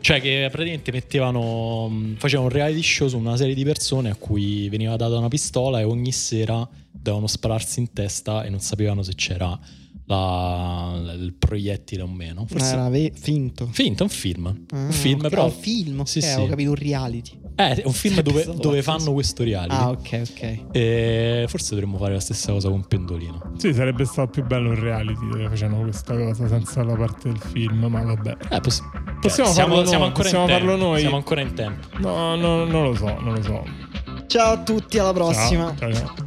D: Cioè, che praticamente mettevano. mh, facevano un reality show su una serie di persone a cui veniva data una pistola e ogni sera dovevano spararsi in testa e non sapevano se c'era la- il proiettile o meno. Forse.
C: Eh, Era ve- finto.
D: Finto, è un film. un film,
C: ok.
D: però.
C: Ah, un film, ok,
D: Sì, sì.
C: ho capito un reality.
D: Eh, è un film dove,
C: Pensavo
D: dove
C: fosse-
D: fanno questo reality.
C: Ah, ok, ok.
D: E forse dovremmo fare la stessa cosa con Pendolino.
B: Sì, sarebbe stato più bello il reality dove facevano questa cosa senza la parte del film, ma vabbè.
D: Eh, poss-
B: Possiamo
D: siamo,
B: farlo
D: siamo
B: noi,
D: ancora
B: possiamo
D: in tempo.
B: farlo noi.
D: Siamo ancora in tempo.
B: No, no, non lo so, non lo so.
C: Ciao a tutti, alla prossima.
B: Ciao, ciao, ciao.